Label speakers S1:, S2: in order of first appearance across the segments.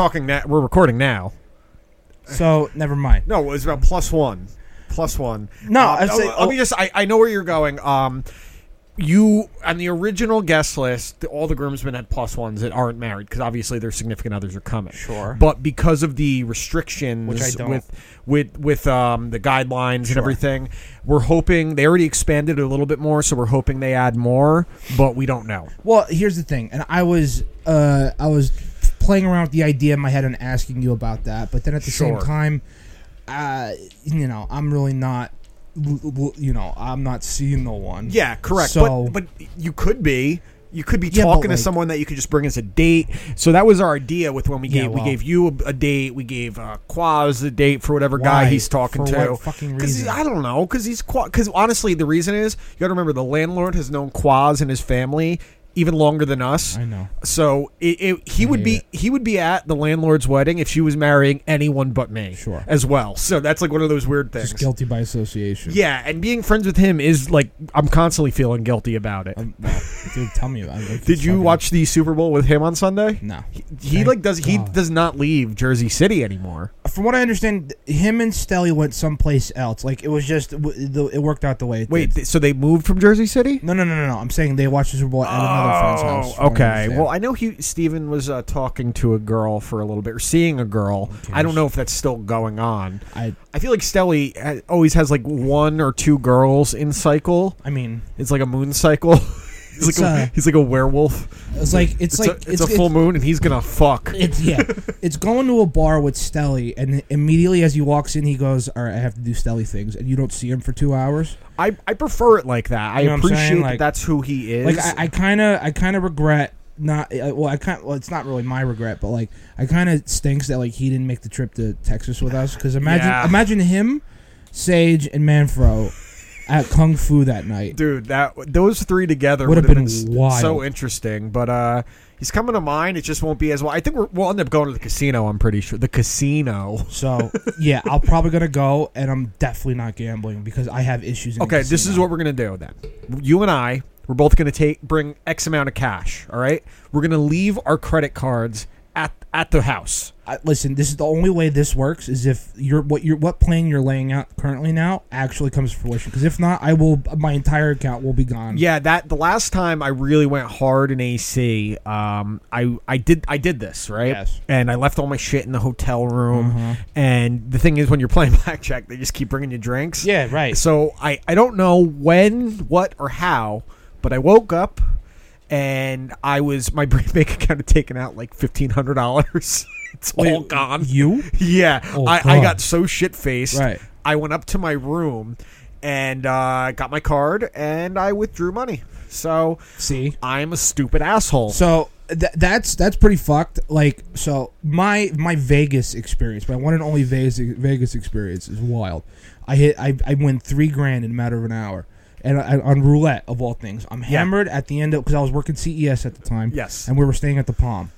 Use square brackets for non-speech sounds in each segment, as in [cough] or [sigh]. S1: talking that we're recording now.
S2: So never mind.
S1: No, it was about plus one, plus one.
S2: No,
S1: Um,
S2: I'd say- oh,
S1: let me just. I, I know where you're going. Um, you on the original guest list, all the groomsmen had plus ones that aren't married because obviously their significant others are coming.
S2: Sure.
S1: but because of the restrictions
S2: Which I don't.
S1: with with with um, the guidelines and everything, we're hoping they already expanded it a little bit more. So we're hoping they add more, but we don't know.
S2: Well, here's the thing, and I was uh, I was playing around with the idea in my head and asking you about that, but then at the
S1: Sure.
S2: same time, uh, you know, I'm really not, l- l- you know, I'm not seeing the one.
S1: Yeah, correct.
S2: So,
S1: but but you could be you could be
S2: Yeah, but,
S1: talking
S2: like-
S1: to someone that you could just bring as a date. So that was our idea with when we
S2: Yeah,
S1: gave
S2: well.
S1: we gave you a, a date, we gave uh, Quaz a date for whatever guy
S2: Why?
S1: he's talking
S2: For
S1: to.
S2: what fucking
S1: 'Cause he-
S2: reason?
S1: I don't know because he's because honestly the reason is you got to remember the landlord has known Quaz and his family even longer than us.
S2: I know.
S1: So it, it, he would
S2: hate
S1: be he would be at the landlord's wedding if she was marrying anyone but me,
S2: Sure.
S1: as well. So that's like one of those weird things.
S2: just guilty by association.
S1: Yeah, and being friends with him is like I'm constantly feeling guilty about it.
S2: Um, well, dude, tell me about it. Like,
S1: Did you
S2: fucking-
S1: watch the Super Bowl with him on Sunday?
S2: No.
S1: He, he like does he
S2: God.
S1: does not leave Jersey City anymore.
S2: From what I understand, th- him and Stelly went someplace else. Like it was just w- the, it worked out the way. It
S1: Wait,
S2: did.
S1: th- so they moved from Jersey City?
S2: no, no, no, no, no. I'm saying they watched the Super Bowl at another friend's house. from what I
S1: Oh, okay.
S2: understand.
S1: Well, I know he Steven was uh, talking to a girl for a little bit or seeing a girl. I don't know if that's still going on.
S2: I,
S1: I feel like Stelly ha- always has like one or two girls in cycle.
S2: I mean,
S1: It's like a moon cycle. [laughs] he's
S2: It's,
S1: like a,
S2: uh,
S1: he's like a werewolf.
S2: it's like it's,
S1: It's,
S2: like
S1: a, it's, a full moon and he's gonna fuck. [laughs]
S2: It's yeah. it's going to a bar with Stelly, and immediately as he walks in, he goes, "All right, I have to do Stelly things," and you don't see him for two hours.
S1: I, I prefer it like that. I
S2: You know what I'm saying?
S1: appreciate that
S2: Like-
S1: that's who he is.
S2: Like I kind of, I kind of regret not. uh, Well, I kind. Well, it's not really my regret, but like I kind of stinks that like he didn't make the trip to Texas with us. Because imagine,
S1: Yeah.
S2: imagine him, Sage, and Manfro at Kung Fu that night.
S1: dude that those three together would
S2: Would've
S1: have been,
S2: been
S1: s-
S2: wild.
S1: so interesting but uh he's coming to mind it just won't be as well i think we're, we'll end up going to the casino i'm pretty sure the casino
S2: So yeah, I'm probably gonna go, and I'm definitely not gambling because I have issues. In [laughs] the
S1: okay this is
S2: casino.
S1: what we're gonna do then you and i we're both gonna take bring x amount of cash all right we're gonna leave our credit cards at at the house
S2: I, listen, this is the only way this works is if you're what you're what plan you're laying out currently now actually comes to fruition. Because if not, I will my entire account will be gone.
S1: yeah that the last time i really went hard in ac um i i did i did this right
S2: Yes.
S1: and i left all my shit in the hotel room and the thing is when you're playing [laughs] blackjack they just keep bringing you drinks
S2: yeah, right.
S1: So I, I don't know when, what, or how, but I woke up and I was my [laughs] bank account had taken out like fifteen hundred dollars. [laughs] it's all gone.
S2: You?
S1: Yeah,
S2: Oh,
S1: I, I
S2: God.
S1: got so shit faced.
S2: Right.
S1: I went up to my room and uh, got my card and I withdrew money. So
S2: See.
S1: I'm a stupid asshole.
S2: So th- that's that's pretty fucked. Like so, my my Vegas experience, my one and only Vegas Vegas experience is wild. I hit I I win three grand in a matter of an hour. And I, on roulette of all things, I'm hammered at the end of because I was working CES at the time.
S1: Yes.
S2: and we were staying at the Palm.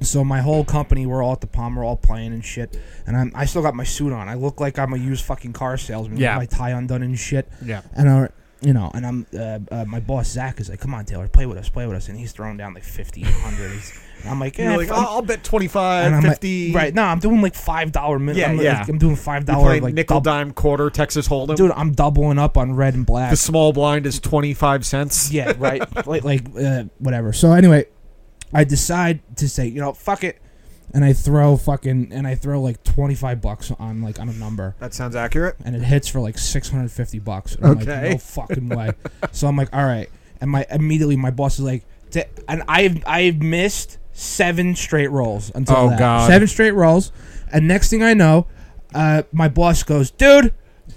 S2: So my whole company, we're all at the Palm, we're all playing and shit. And I'm, I still got my suit on. I look like I'm a used fucking car salesman. with
S1: Yeah.
S2: my tie undone and shit.
S1: Yeah.
S2: And I, you know, and I'm, uh, uh, my boss Zach is like, "Come on, Taylor, play with us, play with us." And he's throwing down like 50, 100. He's- and I'm like,
S1: You're
S2: "Yeah,
S1: like,
S2: fu-
S1: I'll, I'll bet 25,
S2: and I'm like-
S1: 50.
S2: right? No, I'm doing like five dollar. Min-
S1: Yeah,
S2: I'm, like-
S1: yeah.
S2: I'm doing five
S1: You're
S2: dollar
S1: playing
S2: like
S1: nickel,
S2: dub-
S1: dime, quarter, Texas Hold'em.
S2: Dude, I'm doubling up on red and black.
S1: the small blind is 25 cents.
S2: [laughs] Yeah, right. like, like uh, whatever. So anyway, I decide to say, you know, fuck it, and I throw fucking and I throw like twenty five bucks on like on a number,
S1: That sounds accurate.
S2: and it hits for like six hundred fifty bucks. And I'm
S1: Okay.
S2: like, no fucking way. so I'm like, all right, and my immediately my boss is like, "Ta- and I've I've missed seven straight rolls until
S1: Oh,
S2: that.
S1: God.
S2: seven straight rolls, and next thing I know, uh, my boss goes, dude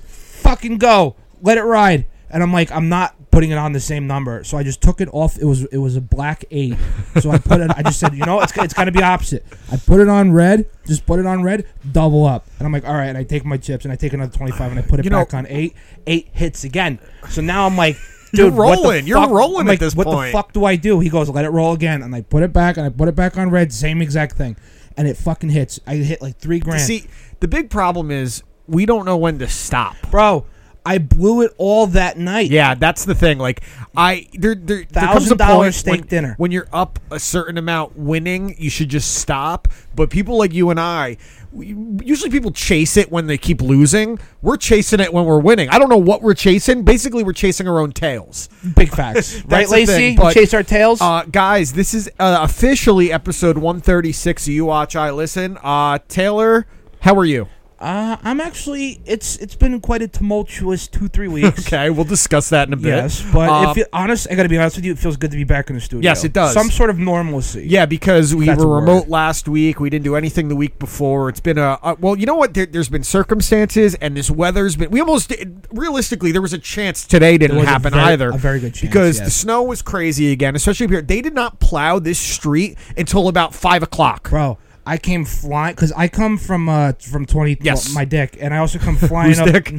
S2: fucking go. Let it ride. And I'm like, I'm not putting it on the same number. So I just took it off. It was it was a black eight. So I put it. I just said, you know, it's it's gotta be opposite. I put it on red. Just put it on red. Double up. And I'm like, all right. And I take my chips and I take another twenty five and I put it
S1: You know-
S2: back on eight. Eight hits again. So now I'm like.
S1: [laughs] You're
S2: Dude, what the
S1: rolling. You're
S2: fuck-
S1: rolling
S2: I'm
S1: at
S2: like,
S1: this
S2: what
S1: point."
S2: the fuck do I do? He goes, let it roll again, and I put it back, and I put it back on red, same exact thing, and it fucking hits. I hit like three grand.
S1: See, the big problem is we don't know when to stop.
S2: Bro, I blew it all that night.
S1: Yeah, that's the thing. Like I, there, there, there comes a
S2: $1,000
S1: point
S2: steak
S1: when,
S2: dinner.
S1: when you're up a certain amount winning, you should just stop. But people like you and I, we, usually people chase it when they keep losing. We're chasing it when we're winning. I don't know what we're chasing. Basically, we're chasing our own
S2: [laughs]
S1: tails.
S2: Big facts.
S1: [laughs] That's
S2: right,
S1: the
S2: Lacey?
S1: thing,
S2: We
S1: but,
S2: chase our tails?
S1: Uh, guys, this is uh, officially episode 136 of You Watch, I Listen. Uh, Taylor, how are you?
S2: Uh, I'm actually. It's it's been quite a tumultuous
S1: [laughs]
S2: two three weeks.
S1: Okay, we'll discuss that in a bit.
S2: Yes, but
S1: Uh,
S2: if you, honest, I got to be honest with you. It feels good to be back in the studio.
S1: Yes, it does.
S2: Some sort of normalcy.
S1: Yeah, because we
S2: That's a
S1: were
S2: word.
S1: remote last week. We didn't do anything the week before. It's been a, a well, you know what? There, there's been circumstances, and this weather's been. We almost did, realistically, there was a chance today didn't
S2: was a
S1: happen
S2: very-
S1: either.
S2: a very good chance,
S1: because the
S2: yes.
S1: snow was crazy again, especially up here. They did not plow this street until about five o'clock. [laughs]
S2: bro. I came flying because I come from uh from twenty.
S1: Yes.
S2: well, my dick, and I
S1: [laughs]
S2: also come flying
S1: Whose
S2: up [laughs]
S1: dick?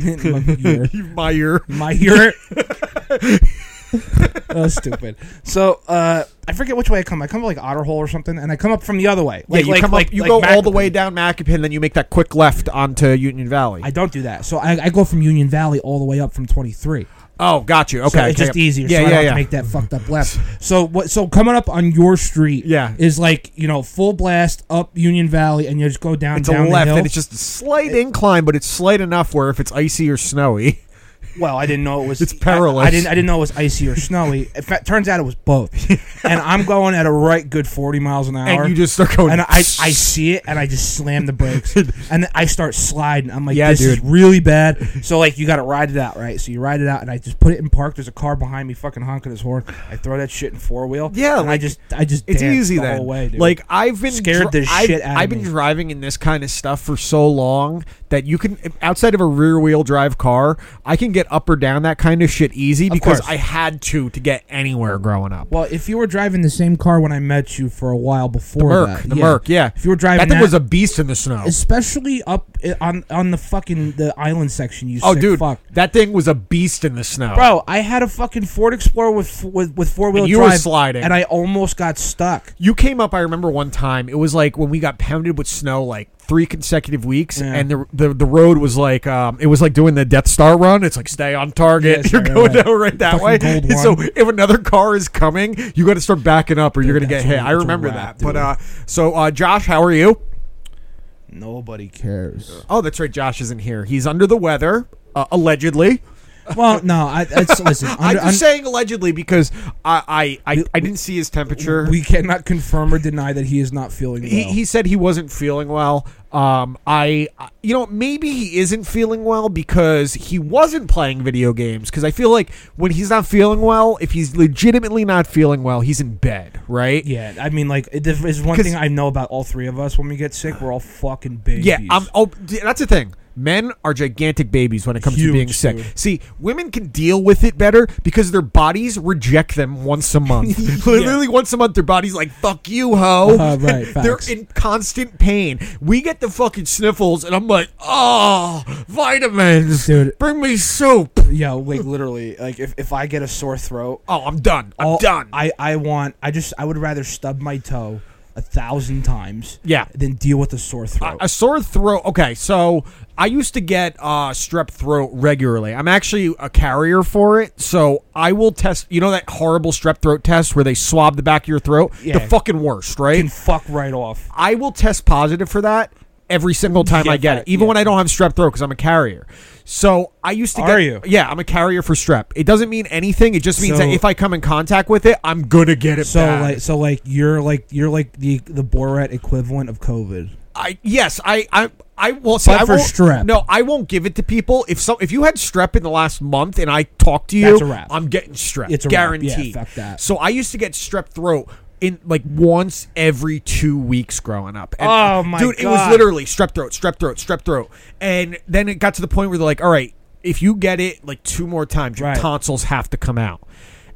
S2: my ear.
S1: My ear. [laughs]
S2: My ear. [laughs] that was stupid. So uh, I forget which way I come. I come like Otter Hole or something, and I come up from the other way.
S1: Yeah,
S2: Like,
S1: you
S2: like,
S1: come
S2: like,
S1: up, you
S2: like
S1: go
S2: Mac-
S1: all the way down Macapin, then you make that quick left onto Union Valley.
S2: I don't do that. So I, I go from Union Valley all the way up from 23.
S1: oh, got you. Okay,
S2: So it's
S1: okay.
S2: just easier.
S1: Yeah, yeah,
S2: so I don't
S1: yeah.
S2: have to make that fucked up [laughs] left. So what? So coming up on your street,
S1: Yeah.
S2: is like you know full blast up Union Valley, and you just go down
S1: it's a
S2: down
S1: left,
S2: the hill.
S1: and it's just a slight incline, but it's slight enough where if it's icy or snowy.
S2: well, I didn't know it was.
S1: It's
S2: I-
S1: perilous.
S2: I, didn't. I didn't know it was icy or snowy. In fact, turns out it was both. [laughs] and I'm going at a right good 40 miles an hour.
S1: and you just start going.
S2: and I,
S1: [laughs]
S2: I see it and I just slam the brakes and then I start sliding. I'm like,
S1: Yeah,
S2: this is
S1: dude.
S2: really bad. So like, you got to ride it out, right? So you ride it out, and I just put it in park. There's a car behind me, fucking honking his horn. I throw that shit in four wheel.
S1: Yeah,
S2: and I
S1: like,
S2: just, I just,
S1: it's
S2: danced
S1: easy
S2: the
S1: then.
S2: Whole way, dude.
S1: Like I've been
S2: Scared the
S1: I've,
S2: shit out of
S1: I've been
S2: me.
S1: driving in this kind of stuff for so long that you can, outside of a rear wheel drive car, I can get up or down that kind of shit easy because
S2: course.
S1: I had to to get anywhere growing up.
S2: well, if you were driving the same car when I met you for a while before
S1: Merc,
S2: that,
S1: the
S2: yeah.
S1: Merc, yeah.
S2: If you were
S1: That
S2: driving
S1: thing
S2: that,
S1: was a beast in the snow.
S2: especially up i- on on the fucking the island section. You
S1: Oh,
S2: sick
S1: dude,
S2: fuck.
S1: that thing was a beast in the snow.
S2: Bro, I had a fucking Ford Explorer with with, with four wheel
S1: And you were
S2: drive,
S1: sliding.
S2: and I almost got stuck.
S1: You came up. I remember one time. It was like when we got pounded with snow, like three consecutive weeks,
S2: Yeah.
S1: and the, the the road was like um, it was like doing the Death Star run. It's like stay on target. [laughs]
S2: Yes,
S1: you're
S2: right,
S1: going
S2: right,
S1: down right that
S2: Fucking
S1: way.
S2: gold
S1: And so
S2: run.
S1: if another car is coming, you got to start backing up, or you're gonna get
S2: that's
S1: hit.
S2: a-
S1: I
S2: that's a
S1: remember
S2: wrap,
S1: that. But
S2: dude.
S1: uh, so uh, Josh, how are you?
S2: Nobody cares.
S1: Oh, that's right. Josh isn't here. He's under the weather, uh, allegedly.
S2: [laughs] Well, no, I,
S1: [laughs]
S2: it's, listen.
S1: I'm
S2: under-
S1: just saying allegedly because I I, I, I didn't see his temperature.
S2: un- we cannot confirm or deny that he is not feeling well.
S1: he, he said he wasn't feeling well. Um, I, I- you know, maybe he isn't feeling well because he wasn't playing video games. Because I feel like when he's not feeling well, if he's legitimately not feeling well, he's in bed, right?
S2: yeah, I mean, like, it- there is one
S1: 'Cause-
S2: thing I know about all three of us. When we get sick, we're all fucking babies.
S1: Yeah, um, oh, d- that's the thing. Men are gigantic babies when it comes to
S2: Huge,
S1: being sick.
S2: dude.
S1: See, women can deal with it better because their bodies reject them once a
S2: [laughs]
S1: month. Literally, once a month, their body's like, fuck you, ho.
S2: Uh, right,
S1: [laughs] They're
S2: facts.
S1: in constant pain. We get the fucking sniffles, and I'm like, oh, vitamins.
S2: Dude.
S1: Bring me soup. [laughs]
S2: yeah, like literally, like if, if I get a sore throat,
S1: Oh, I'm done. I'm
S2: all-
S1: done.
S2: I I want. I just I would rather stub my toe a thousand times.
S1: Yeah.
S2: than deal with a sore throat.
S1: a sore throat. Okay, so I used to get uh, strep throat regularly. I'm actually a carrier for it, so I will test. You know that horrible strep throat test where they swab the back of your throat?
S2: Yeah.
S1: The fucking worst,
S2: can
S1: right?
S2: fuck right off.
S1: I will test positive for that every single time
S2: Yeah,
S1: I get it,
S2: that-
S1: even
S2: yeah.
S1: when I don't have strep throat because I'm a carrier. So I used to
S2: Are
S1: get.
S2: you?
S1: Yeah, I'm a carrier for strep. It doesn't mean anything. It just means
S2: So-
S1: that if I come in contact with it, I'm gonna get it.
S2: So
S1: bad.
S2: like so like you're like you're like the the Borat equivalent of COVID.
S1: I yes, I I I will see.
S2: But
S1: I
S2: for
S1: won't,
S2: strep.
S1: No, I won't give it to people. If so, if you had strep in the last month and I talked to you,
S2: That's a wrap.
S1: I'm getting strep.
S2: It's a wrap. Yeah,
S1: guaranteed.
S2: fuck that.
S1: So I used to get strep throat. In like once every two weeks growing up. And,
S2: Oh, my
S1: dude, it was
S2: God.
S1: literally strep throat, strep throat, strep throat. And then it got to the point where they're like, all right, if you get it like two more times, your
S2: Right.
S1: tonsils have to come out.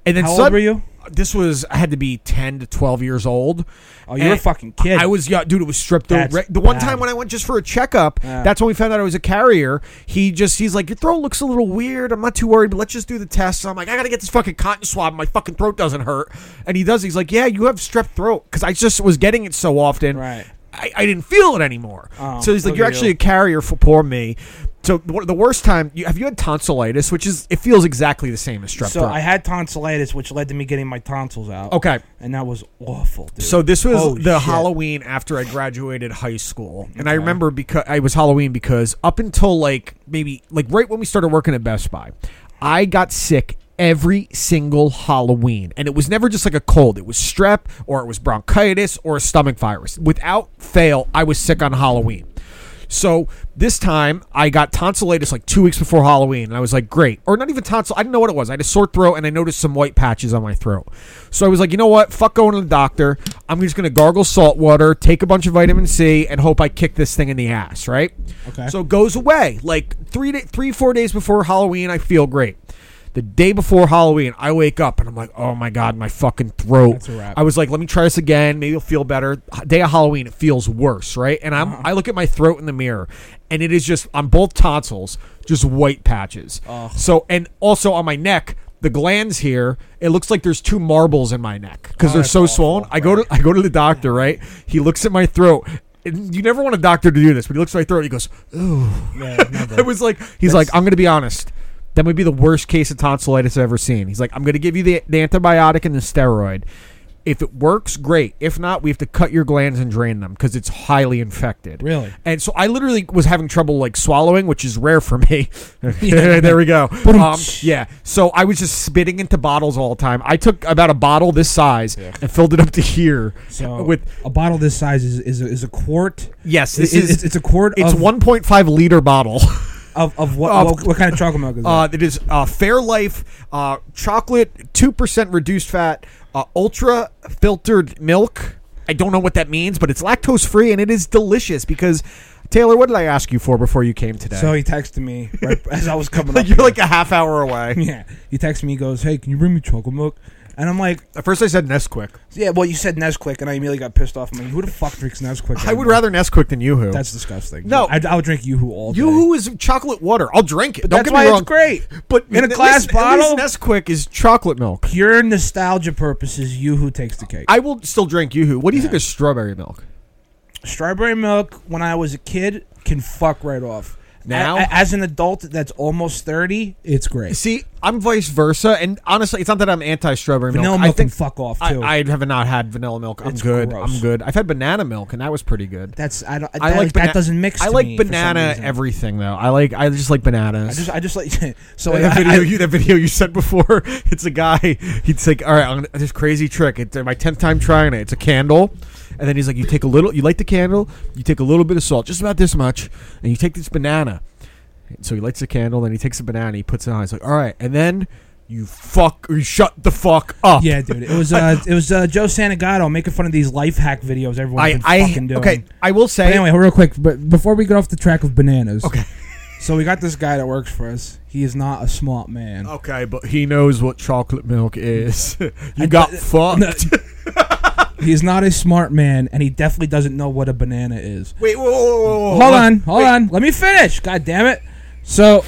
S1: And then
S2: How old
S1: sud-
S2: were you?
S1: This was I had to be ten to twelve years old.
S2: Oh, you were a
S1: And
S2: fucking kid.
S1: I was, yeah, dude. It was strep throat.
S2: That's
S1: Re- the one
S2: bad.
S1: time when I went just for a checkup,
S2: Yeah.
S1: that's when we found out I was a carrier. He just, he's like, your throat looks a little weird. I'm not too worried, but let's just do the test. So I'm like, I gotta get this fucking cotton swab. My fucking throat doesn't hurt. And he does. He's like, yeah, you have strep throat because I just was getting it so often.
S2: Right.
S1: I, I didn't feel it anymore.
S2: Oh,
S1: so he's like,
S2: look
S1: you're
S2: at you.
S1: actually a carrier for poor me. So the the worst time you have you had tonsillitis, which is it feels exactly the same as strep
S2: So
S1: throat.
S2: I had tonsillitis, which led to me getting my tonsils out.
S1: okay.
S2: and that was awful, dude.
S1: So this was
S2: Holy
S1: the
S2: shit.
S1: Halloween after I graduated high school, and I remember because I was Halloween because up until like maybe like right when we started working at Best Buy, I got sick every single Halloween, and it was never just like a cold. It was strep or it was bronchitis or a stomach virus. Without fail, I was sick on Halloween. So this time I got tonsillitis like two weeks before Halloween, and I was like, great. Or not even tonsil. I didn't know what it was. I had a sore throat, and I noticed some white patches on my throat. So I was like, you know what? Fuck going to the doctor. I'm just gonna gargle salt water, take a bunch of vitamin C, and hope I kick this thing in the ass. Right.
S2: Okay.
S1: So it goes away. Like three, day, three, four days before Halloween, I feel great. The day before Halloween, I wake up and I'm like, oh my god, my fucking throat.
S2: That's a wrap.
S1: I was like, let me try this again. Maybe it'll feel better. Day of Halloween, it feels worse, right? And I'm I look at my throat in the mirror, and it is just on both tonsils, just white patches. So and also on my neck, the glands here, it looks like there's two marbles in my neck because they're
S2: that's
S1: so
S2: awful,
S1: swollen. I go to I go to the doctor, right? He looks at my throat. And you never want a doctor to do this, but he looks at my throat. And he goes, "Ooh."
S2: [laughs] Yeah,
S1: I [laughs] was like, he's like, I'm gonna be honest. That would be the worst case of tonsillitis I've ever seen. He's like, I'm gonna give you the, the antibiotic and the steroid. If it works, great. If not, we have to cut your glands and drain them because it's highly infected.
S2: Really?
S1: And so I literally was having trouble like swallowing, which is rare for
S2: [laughs]
S1: me. [laughs] there we go. Um, yeah. So I was just spitting into bottles all the time. I took about a bottle this size and filled it up to here
S2: so
S1: with
S2: a bottle this size is is a, is a quart.
S1: yes.
S2: It-
S1: This
S2: it-
S1: is
S2: it's, it's a quart.
S1: it's
S2: of,
S1: 1.5 liter bottle. [laughs]
S2: of of what,
S1: of-
S2: what, what kind of chocolate milk is that?
S1: [laughs] Uh, it is uh, Fairlife uh, chocolate, two percent reduced fat, uh, ultra filtered milk. I don't know what that means, but it's lactose free and it is delicious. Because Taylor, what did I ask you for before you came today?
S2: So he texted me right [laughs] as I was coming
S1: [laughs]
S2: up.
S1: like you're
S2: here.
S1: like a half hour away.
S2: [laughs] yeah. He texted me. He goes, "Hey, can you bring me chocolate milk?" And I'm like,
S1: At first, I said Nesquik.
S2: "Yeah." Well, you said Nesquik, and I immediately got pissed off. I'm like, "Who the fuck drinks Nesquik?"
S1: I would
S2: anymore?
S1: rather Nesquik than YooHoo.
S2: That's disgusting.
S1: No.
S2: I, I would drink YooHoo all day.
S1: YooHoo is chocolate water. I'll drink it. don't
S2: That's
S1: get
S2: why
S1: me
S2: it's
S1: wrong.
S2: great.
S1: But
S2: In a
S1: at
S2: glass
S1: least- at least
S2: bottle?
S1: Nesquik is chocolate milk.
S2: Pure nostalgia purposes, YooHoo takes the cake.
S1: I will still drink YooHoo. What do you think of strawberry milk?
S2: Strawberry milk, when I was a kid, can fuck right off.
S1: Now?
S2: A- a- as an adult that's almost thirty, it's great.
S1: See, I'm vice versa, and honestly, it's not that I'm anti-strawberry
S2: Vanilla
S1: milk.
S2: milk
S1: I think
S2: can fuck off
S1: I,
S2: too.
S1: I have not had vanilla milk. I'm
S2: It's
S1: good.
S2: gross.
S1: I'm good. I've had banana milk, and that was pretty good.
S2: that's I don't.
S1: I
S2: that-
S1: like
S2: that
S1: bana-
S2: doesn't mix.
S1: I
S2: to
S1: like
S2: me for some
S1: banana
S2: reason.
S1: everything though. I like. I just like
S2: I
S1: bananas.
S2: just I just like [laughs] so
S1: That
S2: like, I-
S1: video,
S2: I-
S1: you, that video you sent before, [laughs] it's a guy. He's like, "All right, I'm gonna, this crazy trick. It's my tenth time trying it. It's a candle, and then he's like, you take a little, you light the candle, you take a little bit of salt, just about this much, and you take this banana. So he lights the candle, then he takes the banana, he puts it on. He's like, all right, and then you fuck or you shut the fuck up.
S2: Yeah, dude. It was uh, it was uh, Joe Santagato making fun of these life hack videos everyone's
S1: I,
S2: been
S1: I
S2: fucking doing.
S1: okay. I will say
S2: But anyway, real quick, but before we get off the track of bananas.
S1: Okay.
S2: So we got this guy that works for us. He is not a smart man.
S1: Okay, but he knows what chocolate milk is. [laughs] you
S2: I-
S1: got
S2: uh,
S1: fucked. [laughs]
S2: He is not a smart man, and he definitely doesn't know what a banana is.
S1: Wait, whoa, whoa, whoa, whoa,
S2: hold
S1: whoa.
S2: on, hold on. Let me finish. God damn it. So,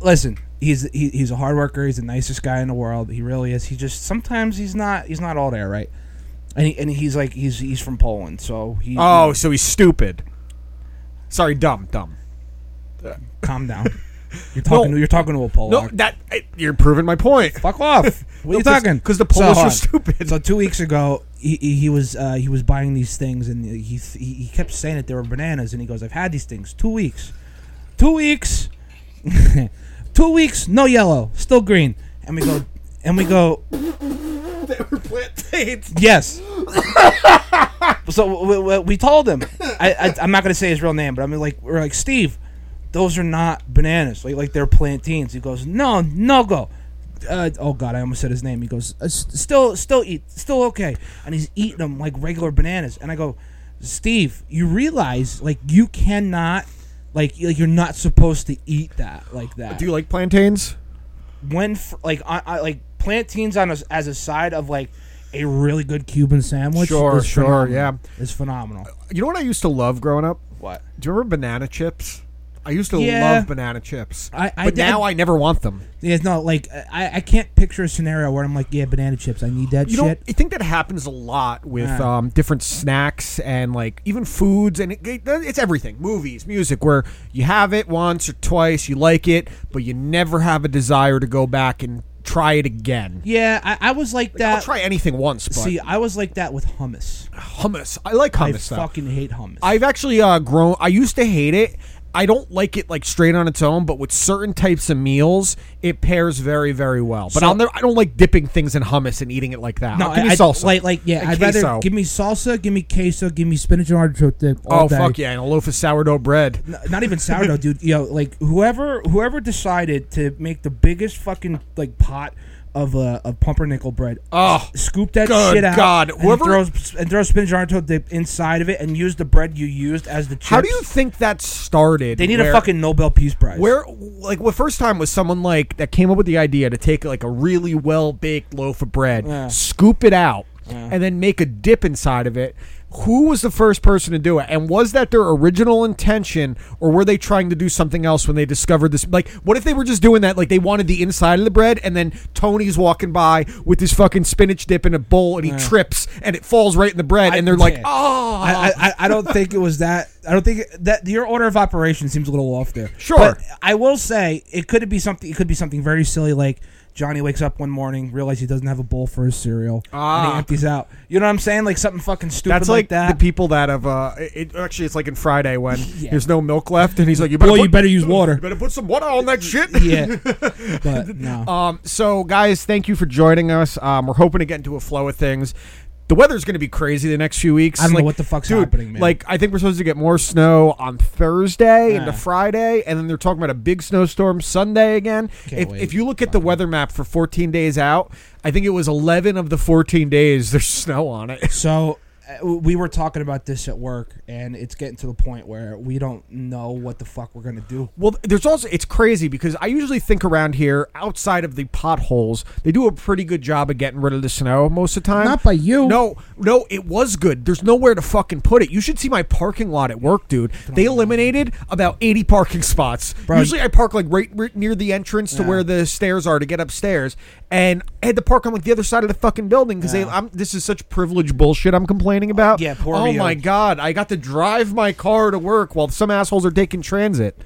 S2: listen, he's he, he's a hard worker. He's the nicest guy in the world. He really is. He just sometimes he's not he's not all there, right? And he, and he's like he's he's from Poland, so he
S1: Oh, so he's stupid. Sorry, dumb, dumb.
S2: calm down. You're talking
S1: No.
S2: to you're talking to a
S1: No,
S2: Polak.
S1: that I, you're proving my point. [laughs]
S2: Fuck off. What are you talking?
S1: Because the
S2: So,
S1: Polish
S2: hold
S1: are
S2: on.
S1: stupid.
S2: So two weeks ago, he, he, he was uh, he was buying these things, and he, he he kept saying that they were bananas, and he goes, "I've had these things two weeks, two weeks, [laughs] two weeks, no yellow, still green." And we go, and we go, yes. [laughs] so we, we, we told him. I, I I'm not gonna say his real name, but I'm like we're like Steve. Those are not bananas. Like like they're plantains. He goes, no, no go. Uh, oh God, I almost said his name. He goes, "Uh, s- still, still eat, still okay. And he's eating them like regular bananas. And I go, Steve, you realize like you cannot, like y- like you're not supposed to eat that like that.
S1: Do you like plantains?
S2: when fr- like I, I like plantains on a, as a side of like a really good Cuban sandwich.
S1: Sure,
S2: is
S1: sure,
S2: phenomenal.
S1: yeah.
S2: is phenomenal.
S1: You know what I used to love growing up?
S2: What?
S1: Do you remember banana chips? I used to
S2: Yeah.
S1: love banana chips,
S2: I- I
S1: but
S2: did-
S1: now I never want them.
S2: Yeah, no, like I, I can't picture a scenario where I'm like, yeah, banana chips, I need that
S1: You know,
S2: shit.
S1: I think that happens a lot with
S2: Yeah.
S1: um, different snacks and like even foods, and it, it- it's everything, movies, music, where you have it once or twice, you like it, but you never have a desire to go back and try it again.
S2: Yeah, I, I was like
S1: I'll
S2: that.
S1: try anything once, but
S2: See, I was like that with hummus.
S1: hummus. I like
S2: I
S1: hummus. though.
S2: fucking hate hummus.
S1: I've actually uh, grown. I used to hate it. I don't like it like straight on its own, but with certain types of meals, it pairs very, very well. But
S2: So-
S1: I'll never. I don't like dipping things in hummus and eating it like that.
S2: no,
S1: give me
S2: I, I-
S1: salsa.
S2: Like, like, yeah,
S1: And
S2: I'd rather
S1: queso.
S2: give me salsa, give me queso, give me spinach and artichoke dip. All
S1: oh
S2: day.
S1: fuck yeah, and a loaf of sourdough bread.
S2: N- Not
S1: [laughs]
S2: even sourdough, dude. Yo, like whoever whoever decided to make the biggest fucking like pot of uh, of pumpernickel bread.
S1: Oh,
S2: Scoop that
S1: Good
S2: shit out.
S1: God.
S2: and
S1: Whoever-
S2: throw and throw spinach and artichoke dip inside of it, and use the bread you used as the chips.
S1: how do you think that started?
S2: They need
S1: where-
S2: a fucking Nobel Peace Prize.
S1: Where like the first time was someone like that came up with the idea to take like a really well baked loaf of bread,
S2: Yeah.
S1: scoop it out, and then make a dip inside of it. Who was the first person to do it, and was that their original intention, or were they trying to do something else when they discovered this? Like, what if they were just doing that? Like, they wanted the inside of the bread, and then Tony's walking by with his fucking spinach dip in a bowl, and he trips, and it falls right in the bread, and they're like,
S2: yeah.
S1: "Oh,
S2: I, I, I don't think it was that. I don't think it- that your order of operation seems a little off there.
S1: Sure.
S2: But I will say it could be something. It could be something very silly, like Johnny wakes up one morning, realizes he doesn't have a bowl for his cereal, and
S1: Ah.
S2: he empties out. You know what I'm saying? Like something fucking stupid
S1: That's
S2: like,
S1: like,
S2: that.
S1: the people that have. Uh, it, it- actually, it's like in Friday when
S2: [laughs] Yeah.
S1: there's no milk left, and he's like, [laughs] "You better,
S2: Boy,
S1: put,
S2: you better use water.
S1: better put some water on
S2: [laughs]
S1: that shit."
S2: yeah.
S1: [laughs]
S2: But no.
S1: Um. So, guys, thank you for joining us. Um, we're hoping to get into a flow of things. The weather's going to be crazy the next few weeks.
S2: I don't know
S1: Like,
S2: what the fuck's
S1: dude,
S2: happening, man.
S1: Like, I think we're supposed to get more snow on Thursday
S2: Yeah.
S1: into Friday, and then they're talking about a big snowstorm Sunday again.
S2: Can't
S1: If,
S2: wait.
S1: if you look at the weather map for 14 days out, I think it was 11 of the 14 days there's [laughs] snow on it.
S2: So uh, we were talking about this at work, and it's getting to the point where we don't know what the fuck we're gonna do.
S1: Well, there's also it's crazy because I usually think around here outside of the potholes, they do a pretty good job of getting rid of the snow most of the time.
S2: Not by you.
S1: No, no, it was good. There's nowhere to fucking put it. You should see my parking lot at work, dude. They eliminated about 80 parking spots.
S2: Bro.
S1: Usually I park like right, right near the entrance to where the stairs are to get upstairs, and I had to park on like the other side of the fucking building because they.
S2: Yeah.
S1: I'm, this is such privileged bullshit I'm complaining about.
S2: Yeah, poor
S1: Oh
S2: Rio.
S1: my god, I got to drive my car to work while some assholes are taking transit.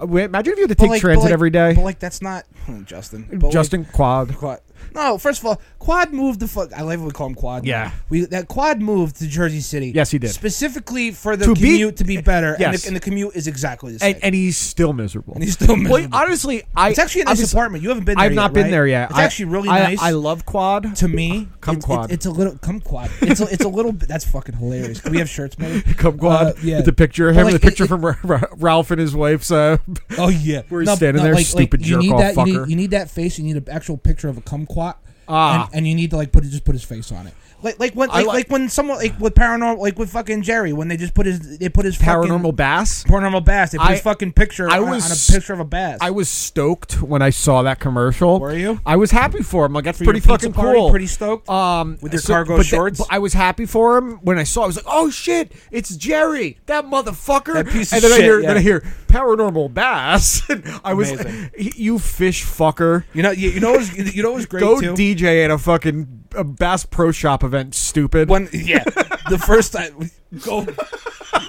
S1: Uh, wait, Imagine if you had to
S2: But
S1: take
S2: like- but
S1: transit
S2: like-
S1: every day.
S2: But like that's not [laughs] Justin. But like-
S1: Justin Quad.
S2: Quad. No, first of all, Quad moved the fuck. I like when we call him Quad. now.
S1: Yeah.
S2: we that Quad moved to Jersey City.
S1: Yes, he did.
S2: specifically for the
S1: To be-
S2: commute to be better. and,
S1: Yes.
S2: the, and the commute is exactly the same.
S1: And, and he's still miserable.
S2: And he's still
S1: Well,
S2: miserable.
S1: honestly, I
S2: it's actually a nice
S1: obvious-
S2: apartment. You haven't been. there
S1: I've
S2: yet,
S1: not been
S2: right?
S1: there yet.
S2: It's
S1: I-
S2: actually really
S1: I-
S2: nice.
S1: I love Quad.
S2: [laughs] to me,
S1: Cum
S2: it's,
S1: quad.
S2: It's, it's a little cum quad. It's a, it's a little. bit- That's fucking hilarious. Can we have shirts made?
S1: Come quad
S2: Uh, yeah.
S1: with the picture of
S2: But
S1: him,
S2: like,
S1: the picture
S2: it-
S1: from Ra- Ra- Ralph and his wife's.
S2: [laughs]
S1: Uh,
S2: Oh yeah,
S1: Where he's standing there, stupid
S2: you need
S1: jerk-off
S2: that, You
S1: fucker.
S2: need, you need that face. You need an actual picture of a kumquat,
S1: Ah.
S2: and, and you need to like put just put his face on it. Like like when
S1: I
S2: like,
S1: like-
S2: like, when someone like with paranormal like with fucking Jerry when they just put his they put his
S1: paranormal bass.
S2: fucking, paranormal bass they put
S1: I-
S2: his fucking picture
S1: I
S2: on,
S1: was-
S2: on a picture of a bass.
S1: I was stoked when I saw that commercial.
S2: Were you?
S1: I was happy for him. Like that's
S2: For your
S1: pretty
S2: pizza
S1: fucking
S2: party,
S1: cool.
S2: Pretty stoked.
S1: um,
S2: With your cargo
S1: but th-
S2: shorts?
S1: but I was happy for him when I saw. it. I was like, "Oh shit, it's Jerry, that motherfucker!"
S2: That piece of
S1: and then I
S2: shit,
S1: hear,
S2: yeah.
S1: then I hear paranormal bass. [laughs] And I was,
S2: Amazing.
S1: "Y- "You fish fucker,
S2: you know you, you know what was, you know what was great
S1: go
S2: too.
S1: DJ at a fucking a Bass Pro Shop event, stupid."
S2: One yeah, the first time go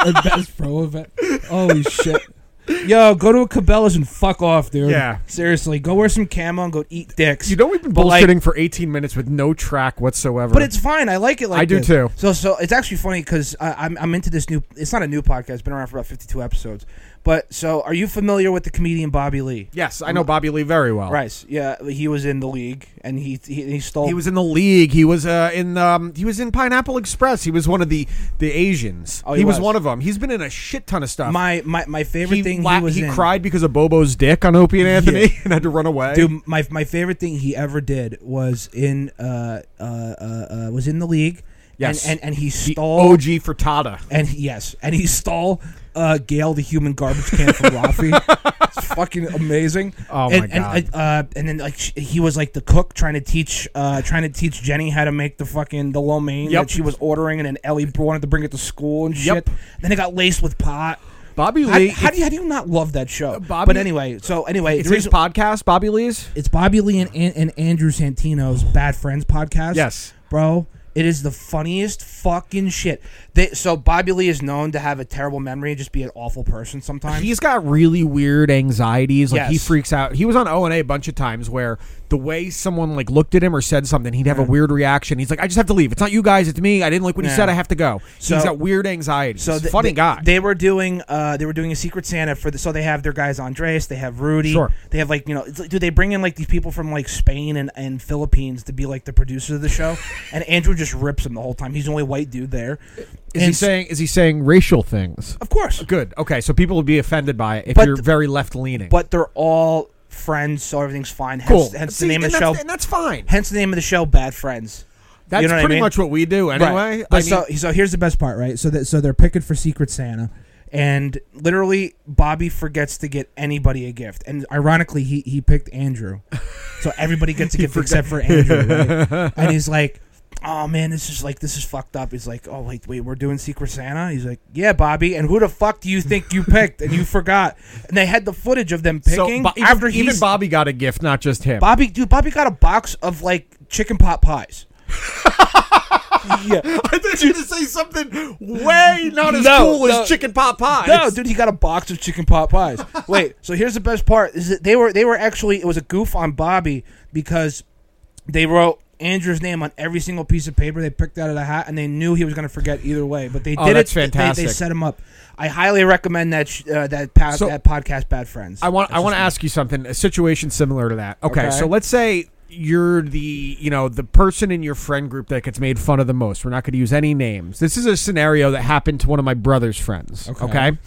S2: a best pro event. Holy shit. Yo, go to a Cabela's and fuck off, dude.
S1: Yeah.
S2: seriously, go wear some camo and go eat dicks.
S1: you know we've been
S2: But,
S1: bullshitting
S2: like-
S1: for 18 minutes with no track whatsoever.
S2: but it's fine. I like it. Like
S1: I do
S2: this.
S1: too.
S2: So, so it's actually funny because I'm I'm into this new. It's not a new podcast. It's been around for about 52 episodes. But so, are you familiar with the comedian Bobby Lee?
S1: yes, I know Bobby Lee very well.
S2: Rice. Yeah, he was in the league and he he, he stole.
S1: He was in the league. He was uh, in um, he was in Pineapple Express. He was one of the the Asians.
S2: Oh,
S1: he
S2: he
S1: was.
S2: was.
S1: one of them. He's been in a shit ton of stuff.
S2: my my my favorite
S1: he
S2: thing.
S1: la-
S2: he was
S1: he
S2: in.
S1: cried because of Bobo's dick on Opie and Anthony [laughs] and had to run away.
S2: Dude, my my favorite thing he ever did was in uh uh uh, uh was in the league.
S1: Yes. oh.
S2: and and, and he
S1: the
S2: stole.
S1: OG Frittata.
S2: And he, yes, and he stole uh, Gail the human garbage
S1: [laughs]
S2: can from Rafi. It's fucking amazing.
S1: Oh, my
S2: and, and,
S1: God.
S2: uh, and then like sh- he was like the cook trying to teach uh, trying to teach Jenny how to make the fucking the lo mein
S1: Yep.
S2: that she was ordering, and then Ellie wanted to bring it to school and shit.
S1: Yep.
S2: Then it got laced with pot.
S1: Bobby
S2: How,
S1: Lee.
S2: how do you how do you not love that show?
S1: Bobby-
S2: but anyway, so anyway,
S1: it's
S2: the
S1: his
S2: reason-
S1: podcast, Bobby Lee's.
S2: it's Bobby Lee and, and, and Andrew Santino's Bad Friends podcast.
S1: Yes.
S2: bro, it is the funniest fucking shit. They so Bobby Lee is known to have a terrible memory and just be an awful person sometimes.
S1: He's got really weird anxieties. Like he
S2: Yes.
S1: freaks out. He was on O and A a bunch of times where the way someone like looked at him or said something, he'd have a weird reaction. He's like, "I just have to leave. It's not you guys. It's me. I didn't like what you
S2: Yeah.
S1: said. I have to go."
S2: So-
S1: He's got weird anxieties.
S2: so th-
S1: funny
S2: they,
S1: guy.
S2: They were doing uh, they were doing a Secret Santa for the so they have their guys Andres, they have Rudy,
S1: Sure.
S2: they have like you know it's like, do they bring in like these people from like Spain and, and Philippines to be like the producers of
S1: [laughs]
S2: the show? and Andrew just rips him the whole time. He's the only white dude there.
S1: is
S2: and
S1: he
S2: so-
S1: saying? Is he saying racial things?
S2: Of course,
S1: Good. Okay, so people would be offended by it if
S2: But-
S1: you're very left leaning.
S2: but they're all friends, so everything's fine. Hence,
S1: cool.
S2: hence
S1: See,
S2: the name of
S1: and
S2: the show.
S1: that's- and that's fine.
S2: Hence the name of the show, Bad Friends.
S1: That's
S2: know what I
S1: pretty
S2: mean?
S1: much what we do anyway.
S2: Right.
S1: I
S2: But
S1: mean-
S2: so, so here's the best part, right? So that so they're picking for Secret Santa, and literally Bobby forgets to get anybody a gift, and ironically he he picked Andrew, so everybody gets
S1: [laughs]
S2: a gift except for Andrew, right? and he's like. Oh man, this is like this is fucked up. He's like, oh wait, wait, we're doing Secret Santa. He's like, yeah, Bobby. And who the fuck do you
S1: [laughs]
S2: think you picked? And you forgot. And they had the footage of them picking
S1: Bo- even-
S2: after
S1: even,
S2: he's
S1: Bobby got a gift, not just him.
S2: Bobby, dude, Bobby got a box of like chicken pot pies. yeah.
S1: [laughs] I thought you were gonna say something way not as
S2: No,
S1: cool
S2: no.
S1: as chicken pot pie.
S2: No, dude, he got a box of chicken pot pies. Wait, so here's the best part: is that they were they were actually it was a goof on Bobby because they wrote Andrew's name on every single piece of paper they picked out of the hat, and they knew he was going to forget either way. But they
S1: Oh,
S2: did
S1: that's
S2: it. they- They,
S1: fantastic.
S2: set him up. I highly recommend that sh- uh, that pa-
S1: So-
S2: that podcast, Bad Friends.
S1: I want I
S2: That's
S1: want to
S2: just-
S1: ask you something. A situation similar to that. Okay,
S2: Okay.
S1: so let's say you're the you know the person in your friend group that gets made fun of the most. We're not going to use any names. This is a scenario that happened to one of my brother's friends.
S2: Okay.
S1: Okay.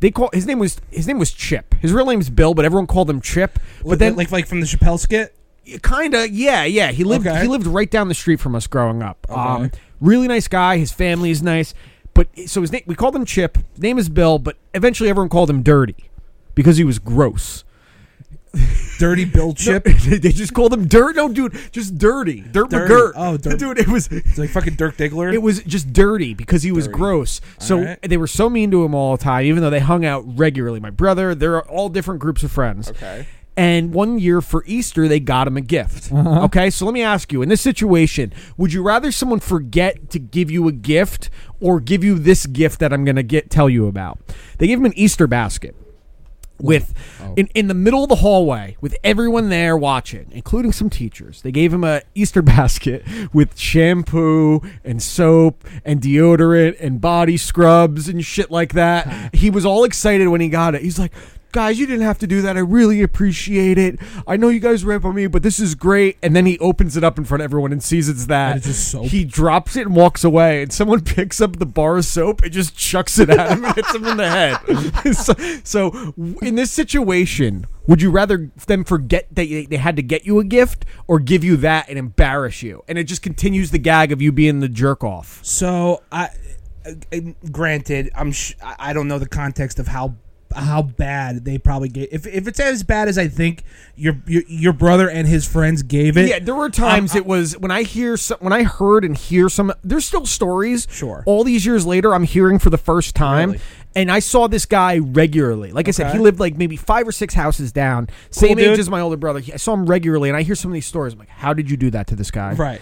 S1: They call his name was his name was Chip. His real name's Bill, but everyone called him Chip. But then
S2: like like from the Chappelle skit.
S1: kind of yeah yeah he lived
S2: Okay.
S1: he lived right down the street from us growing up um really nice guy his family is nice but so his name we called him chip name is bill but eventually everyone called him dirty because he was gross
S2: Dirty Bill
S1: [laughs]
S2: Chip.
S1: they just called him dirt no dude just dirty dirt
S2: Dirty.
S1: McGirt.
S2: Oh, Dirt-
S1: [laughs] dude it was
S2: It's like fucking Dirk Diggler.
S1: it was just dirty because he was
S2: Dirty.
S1: gross. So
S2: right.
S1: they were so mean to him all the time, even though they hung out regularly. My brother, they're all different groups of friends.
S2: Okay.
S1: And one year for Easter, they got him a gift. Okay. So let me ask you in this situation, would you rather someone forget to give you a gift or give you this gift that I'm going to get tell you about? They gave him an Easter basket with in, in the middle of the hallway with everyone there watching including some teachers they gave him a easter [laughs] basket with shampoo and soap and deodorant and body scrubs and shit like that he was all excited when he got it he's like guys you didn't have to do that i really appreciate it i know you guys rip on me but this is great and then he opens it up in front of everyone and sees it's that
S2: And it's just soap.
S1: he drops it and walks away and someone [laughs] picks up the bar of soap and just chucks it at him and hits him in the head [laughs] so, so w- in this situation would you rather them forget that they, they had to get you a gift or give you that and embarrass you and it just continues the gag of you being the jerk off
S2: So I, uh, granted, I'm sh- I I don't know the context of how how bad they probably gave. If, if it's as bad as I think your your, your brother and his friends gave it,
S1: yeah there were times it was when i hear some, when i heard and hear some there's still stories
S2: Sure.
S1: all these years later i'm hearing for the first time
S2: Really?
S1: And I saw this guy regularly. Like I said,
S2: Okay.
S1: he lived like maybe five or six houses down, same
S2: dude.
S1: age as my older brother. He- I saw him regularly, and I hear some of these stories. I'm like, how did you do that to this guy?
S2: right.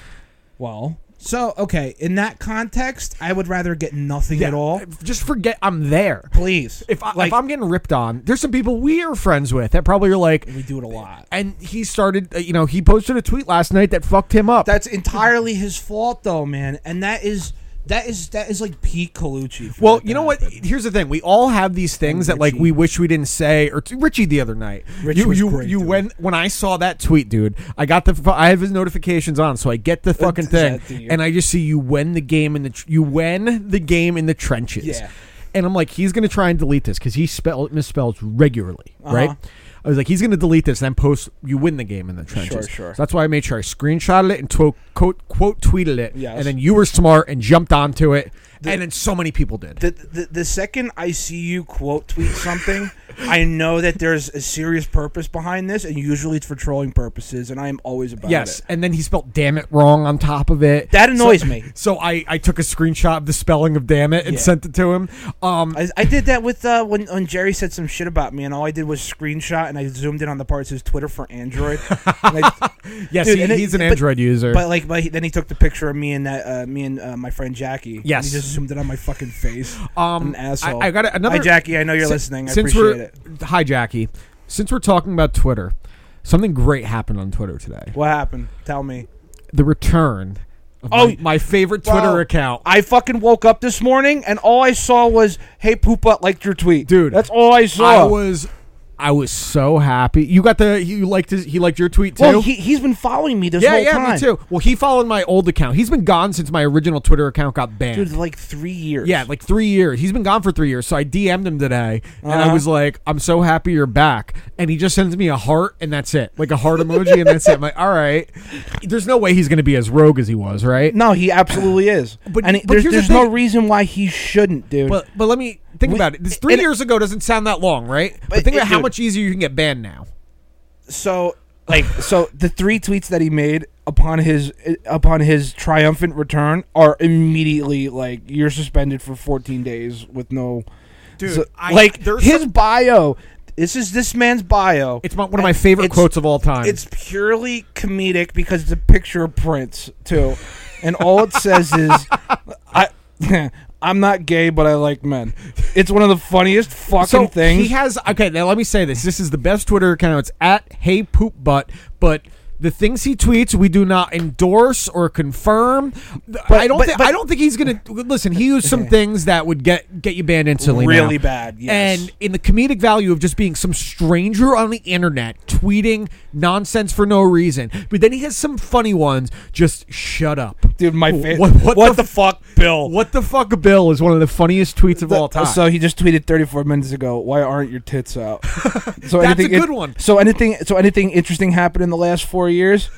S2: Well, so okay, in that context, I would rather get nothing
S1: Yeah,
S2: at all.
S1: Just forget I'm there.
S2: Please,
S1: If, I,
S2: like
S1: if I'm getting ripped on, there's some people we are friends with that probably are like,
S2: we do it a lot.
S1: and he started, uh, you know, he posted a tweet last night that fucked him up.
S2: That's entirely his fault, though, man. And that is that is that is like Pete Colucci. for
S1: Well,
S2: that to
S1: you know what?
S2: happen.
S1: Here's the thing: we all have these things that like
S2: Richie.
S1: we wish we didn't say. Or t- Richie the other night,
S2: Richie
S1: you
S2: was
S1: you
S2: great,
S1: you
S2: dude.
S1: when when I saw that tweet, dude, I got the fu- I have his notifications on, so I get the fucking
S2: does that
S1: thing,
S2: do you?
S1: and I just see you win the game in the tr- you win the game in the trenches.
S2: Yeah.
S1: And I'm like, he's gonna try and delete this because he spell misspells regularly,
S2: Uh-huh.
S1: right? I was like, he's gonna delete this and then post. You win the game in the trenches.
S2: sure.
S1: So that's why I made sure I screenshotted it and to- quote quote tweeted it,
S2: Yes.
S1: and then you were smart and jumped onto it, and then so many people did. [laughs]
S2: the, the the second I see you quote tweet something, I know that there's a serious purpose behind this, and usually it's for trolling purposes, and I am always about
S1: Yes,
S2: it.
S1: and then he spelled "damn it" wrong on top of it.
S2: That annoys
S1: So-
S2: me.
S1: [laughs] So I, I took a screenshot of the spelling of "damn it" and
S2: Yeah.
S1: sent it to him. Um,
S2: I, I did that with uh, when when Jerry said some shit about me, and all I did was screenshot and I zoomed in on the part that says Twitter for
S1: [laughs]
S2: Android. And I-
S1: yes,
S2: dude,
S1: he-
S2: and it-
S1: he's an
S2: but-
S1: Android user.
S2: but like, but he, then he took the picture of me and that uh, me and uh, my friend Jackie.
S1: Yes.
S2: and he just zoomed in on my fucking face.
S1: um,
S2: an asshole.
S1: I, I got another.
S2: Hi Jackie, I know you're
S1: si-
S2: listening. I
S1: since
S2: appreciate
S1: we're,
S2: it.
S1: Hi Jackie. Since we're talking about Twitter, something great happened on Twitter today.
S2: What happened? Tell me.
S1: The return. Of
S2: Oh,
S1: my, my favorite Twitter
S2: Wow.
S1: account.
S2: I fucking woke up this morning and all I saw was, "Hey Poopa, liked your tweet,
S1: Dude,
S2: That's all I
S1: I
S2: saw.
S1: was I was so happy. You got the you liked his, he liked your tweet too.
S2: well, he, he's been following me this
S1: yeah,
S2: whole
S1: yeah,
S2: time,
S1: me too. Well, he followed my old account. He's been gone since my original Twitter account got banned.
S2: dude. Like three years.
S1: Yeah, like three years. He's been gone for three years. So I DM'd him today, and I
S2: Uh-huh.
S1: was like, "I'm so happy you're back." And he just sends me a heart, and that's it, like a heart emoji, and that's it. I'm like, "All right." There's no way he's going to be as rogue as he was, right?
S2: No,
S1: [clears throat]
S2: he absolutely is.
S1: But-
S2: But, and he-
S1: but
S2: there's,
S1: here's the
S2: there's no
S1: thing.
S2: reason why he shouldn't, dude.
S1: But but let me think
S2: We-
S1: about it. This three
S2: it-
S1: years ago doesn't sound that long, right? But,
S2: But
S1: think about
S2: it-
S1: how
S2: dude.
S1: much easier you can get banned now.
S2: so like so the three tweets that he made upon his upon his triumphant return are immediately like you're suspended for 14 days with no
S1: Dude,
S2: So-
S1: I-
S2: like
S1: there's
S2: his
S1: some-
S2: bio this is this man's bio
S1: It's my, one of my favorite
S2: It's-
S1: quotes of all time.
S2: It's purely comedic because it's a picture of Prince too, and all it
S1: [laughs]
S2: says is, "I." [laughs] I'm not gay, but I like men. It's one of the funniest fucking
S1: so
S2: things.
S1: he has okay. Now let me say this: this is the best Twitter account. It's at Hey Poop Butt, but. The things he tweets, we do not endorse or confirm. I don't.
S2: but-
S1: thi-
S2: but-
S1: I don't think he's gonna listen. He used
S2: [laughs]
S1: some things that would get get you banned instantly. now.
S2: really bad. Yes.
S1: And in the comedic value of just being some stranger on the internet tweeting nonsense for no reason, but then he has some funny ones. Just shut up,
S2: dude, my favorite.
S1: What,
S2: What,
S1: what
S2: the,
S1: the,
S2: fuck, Bill?
S1: what the fuck, Bill is one of the funniest tweets of all time.
S2: So he just tweeted 34 minutes ago. Why aren't your tits
S1: [laughs]
S2: out? So
S1: That's a
S2: anything,
S1: good one.
S2: So anything, so anything interesting happened in the last four
S1: [laughs]
S2: years?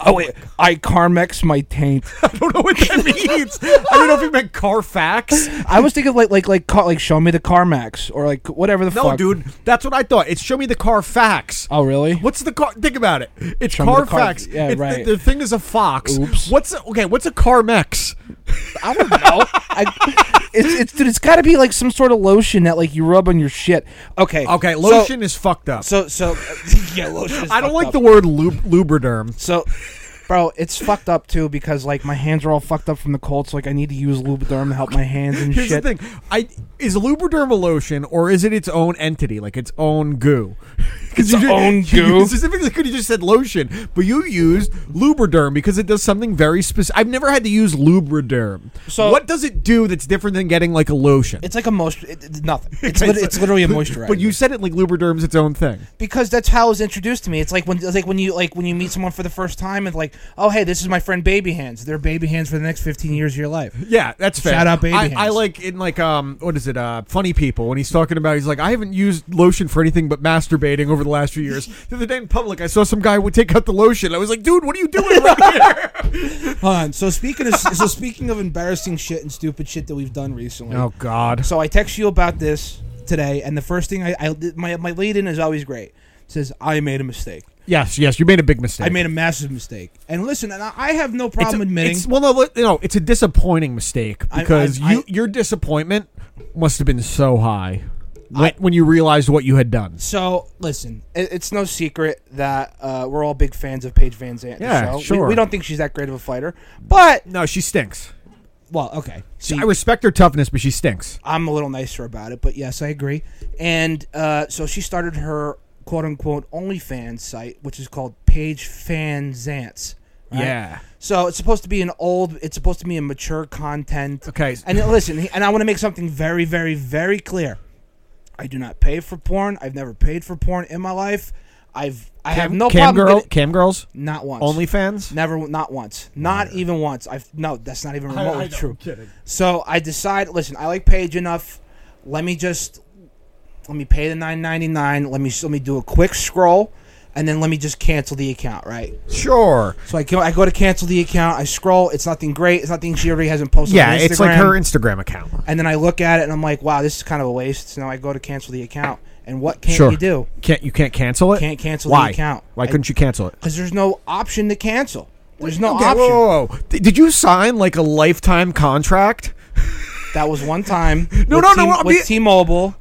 S2: oh wait, I Carmex my taint.
S1: [laughs] I don't know what that
S2: [laughs]
S1: means. I don't know if he meant Carfax.
S2: I was thinking like like like ca- like show me the Carmax or like whatever the
S1: No,
S2: fuck.
S1: dude, that's what I thought. It's show me the Carfax.
S2: Oh really?
S1: What's the car? Think about it. It's
S2: Show me the car-
S1: Carfax.
S2: yeah,
S1: It's-
S2: right.
S1: The, the thing is a fox.
S2: Oops.
S1: What's a, okay? What's a Carmex?
S2: I don't know. I, it's it's dude. It's got to be like some sort of lotion that like you rub on your shit. Okay.
S1: Okay,
S2: so-
S1: lotion is fucked up.
S2: So so, [laughs] yeah, lotion. Is
S1: I don't
S2: fucked
S1: like
S2: up.
S1: the word lub- lubriderm.
S2: so. Bro, it's fucked up too because like my hands are all fucked up from the cold, so like I need to use Lubriderm to help my hands and
S1: Here's
S2: shit.
S1: the thing: I is lubriderm a lotion or is it its own entity, like its own goo? [laughs] Its [laughs]
S2: own goo?
S1: Specifically, could you just said lotion, but you used lubriderm because it does something very specific. I've never had to use lubriderm.
S2: So-
S1: what does it do that's different than getting like a lotion?
S2: It's like a moist. It,
S1: [laughs]
S2: it's nothing. It's, lit- it's literally a moisturizer.
S1: But you said it like lubriderm's its own thing.
S2: because that's how it was introduced to me. It's like when it's like when you like when you meet someone for the first time and like, oh hey, this is my friend Baby Hands. They're Baby Hands for the next fifteen years of your life.
S1: Yeah, that's fair.
S2: Shout out Baby
S1: I,
S2: Hands.
S1: I like in like um what is it? Uh, funny people when he's talking about he's like I haven't used lotion for anything but masturbating over the last few years. the other day in public, I saw some guy would take out the lotion. I was like, dude, what are you doing
S2: [laughs]
S1: right here?
S2: Hold on. So speaking of so speaking of embarrassing shit and stupid shit that we've done recently.
S1: oh God.
S2: So I text you about this today, and the first thing I, I my my lead in is always great. It says I made a mistake.
S1: Yes, yes, you made a big mistake.
S2: I made a massive mistake. And listen, and I I have no
S1: It's
S2: problem
S1: a-
S2: admitting.
S1: it's- well, no, look, you know, it's a disappointing mistake
S2: I-
S1: because
S2: I-
S1: you
S2: I-
S1: your disappointment must have been so high when, when you realized what you had done.
S2: So listen, it, it's no secret that uh, we're all big fans of Paige Van Zant.
S1: Yeah,
S2: so we-
S1: sure.
S2: We, don't think she's that great of a fighter, but
S1: No, she stinks.
S2: well, okay. See,
S1: I respect her toughness, but she stinks.
S2: I'm a little nicer about it, but yes, I agree. And uh, so she started her quote unquote OnlyFans site, which is called Paige Fan Zants. right?
S1: Yeah.
S2: So it's supposed to be an old. It's supposed to be a mature content.
S1: Okay.
S2: And then, listen, he- and I want to make something very, very, very clear. I do not pay for porn. I've never paid for porn in my life. I've I have no
S1: cam
S2: problem.
S1: girl,
S2: getting-
S1: cam girls,
S2: Not once.
S1: OnlyFans.
S2: Never. Not once. Not even once. I've no. That's not even
S1: I-
S2: remotely
S1: I know,
S2: true.
S1: I'm kidding.
S2: So I decide. Listen, I like Paige enough. Let me just let me pay the nine ninety nine. Let me let me do a quick scroll, and then let me just cancel the account. Right.
S1: Sure.
S2: So I go I go to cancel the account. I scroll. It's nothing great. It's nothing she already hasn't posted.
S1: Yeah,
S2: on
S1: it's like
S2: Instagram.
S1: her Instagram account.
S2: And then I look at it and I'm like, wow, this is kind of a waste. So now I go to cancel the account And what can't
S1: sure.
S2: you do?
S1: Can't you can't cancel it?
S2: Can't cancel
S1: Why?
S2: the account.
S1: Why couldn't you cancel it?
S2: Because there's no option to cancel. There's no
S1: Okay,
S2: option.
S1: Whoa, whoa, whoa. D- Did you sign like a lifetime contract?
S2: That was one time.
S1: [laughs] No, no,
S2: with
S1: no,
S2: T-
S1: no, I'm
S2: With
S1: being-
S2: T-Mobile,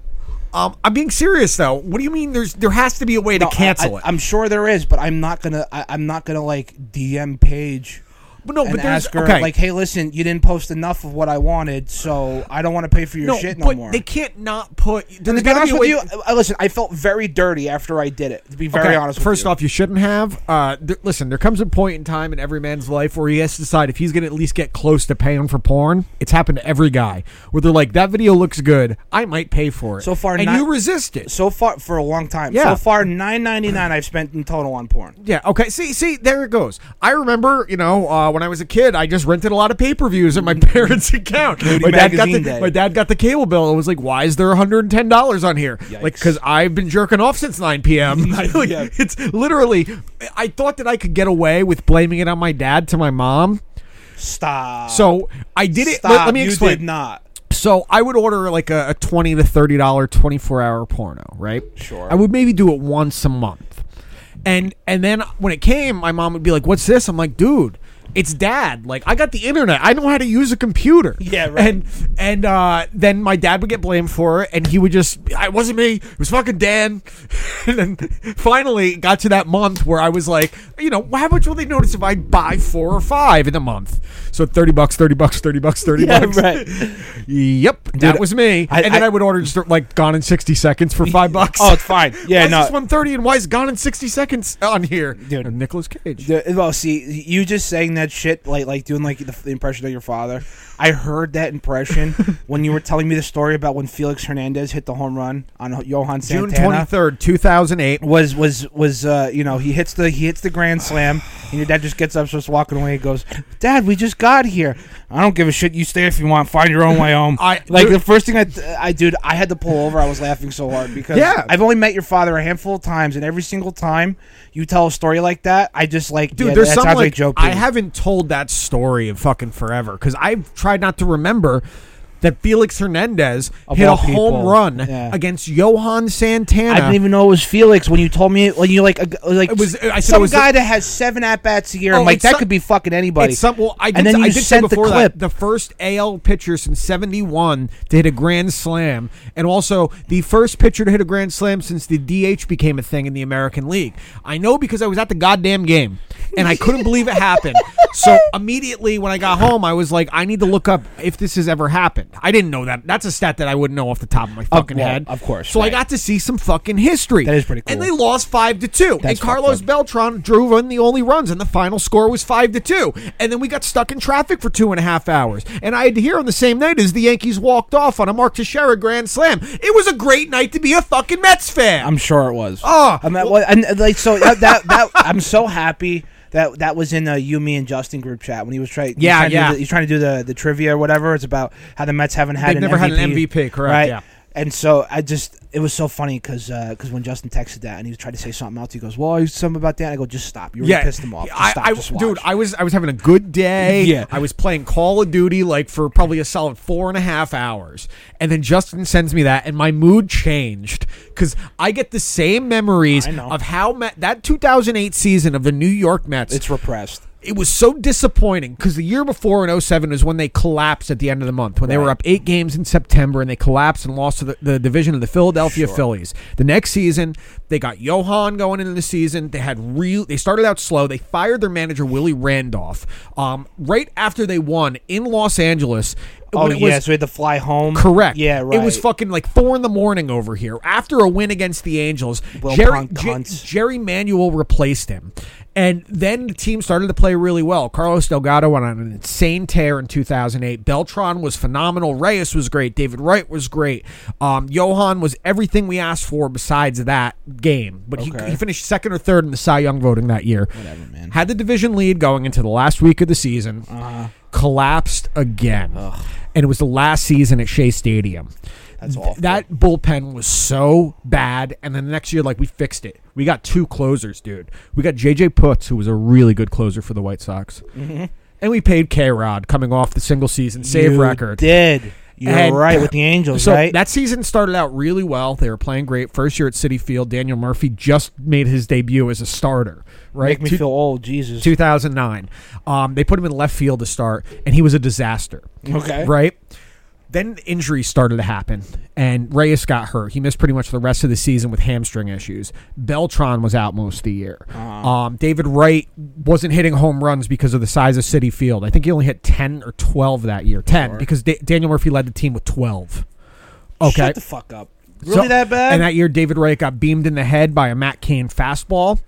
S1: Um, I'm being serious though. What do you mean? There's there has to be a way
S2: No,
S1: to cancel
S2: I,
S1: it.
S2: am sure there is, but I'm not gonna. I, I'm not gonna like DM Paige
S1: Oh, but no,
S2: and
S1: but there's
S2: ask her
S1: okay.
S2: like, "Hey, listen, you didn't post enough of what I wanted, so I don't want to pay for your
S1: no,
S2: shit no
S1: but
S2: more."
S1: they can't not put.
S2: And
S1: there's
S2: to be
S1: gotta
S2: honest
S1: a
S2: with
S1: way-
S2: you, I, I- listen, I felt very dirty after I did it. To be very
S1: Okay,
S2: honest, with
S1: First
S2: you.
S1: off, you shouldn't have. Uh, th- listen, there comes a point in time in every man's life where he has to decide if he's going to at least get close to paying for porn. It's happened to every guy where they're like, "That video looks good. I might pay for it."
S2: So far,
S1: and
S2: not-
S1: you resist it.
S2: so far for a long time.
S1: Yeah.
S2: So far, nine ninety nine I've spent in total on porn.
S1: Yeah. Okay. See, see, there it goes. I remember, you know, uh, when I was a kid, I just rented a lot of pay per views at my [laughs] parents' account. my dad got the
S2: magazine day.
S1: my dad got the cable bill and was like, "Why is there one hundred and ten dollars on here?" Like,
S2: Yikes.
S1: because I've been jerking off since nine
S2: [laughs]
S1: p.m. [laughs] Like,
S2: Yeah.
S1: It's literally. I thought that I could get away with blaming it on my dad to my mom,
S2: Stop.
S1: so I did it.
S2: Stop.
S1: Let, let me
S2: you
S1: explain.
S2: did not.
S1: So I would order like a, a twenty to thirty dollar twenty four hour porno, right?
S2: Sure.
S1: I would maybe do it once a month, and and then when it came, my mom would be like, "What's this?" I'm like, "Dude." It's dad. Like I got the internet. I know how to use a computer.
S2: [laughs] Yeah, right.
S1: And and uh, then my dad would get blamed for it, and he would just, "I wasn't me. It was fucking Dan." [laughs] and then finally it got to that month where I was like, you know, how much will they notice if I buy four or five in a month? So thirty bucks, thirty bucks, thirty bucks, thirty
S2: [laughs] Yeah,
S1: bucks.
S2: right.
S1: Yep, that was me.
S2: I-
S1: and then I,
S2: I-
S1: would order just like Gone in sixty seconds for [laughs] five bucks.
S2: Oh, it's fine. Yeah,
S1: why
S2: no.
S1: Is this one thirty, and why is Gone in sixty seconds on here?
S2: Dude.
S1: Nicholas Cage.
S2: The- Well, see, you just saying that shit, like like doing like the, the impression of your father. I heard that impression when you were telling me the story about when Felix Hernandez hit the home run on Johan
S1: June
S2: Santana.
S1: twenty third, two thousand eight.
S2: was was was uh, you know he hits the he hits the grand slam and your dad just gets up starts walking away and goes dad we just got here I don't give a shit you stay if you want find your own way home
S1: I-
S2: like
S1: dude-
S2: the first thing I I dude I had to pull over I was laughing so hard because
S1: Yeah.
S2: I've only met your father a handful of times and every single time you tell a story like that I just like
S1: Dude,
S2: yeah,
S1: there's
S2: that
S1: some
S2: sounds
S1: like,
S2: like, Joe
S1: I
S2: Pig.
S1: haven't told that story in fucking forever because I've tried not to remember that Felix Hernandez
S2: Of
S1: hit a
S2: all people.
S1: home run
S2: Yeah.
S1: against Johan Santana.
S2: I didn't even know it was Felix when you told me when you like ag- like
S1: It was- I said
S2: some
S1: it was the-
S2: guy that has seven at bats a year.
S1: Oh,
S2: I'm like
S1: it's
S2: that
S1: some-
S2: could be fucking anybody.
S1: It's some, well, I did,
S2: and then
S1: I
S2: you
S1: did
S2: sent
S1: say before
S2: the clip.
S1: that the first AL pitcher since '71 to hit a grand slam, and also the first pitcher to hit a grand slam since the DH became a thing in the American League. I know because I was at the goddamn game, and I couldn't believe it
S2: [laughs]
S1: happened. So immediately when I got home, I was like, I need to look up if this has ever happened. I didn't know that. That's a stat that I wouldn't know off the top of my fucking
S2: well,
S1: head.
S2: of course,
S1: So I
S2: right.
S1: got to see some fucking history.
S2: That is pretty cool.
S1: And they lost five to two. and
S2: That's fucked
S1: Carlos
S2: up.
S1: Beltran drove in the only runs, and the final score was five to two. And then we got stuck in traffic for two and a half hours. And I had to hear on the same night as the Yankees walked off on a Mark Teixeira grand slam. It was a great night to be a fucking Mets fan.
S2: I'm sure it was.
S1: Oh,
S2: and that was, and like so uh, that, that that I'm so happy that that was in the you, me, and Justin group chat when he was trying.
S1: Yeah,
S2: he's trying to do
S1: yeah.
S2: the- he's trying to do the the trivia or whatever. It's about how the Mets haven't had.
S1: They've
S2: an
S1: never had
S2: MVP,
S1: an MVP, correct,
S2: Right.
S1: yeah.
S2: And so I just it was so funny because when Justin texted that and he was trying to say something else, he goes, "Well, he's something about that." I go, "Just stop. You already pissed him off. Just
S1: I,
S2: stop.
S1: I-
S2: just watch."
S1: dude, I was I was having a good day.
S2: Yeah.
S1: I was playing Call of Duty like for probably a solid four and a half hours, and then Justin sends me that, and my mood changed because I get the same memories
S2: I know.
S1: of how Met, that 2008 season of the New York Mets.
S2: it's repressed.
S1: it was so disappointing because the year before in 07 is when they collapsed at the end of the month when they were
S2: Right.
S1: up eight games in september and they collapsed and lost to the, the division of the philadelphia phillies the next season they got johan going into the season they had real they started out slow they fired their manager willie randolph um, right after they won in los angeles
S2: Oh
S1: when it was-
S2: yeah, so we had to fly home.
S1: Correct.
S2: Yeah, right.
S1: It was fucking like four in the morning over here after a win against the Angels.
S2: Will
S1: Jerry,
S2: Punk cunts.
S1: Jerry Manuel replaced him, and then the team started to play really well. Carlos Delgado went on an insane tear in 2008. Beltran was phenomenal. Reyes was great. David Wright was great. Um, Johan was everything we asked for besides that game, but he,
S2: Okay.
S1: he finished second or third in the Cy Young voting that year.
S2: Whatever, man. Uh-huh.
S1: Had the division lead going into the last week of the season. Collapsed again. And it was the last season at Shea Stadium.
S2: That's
S1: Th-
S2: awful.
S1: That bullpen was so bad. And then the next year, like, we fixed it. We got two closers, dude. We got J.J. Putz, who was a really good closer for the White Sox. And we paid K Rod coming off the single season save
S2: Mm-hmm. You
S1: record.
S2: Did You're
S1: And- [laughs]
S2: right with the Angels,
S1: So
S2: right?
S1: that season started out really well. They were playing great. First year at City Field, Daniel Murphy just made his debut as a starter. Right,
S2: Make me
S1: Two-
S2: feel old, Jesus.
S1: 2009. Um, they put him in left field to start, and he was a disaster.
S2: Okay.
S1: Right? Then injuries started to happen, and Reyes got hurt. He missed pretty much the rest of the season with hamstring issues. Beltron was out most of the year.
S2: Uh-huh.
S1: Um, David Wright wasn't hitting home runs because of the size of City Field. I think he only hit 10 or 12 that year. 10, because Da- Daniel Murphy led the team with 12. Okay.
S2: Shut the fuck up.
S1: So-
S2: Really that bad?
S1: And that year, David Wright got beamed in the head by a Matt Cain fastball.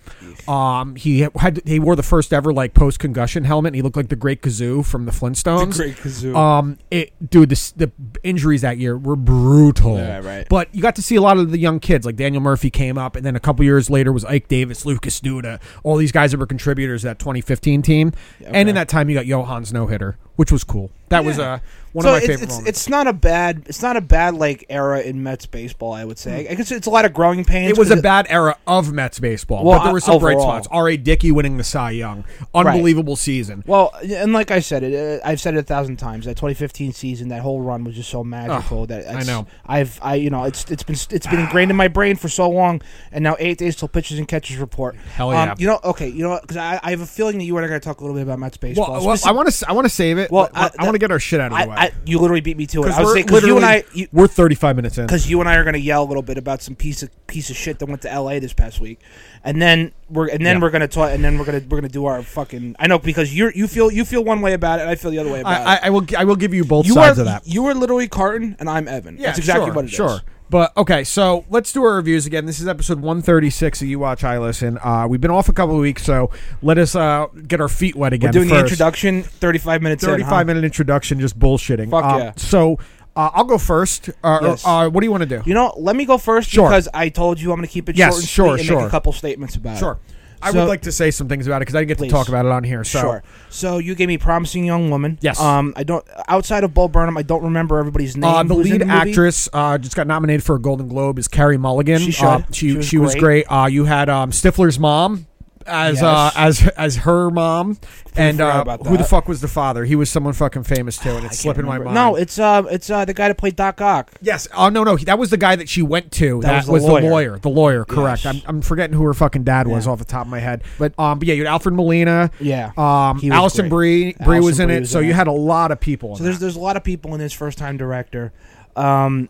S1: Um, he had he wore the first ever like post concussion helmet. And he looked like the Great Kazoo from the Flintstones.
S2: Great kazoo.
S1: Um, it, dude, this, the injuries that year were brutal.
S2: Yeah, right.
S1: But you got to see a lot of the young kids, like Daniel Murphy came up, and then a couple years later was Ike Davis, Lucas Duda, all these guys that were contributors to that 2015 team. And in that time, you got Johan's no hitter, which was cool. That was
S2: Yeah.
S1: uh, one
S2: so
S1: of my
S2: it's,
S1: favorite
S2: it's,
S1: moments.
S2: it's not a bad it's not a bad like era in Mets baseball. I would say. I guess it's a lot of growing pains.
S1: Hmm. it was
S2: 'cause
S1: a bad era of Mets baseball,
S2: Well,
S1: but there were some bright
S2: overall.
S1: spots. R.A. Dickey winning the Cy Young, unbelievable season.
S2: Well, and like I said, it, uh, I've said it a thousand times. That 2015 season, that whole run was just so magical. that it's,
S1: know.
S2: I've, I, you know, it's it's been it's been ingrained in my brain for so long, and now eight days till pitchers and catchers report. Um,
S1: Hell yeah.
S2: you know, okay, you know, because I, I have a feeling that you and I are going to talk a little bit about Mets baseball.
S1: Well, well,
S2: Speci-
S1: I want to I want to save it.
S2: Well,
S1: I,
S2: I-
S1: want to get our shit out of the way.
S2: I, I, you literally beat me to it. I
S1: we're
S2: was because you and I,
S1: literally-
S2: you,
S1: we're 35 minutes in.
S2: because you and I are going to yell a little bit about some piece of piece of shit that went to L.A. this past week, and then we're and then
S1: Yeah.
S2: we're going to talk, and then we're going to we're going to do our fucking. I know because you are you feel you feel one way about it, and I feel the other way about
S1: I, I,
S2: it.
S1: I will. I will give you both
S2: You
S1: sides
S2: are
S1: of that.
S2: you are literally Carton, and I'm Evan. That's exactly
S1: sure,
S2: what it is.
S1: Sure. But okay, so let's do our reviews again. This is episode 136 of You Watch, I Listen. Uh, we've been off a couple of weeks, so let us uh, get our feet wet again.
S2: We're doing the
S1: first.
S2: introduction, thirty-five minutes. in,
S1: 35
S2: huh?
S1: minute introduction, just bullshitting.
S2: Fuck
S1: Um,
S2: yeah.
S1: So uh, I'll go first. Uh,
S2: Yes.
S1: uh, what do you want to do?
S2: You know, let me go first
S1: Sure.
S2: because I told you I'm going to keep it
S1: Yes,
S2: short and
S1: sure,
S2: sweet and
S1: sure.
S2: make a couple statements about it.
S1: Sure. I
S2: So-
S1: would like to say some things about it because I didn't get
S2: Please.
S1: to talk about it on here. So
S2: Sure. So you gave me promising young woman.
S1: Yes.
S2: Um. I don't. Outside of Bo Burnham, I don't remember everybody's name.
S1: Uh, the
S2: who's in
S1: lead
S2: the movie.
S1: actress uh, just got nominated for a Golden Globe is Carrie Mulligan.
S2: She should.
S1: Uh, she,
S2: She
S1: was,
S2: was
S1: she was great.
S2: great.
S1: Uh, you had um, Stifler's mom as
S2: Yes.
S1: uh, as as her mom, and
S2: forgot
S1: uh,
S2: about
S1: who the
S2: that.
S1: fuck was the father? He was someone fucking famous too, and it's slipping my mind.
S2: No, it's uh, it's uh, the guy that played Doc Ock.
S1: Yes. Oh no, no. he- That was the guy that she went to. That,
S2: That
S1: was,
S2: was
S1: the
S2: the
S1: lawyer.
S2: lawyer.
S1: The lawyer. Correct.
S2: Yes.
S1: I'm, I'm forgetting who her fucking dad was
S2: Yeah.
S1: off the top of my head. But um, but yeah, you had Alfred Molina.
S2: Yeah.
S1: Um,
S2: He was
S1: Allison
S2: great.
S1: Brie. Brie was
S2: Allison
S1: in
S2: Brie
S1: it.
S2: was
S1: so
S2: in
S1: you
S2: it.
S1: had a lot of people. in
S2: So there's
S1: that.
S2: there's a lot of people in this first time director. Um,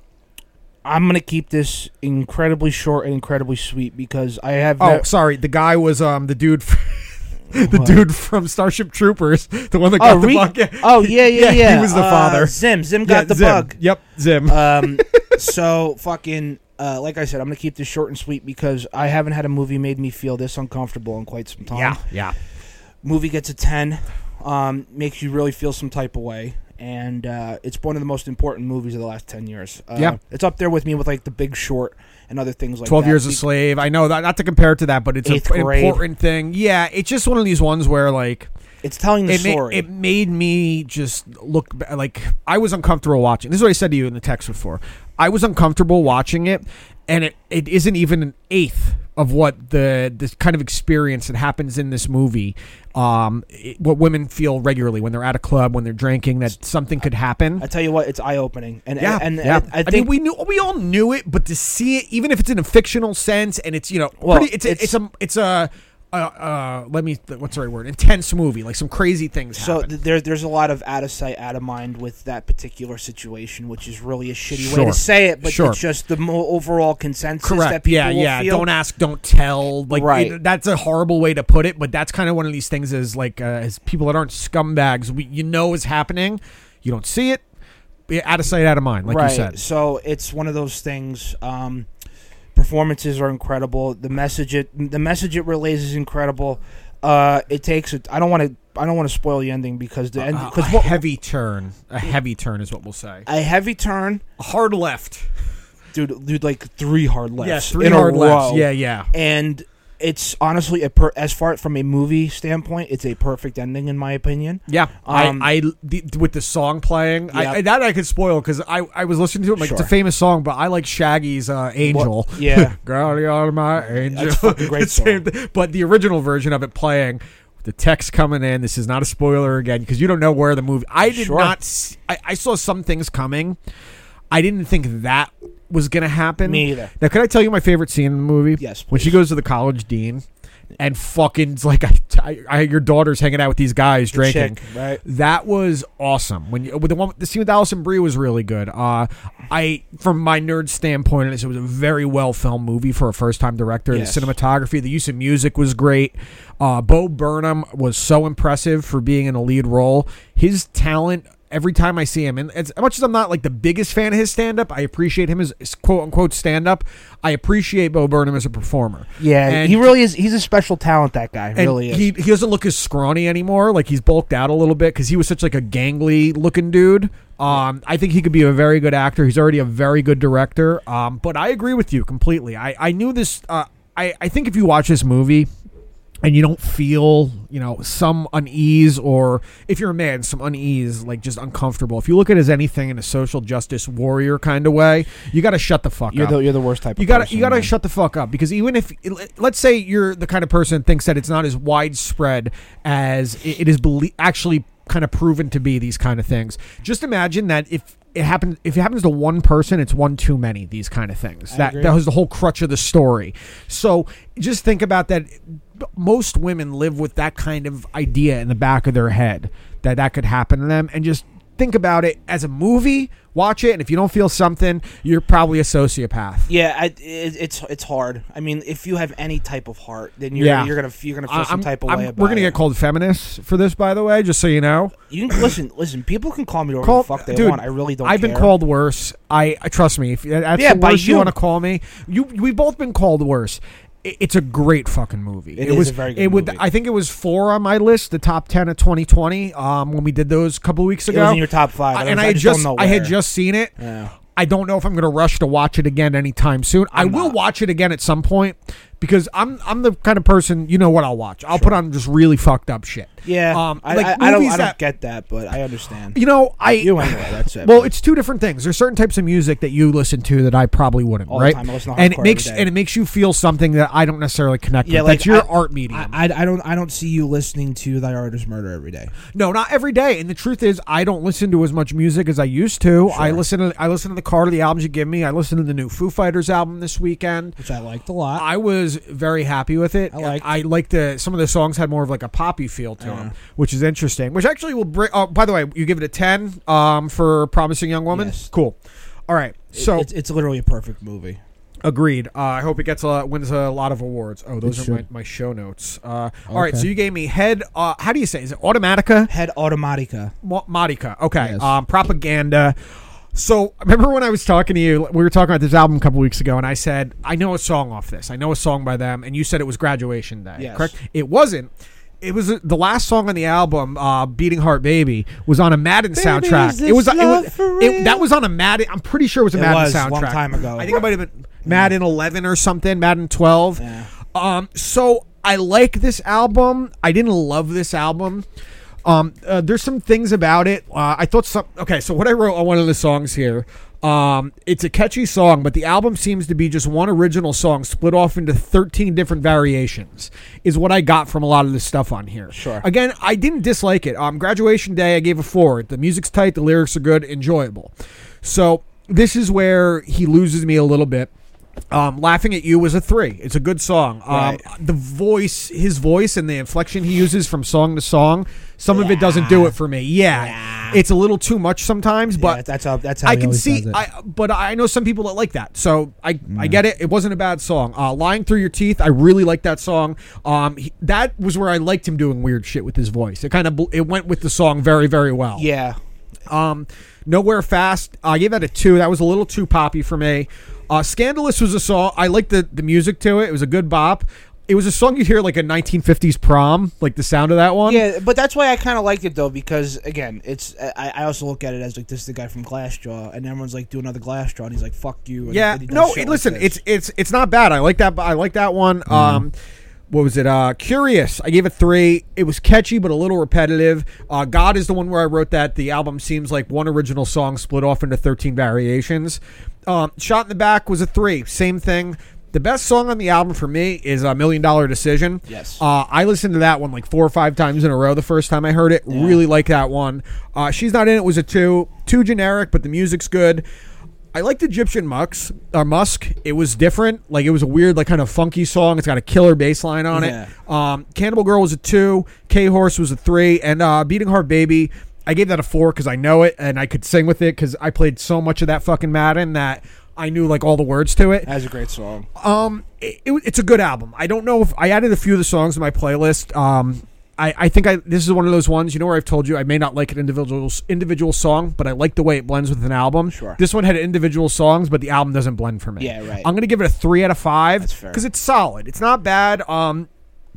S2: I'm gonna keep this incredibly short and incredibly sweet because I
S1: [laughs]
S2: have.
S1: Oh, sorry. The guy was um the dude. f- [laughs] The
S2: What?
S1: dude from Starship Troopers, [laughs] the one that
S2: oh,
S1: got the
S2: Re-
S1: bug. Yeah.
S2: [laughs] oh yeah,
S1: Yeah,
S2: yeah, yeah.
S1: he was the
S2: Uh,
S1: father.
S2: Zim,
S1: [laughs]
S2: Zim
S1: Yeah,
S2: got the
S1: Zim.
S2: bug.
S1: [laughs] Yep, Zim.
S2: Um, so fucking. Uh, like I said, I'm gonna keep this short and sweet because I haven't had a movie made me feel this uncomfortable in quite some time.
S1: yeah.
S2: movie gets a 10 um, makes you really feel some type of way and uh, it's one of the most important movies of the last 10 years uh,
S1: Yeah.
S2: it's up there with me with like the big short and other things like
S1: Twelve
S2: that
S1: Years a
S2: Be-
S1: Slave. I know that not to compare it to that, but it's
S2: Eighth
S1: a, an
S2: grade.
S1: important thing. Yeah, it's just one of these ones where like
S2: it's telling the
S1: it, ma-
S2: story
S1: it made me just look ba- like I was uncomfortable watching. This is what I said to you in the text before. I was uncomfortable watching it, and it, it isn't even an eighth of what the this kind of experience that happens in this movie. Um, it- what women feel regularly when they're at a club, when they're drinking, that something could happen.
S2: i tell you what it's eye-opening and
S1: Yeah,
S2: and, and
S1: yeah.
S2: I, I
S1: mean,
S2: think
S1: we knew we all knew it, but to see it, even if it's in a fictional sense, and it's you know,
S2: Well,
S1: pretty, it's, a-
S2: it's-
S1: it's a it's a uh, uh, let me th- what's the right word? Intense movie, like some crazy things.
S2: so
S1: happen.
S2: th- there, there's a lot of out of sight, out of mind with that particular situation, which is really a shitty way
S1: Sure.
S2: to say it, but
S1: Sure.
S2: it's just the mo- overall consensus that people
S1: yeah
S2: will
S1: yeah
S2: feel.
S1: don't ask don't tell like
S2: Right.
S1: it- that's a horrible way to put it but that's kind of one of these things is like uh, as people that aren't scumbags we, you know is happening you don't see it Yeah, out of sight out of mind like you said
S2: So it's one of those things. Um, performances are incredible. The message it the message it relays is incredible. Uh, it takes it. I don't want to. I don't want to spoil the ending because the end
S1: Uh,
S2: because
S1: a
S2: what
S1: heavy turn a heavy turn is what we'll say
S2: a heavy turn,
S1: hard left
S2: dude. Dude, like three hard
S1: yeah
S2: lefts.
S1: three
S2: in
S1: hard
S2: a
S1: lefts
S2: row.
S1: yeah yeah
S2: and it's honestly a per, as far from a movie standpoint, it's a perfect ending in my opinion.
S1: yeah,
S2: Um,
S1: I, I the, with the song playing, I,
S2: Yeah.
S1: I- that I could spoil because I, I was listening to it. I'm Like it's a
S2: Sure.
S1: famous song, but I like Shaggy's uh, "Angel."
S2: What- yeah.
S1: [laughs] Girl, you're my angel. [laughs]
S2: That's a fucking great
S1: It's same thing. But the original version of it playing, the text coming in. This is not a spoiler again because you don't know where the movie. I did
S2: Sure.
S1: not. s- I, I saw some things coming. I didn't think that was going to happen.
S2: Me either.
S1: Now, can I tell you my favorite scene in the movie?
S2: Yes,
S1: When she
S2: please.
S1: goes to the college dean and fucking it's like I, I, I, your daughter's hanging out with these guys drinking.
S2: Chick, right?
S1: That was awesome. When you, with the one, the scene with Allison Brie was really good. Uh, I, from my nerd standpoint, it was a very well filmed movie for a first time director.
S2: Yes.
S1: The cinematography, the use of music was great. Uh, Bo Burnham was so impressive for being in a lead role. His talent. Every time I see him, and as much as I'm not like the biggest fan of his stand up, I appreciate him as as quote unquote stand up. I appreciate Bo Burnham as a performer.
S2: Yeah,
S1: And
S2: he really is. He's a special talent. That guy
S1: and
S2: really is.
S1: He he doesn't look as scrawny anymore. Like he's bulked out a little bit because he was such like a gangly looking dude. Um, I think he could be a very good actor. He's already a very good director. Um, but I agree with you completely. I I knew this. Uh, I I think if you watch this movie. And you don't feel, you know, some unease, or if you're a man, some unease, like just uncomfortable. If you look at it as anything in a social justice warrior kind of way, you got to shut the fuck
S2: you're
S1: up.
S2: the you're the worst type.
S1: You
S2: of
S1: gotta
S2: person,
S1: you gotta
S2: man.
S1: shut the fuck up because even if let's say you're the kind of person that thinks that it's not as widespread as it it is belie- actually kind of proven to be these kind of things. Just imagine that if it happens if it happens to one person, it's one too many. These kind of things. that
S2: agree.
S1: that was the whole crutch of the story. So just think about that. Most women live with that kind of idea in the back of their head that that could happen to them, and just think about it as a movie. Watch it, and if you don't feel something, you're probably a sociopath.
S2: Yeah, I, it, it's it's hard. I mean, if you have any type of heart, then you're
S1: Yeah.
S2: you're gonna you're gonna feel
S1: I-
S2: some
S1: I'm-
S2: type of
S1: I'm-
S2: way about.
S1: we're gonna
S2: it.
S1: get called feminists for this, by the way, just so you know.
S2: You can listen, listen. People can call me whatever
S1: Call,
S2: the fuck they
S1: dude,
S2: want. I really don't.
S1: I've
S2: care.
S1: been called worse. I, I trust me. If that's
S2: Yeah,
S1: the
S2: by
S1: worst you,
S2: you.
S1: want to call me, you we've both been called worse. I- It's a great fucking movie.
S2: It is
S1: was
S2: a very good
S1: it would,
S2: movie.
S1: I think it was four on my list, the top ten of 2020. Um, when we did those a couple weeks
S2: It
S1: ago,
S2: was in your top five,
S1: I-
S2: I
S1: and I,
S2: was- I
S1: had
S2: just don't
S1: just
S2: know
S1: I had
S2: where.
S1: just seen it.
S2: Yeah.
S1: I don't know if I'm going to rush to watch it again anytime soon. i will watch it again at some point because I'm I'm the kind of person you know what I'll watch. I'll put on just really fucked up shit.
S2: Yeah,
S1: um,
S2: I,
S1: like
S2: I, I don't
S1: movies
S2: I don't
S1: that
S2: get that, but I understand.
S1: you know I.
S2: You anyway. That's it.
S1: well,
S2: man.
S1: it's two different things. There's certain types of music that you listen to that I probably wouldn't,
S2: All the
S1: right?
S2: time. I listen to
S1: and it
S2: hardcore
S1: makes
S2: every day.
S1: and it makes you feel something that I don't necessarily connect
S2: Yeah,
S1: with.
S2: like,
S1: That's your
S2: I-
S1: art medium.
S2: I, I, I don't I don't see you listening to Thy Art Is Murder every day.
S1: No, not every day. And the truth is, I don't listen to as much music as I used to. I listen to I listen to the Carter the albums you give me. I listened to the new Foo Fighters album this weekend.
S2: which I liked a lot.
S1: I was very happy with it. I
S2: liked-
S1: I liked the some of the songs had more of like a poppy feel to them, which is interesting. Which actually will bring. Oh, by the way, you give it a ten um, for Promising Young Woman.
S2: Yes.
S1: Cool. All right. So
S2: it's, it's literally a perfect movie.
S1: Agreed. Uh, I hope it gets a, wins a lot of awards. Oh, those
S2: It
S1: are my,
S2: should.
S1: my show notes. Uh, All right,
S2: Okay.
S1: so you gave me head. Uh, how do you say? Is it Automatica?
S2: Head Automatica.
S1: Mo- Modica. Okay.
S2: Yes.
S1: Um, propaganda. So remember when I was talking to you? We were talking about this album a couple weeks ago, and I said I know a song off this. I know a song by them, and you said it was Graduation Day.
S2: Yes.
S1: Correct? It wasn't. It was uh, the last song on the album, uh, "Beating Heart Baby," was on a Madden
S2: Baby, is
S1: soundtrack.
S2: this
S1: It was. It
S2: love
S1: was.
S2: for
S1: It, that
S2: real?
S1: was on a Madden. I'm pretty sure it was a
S2: It
S1: Madden
S2: was,
S1: soundtrack.
S2: long time ago.
S1: I think it might have been Madden 11 or something. Madden 12.
S2: Yeah.
S1: Um, so I like this album. I didn't love this album. Um, uh, there's some things about it. Uh, I thought some. Okay, so what I wrote on one of the songs here. Um, it's a catchy song, but the album seems to be just one original song split off into 13 different variations. Is what I got from a lot of the stuff on here.
S2: Sure.
S1: Again, I didn't dislike it. Um, graduation day, I gave a four. The music's tight, the lyrics are good, enjoyable. So this is where he loses me a little bit. Um, Laughing at You was a three. It's a good song. Um,
S2: Right.
S1: The voice, his voice, and the inflection he uses from song to song, some of it doesn't do it for me. Yeah, it's a little too much sometimes,
S2: yeah,
S1: but
S2: that's how that's how
S1: I
S2: he
S1: can
S2: always
S1: see.
S2: does it.
S1: I but I know some people that like that, so I I get it. It wasn't a bad song. Uh, Lying through your teeth, I really like that song. Um, he- that was where I liked him doing weird shit with his voice. It kind of it went with the song very very well.
S2: yeah.
S1: Um, Nowhere Fast, I gave that a two. That was a little too poppy for me. Uh, Scandalous was a song. I liked the, the music to it. It was a good bop. It was a song you'd hear like a 1950s prom, like the sound of that one.
S2: Yeah, but that's why I kind of liked it though because again, it's I, I also look at it as like this is the guy from Glassjaw, and everyone's like do another Glassjaw, and he's like fuck you. And
S1: Yeah.
S2: he does Mm-hmm.
S1: No,
S2: shit like
S1: listen,
S2: this.
S1: it's it's it's not bad. I like that. I like that one. Um, what was it? Uh, Curious. I gave it three. It was catchy but a little repetitive. Uh, God is the one where I wrote that. The album seems like one original song split off into thirteen variations. Um, Shot in the back was a three. Same thing. The best song on the album for me is a Million Dollar Decision.
S2: Yes.
S1: Uh, I listened to that one like four or five times in a row the first time I heard it. Really like that one. Uh, She's Not In It was a two. Too generic, but the music's good. I liked Egyptian Mux or Musk. It was different. Like it was a weird, like kind of funky song. It's got a killer bass line on it.
S2: Yeah.
S1: Um, Cannibal Girl was a two. K Horse was a three, and uh, Beating Heart Baby. I gave that a four because I know it and I could sing with it because I played so much of that fucking Madden that I knew like all the words to it.
S2: That's a great song.
S1: Um, it, it- it's a good album. I don't know if I added a few of the songs to my playlist. Um, I, I think I this is one of those ones. You know where I've told you I may not like an individual individual song, but I like the way it blends with an album.
S2: Sure.
S1: This one had individual songs, but the album doesn't blend for me.
S2: Yeah, right.
S1: I'm gonna give it a three out of five
S2: That's fair.
S1: because it's solid. It's not bad. Um,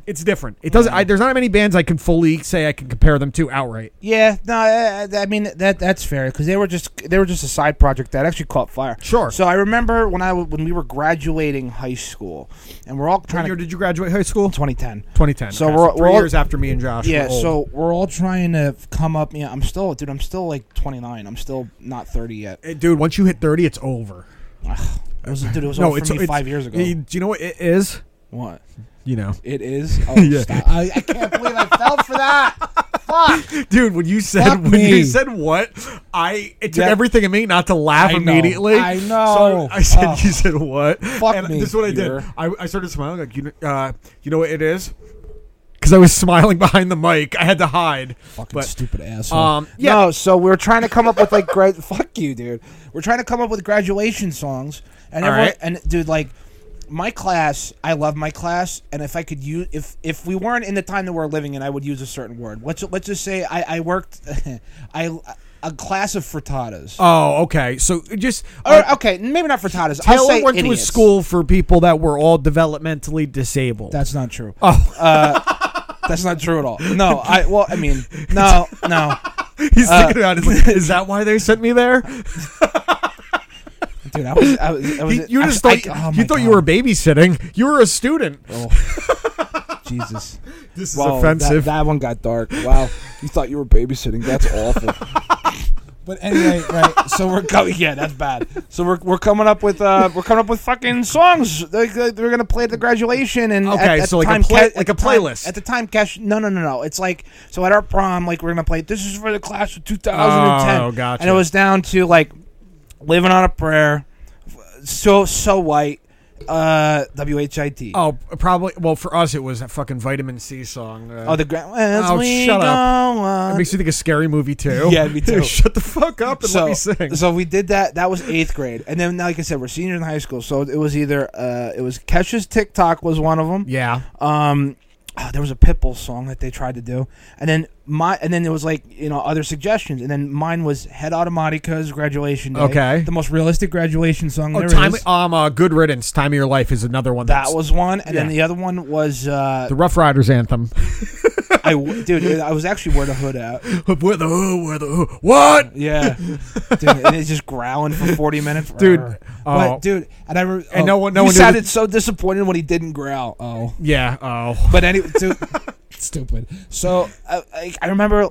S1: it's different. It doesn't.
S2: Mm.
S1: I, there's not many bands I can fully say I can compare them to outright.
S2: Yeah, no, I, I- I mean that that's fair because they were just they were just a side project that actually caught fire.
S1: Sure.
S2: So I remember when I w- when we were graduating high school, and we're all
S1: What
S2: trying [laughs]
S1: year
S2: to
S1: did you graduate high school?
S2: 2010.
S1: 2010.
S2: So
S1: okay,
S2: we're-
S1: 3
S2: we're all-
S1: years after me and Josh.
S2: Yeah,
S1: We're old.
S2: so we're all trying to come up. Yeah, I'm still, dude. I'm still like 29. I'm still not 30 yet.
S1: Eh, dude, once you hit 30, it's over.
S2: It was, dude, it was
S1: No,
S2: over
S1: it's,
S2: for me
S1: it's-
S2: five years ago.
S1: eh, Do you know what it is?
S2: what?
S1: You know, [laughs]
S2: It is. Oh, stop. I, I can't believe I fell for that. Fuck.
S1: dude. When you said
S2: Fuck
S1: when
S2: me.
S1: you said what, I it took
S2: Yeah.
S1: everything in me not to laugh
S2: I know.
S1: immediately.
S2: I know.
S1: [laughs] So I said
S2: Oh.
S1: you said what?
S2: Fuck
S1: and
S2: me,
S1: This is what I did.
S2: Peter.
S1: I, I started smiling like you. kn- Uh, you know what it is? Because I was smiling [laughs] behind the mic. I had to hide.
S2: [laughs] Fucking
S1: But,
S2: stupid asshole.
S1: um, yeah.
S2: No, so we were trying to come up with like gra- [laughs] fuck you, dude. We're trying to come up with graduation songs, and
S1: All
S2: everyone,
S1: right.
S2: and dude, like my class, I love my class, and if I could use if if we weren't in the time that we're living in, I would use a certain word. Let's let's just say I I worked, [laughs] I a class of frittatas.
S1: Oh, okay. So it just
S2: or, okay, maybe not frittatas. I'll
S1: Taylor
S2: say
S1: went to a
S2: idiots.
S1: school for people that were all developmentally disabled.
S2: That's not true.
S1: Oh.
S2: Uh, that's not true at all. No, I well, I mean, no, no,
S1: [laughs] He's
S2: uh,
S1: thinking about it. He's like, is that why they sent me there?
S2: dude. I was, I was, I was
S1: He- you
S2: I-
S1: just
S2: I-
S1: thought
S2: oh
S1: you
S2: my
S1: thought you
S2: God.
S1: were babysitting. You were a student.
S2: Oh. Jesus.
S1: This is
S2: Wow,
S1: offensive.
S2: That, that one got dark. Wow. You thought you were babysitting. That's awful. [laughs] but anyway, right. So we're going [laughs] yeah, that's bad. So we're, we're coming up with uh we're coming up with fucking songs. Like, like, They're gonna play at the graduation and at-
S1: Okay,
S2: at
S1: so like
S2: the
S1: a
S2: time,
S1: play-
S2: Ke- at
S1: like
S2: the
S1: a
S2: time-
S1: playlist.
S2: At the time cash no no no no. It's like so at our prom, like we're gonna play this is for the class of two thousand and ten.
S1: Oh, gotcha.
S2: And it was down to like living on a prayer, so so white, uh W H I T.
S1: oh, probably. Well, for us, it was that fucking vitamin C song. uh,
S2: Oh, the grand. As
S1: Oh,
S2: we
S1: shut
S2: go
S1: up.
S2: on.
S1: it makes you think of scary movie too. [laughs]
S2: Yeah, me too. [laughs]
S1: Shut the fuck up and let me sing.
S2: so we did that. That was eighth grade, and then like I said, we're seniors in high school. So it was either uh, it was Kesha's TikTok was one of them.
S1: yeah.
S2: Um, oh, there was a Pitbull song that they tried to do, and then my and then there was like you know other suggestions, and then mine was Head Automatica's graduation day.
S1: Okay.
S2: the most realistic graduation song.
S1: Oh,
S2: there
S1: time.
S2: is.
S1: Um, uh, Good Riddance. Time of Your Life is another one.
S2: That
S1: That's,
S2: was one, and then
S1: Yeah.
S2: the other one was uh,
S1: the Rough Riders anthem. [laughs]
S2: I w- dude, I was actually wore the hood out.
S1: where the who? Where the who? What? [laughs]
S2: Yeah, dude, and it's just growling for forty minutes,
S1: Dude, oh.
S2: But dude, and I re-
S1: And
S2: oh,
S1: no one- no
S2: you
S1: one knew
S2: sounded so disappointed when he didn't growl. Oh,
S1: Yeah. Oh.
S2: but anyway, dude, [laughs] stupid. So I, I, I remember,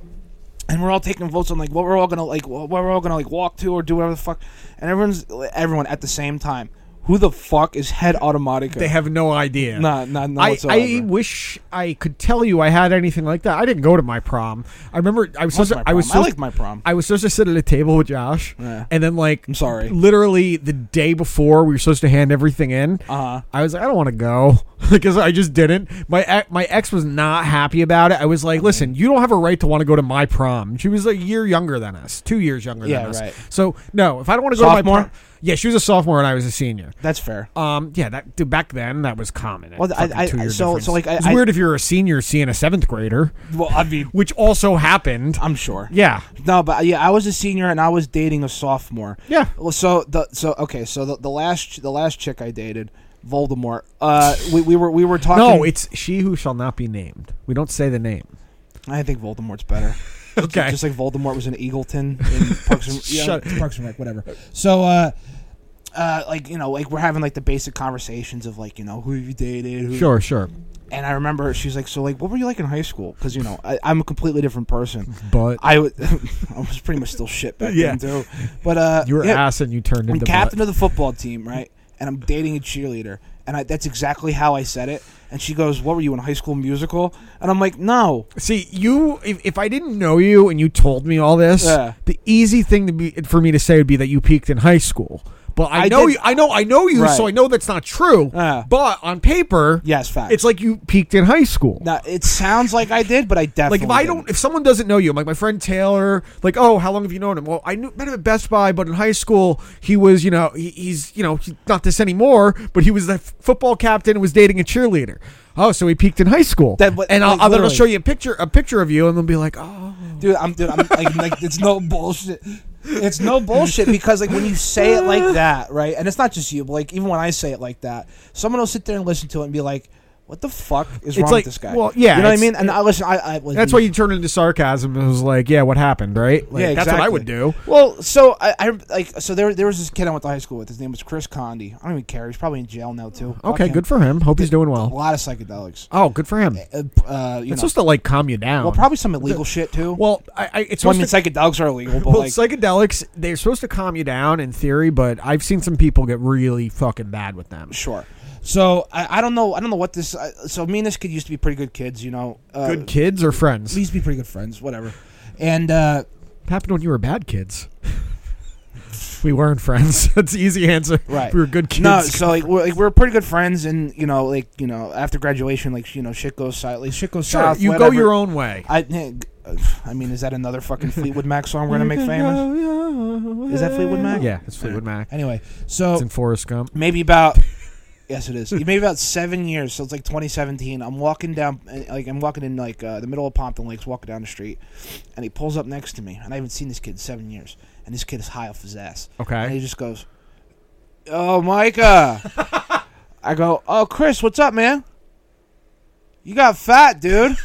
S2: and we're all taking votes on like what we're all gonna like, what we're all gonna like walk to or do whatever the fuck, and everyone's everyone at the same time. Who the fuck is Head Automatica?
S1: They have no idea.
S2: nah, nah, no
S1: I,
S2: whatsoever.
S1: I wish I could tell you I had anything like that. I didn't go to my prom. I remember I was
S2: That was
S1: supposed
S2: my
S1: to, I was
S2: prom. I
S1: supposed,
S2: liked my prom.
S1: I was supposed to sit at a table with Josh,
S2: Yeah.
S1: and then like
S2: I'm sorry.
S1: literally the day before we were supposed to hand everything in,
S2: Uh-huh.
S1: I was like, I don't want to go [laughs] because I just didn't. My ex, my ex was not happy about it. I was like, listen, you don't have a right to want to go to my prom. She was a year younger than us, two years younger
S2: Yeah,
S1: than us.
S2: right.
S1: So no, if I don't want to go to my
S2: Sophomore?
S1: prom, yeah, she was a sophomore and I was a senior.
S2: That's fair.
S1: Um, yeah, that dude, back then that was common.
S2: Well, I-
S1: Fucking
S2: I-
S1: two-year
S2: so-
S1: difference.
S2: so, like, I-
S1: it's
S2: I-
S1: weird if you're a senior seeing a seventh grader,
S2: Well, I mean,
S1: which also happened.
S2: I'm sure.
S1: Yeah,
S2: No, but yeah, I was a senior and I was dating a sophomore.
S1: Yeah.
S2: Well, so the so okay, so the, the last the last chick I dated, Voldemort. Uh, we, we were we were talking.
S1: no, it's she who shall not be named. We don't say the
S2: [laughs]
S1: name.
S2: I think
S1: [laughs]
S2: Voldemort's better.
S1: Okay.
S2: Just like Voldemort was in Eagleton in Parks
S1: [laughs]
S2: and yeah,
S1: Shut-
S2: Parks and Rec, whatever. So. uh uh, like you know, like we're having like the basic conversations of like you know who you dated, who,
S1: Sure, sure.
S2: and I remember she's like, so like, what were you like in high school? Because you know, I, I'm a completely
S1: [laughs]
S2: different person.
S1: But
S2: I wa- [laughs] I was pretty much still shit back
S1: Yeah.
S2: then too. But uh,
S1: you were
S2: yeah,
S1: ass and you turned
S2: I'm
S1: into
S2: captain of the football team, right? and I'm dating a cheerleader. And I, that's exactly how I said it. And she goes, What were you in high school musical? And I'm like, No.
S1: See, you if, if I didn't know you and you told me all this,
S2: Yeah.
S1: the easy thing to be for me to say would be that you peaked in high school. But I,
S2: I
S1: know
S2: did-
S1: you I know I know you,
S2: Right.
S1: so I know that's not true.
S2: Yeah.
S1: But on paper,
S2: Yes, fact.
S1: it's like you peaked in high school.
S2: now, it sounds like I did, but I
S1: like
S2: definitely.
S1: if I
S2: didn't.
S1: don't if someone doesn't know you, I'm like my friend Taylor, like, oh, how long have you known him? Well, I knew met him at Best Buy, but in high school he was, you know, he, he's you know, he, not this anymore, but he was the f- football captain and was dating a cheerleader. Oh, so he peaked in high school.
S2: That- but,
S1: and I'll,
S2: like,
S1: I'll, then I'll
S2: literally.
S1: show you a picture a picture of you and they'll be like, Oh,
S2: dude. I'm dude. I'm like, like it's no bullshit. It's no bullshit because like when you say it like that, right? And it's not just you, but like even when I say it like that, someone will sit there and listen to it and be like, "What the fuck is wrong
S1: like-
S2: with this guy?"
S1: well, yeah,
S2: you know what I
S1: it's-
S2: mean. And I listen. I, I like,
S1: That's why you turn it into sarcasm. It was like, yeah, what happened, right? Like,
S2: yeah,
S1: That's what I
S2: exactly.
S1: would do.
S2: Well, so I, I like so there there was this kid I went to high school with. His name was Chris Condi. I don't even care. He's probably in jail now too. Fuck
S1: Okay,
S2: him.
S1: good for him. Hope he's doing
S2: A
S1: well.
S2: lot of psychedelics.
S1: Oh, good for him. It's
S2: Uh, uh, you know,
S1: supposed to like calm you down.
S2: well, probably some illegal shit too. Well,
S1: Well, I, I it's
S2: I
S1: supposed
S2: mean,
S1: to.
S2: psychedelics are illegal, but
S1: well,
S2: like,
S1: psychedelics, they're supposed to calm you down in theory, but I've seen some people get really fucking bad with them.
S2: Sure. So I, I don't know. I don't know what this. I, so me and this kid used to be pretty good kids, you know. Uh,
S1: Good kids or friends?
S2: We used to be pretty good friends, whatever. And uh,
S1: happened when you were bad kids. [laughs] we weren't friends. [laughs] That's the easy answer.
S2: Right.
S1: We were good kids.
S2: no, so like we're, like we're pretty good friends, and you know, like you know, after graduation, like you know, shit goes south. Like shit goes
S1: sure,
S2: south.
S1: you
S2: uh, whatever.
S1: go your own way.
S2: I, eh, I mean, is that another fucking Fleetwood Mac song we're gonna
S1: [laughs]
S2: make famous?
S1: famous.
S2: Is that Fleetwood Mac? Oh.
S1: Yeah, it's Fleetwood Mac.
S2: Anyway,
S1: It's
S2: so
S1: in Forrest Gump.
S2: maybe about yes it is maybe about seven years so it's like 2017 i'm walking down eh, like i'm walking in like uh, the middle of pompton lakes walking down the street and he pulls up next to me and i haven't seen this kid in seven years and this kid is high off his ass and
S1: [laughs]
S2: he
S1: Okay.
S2: just goes oh micah
S1: [laughs]
S2: i go oh chris what's up man you got fat dude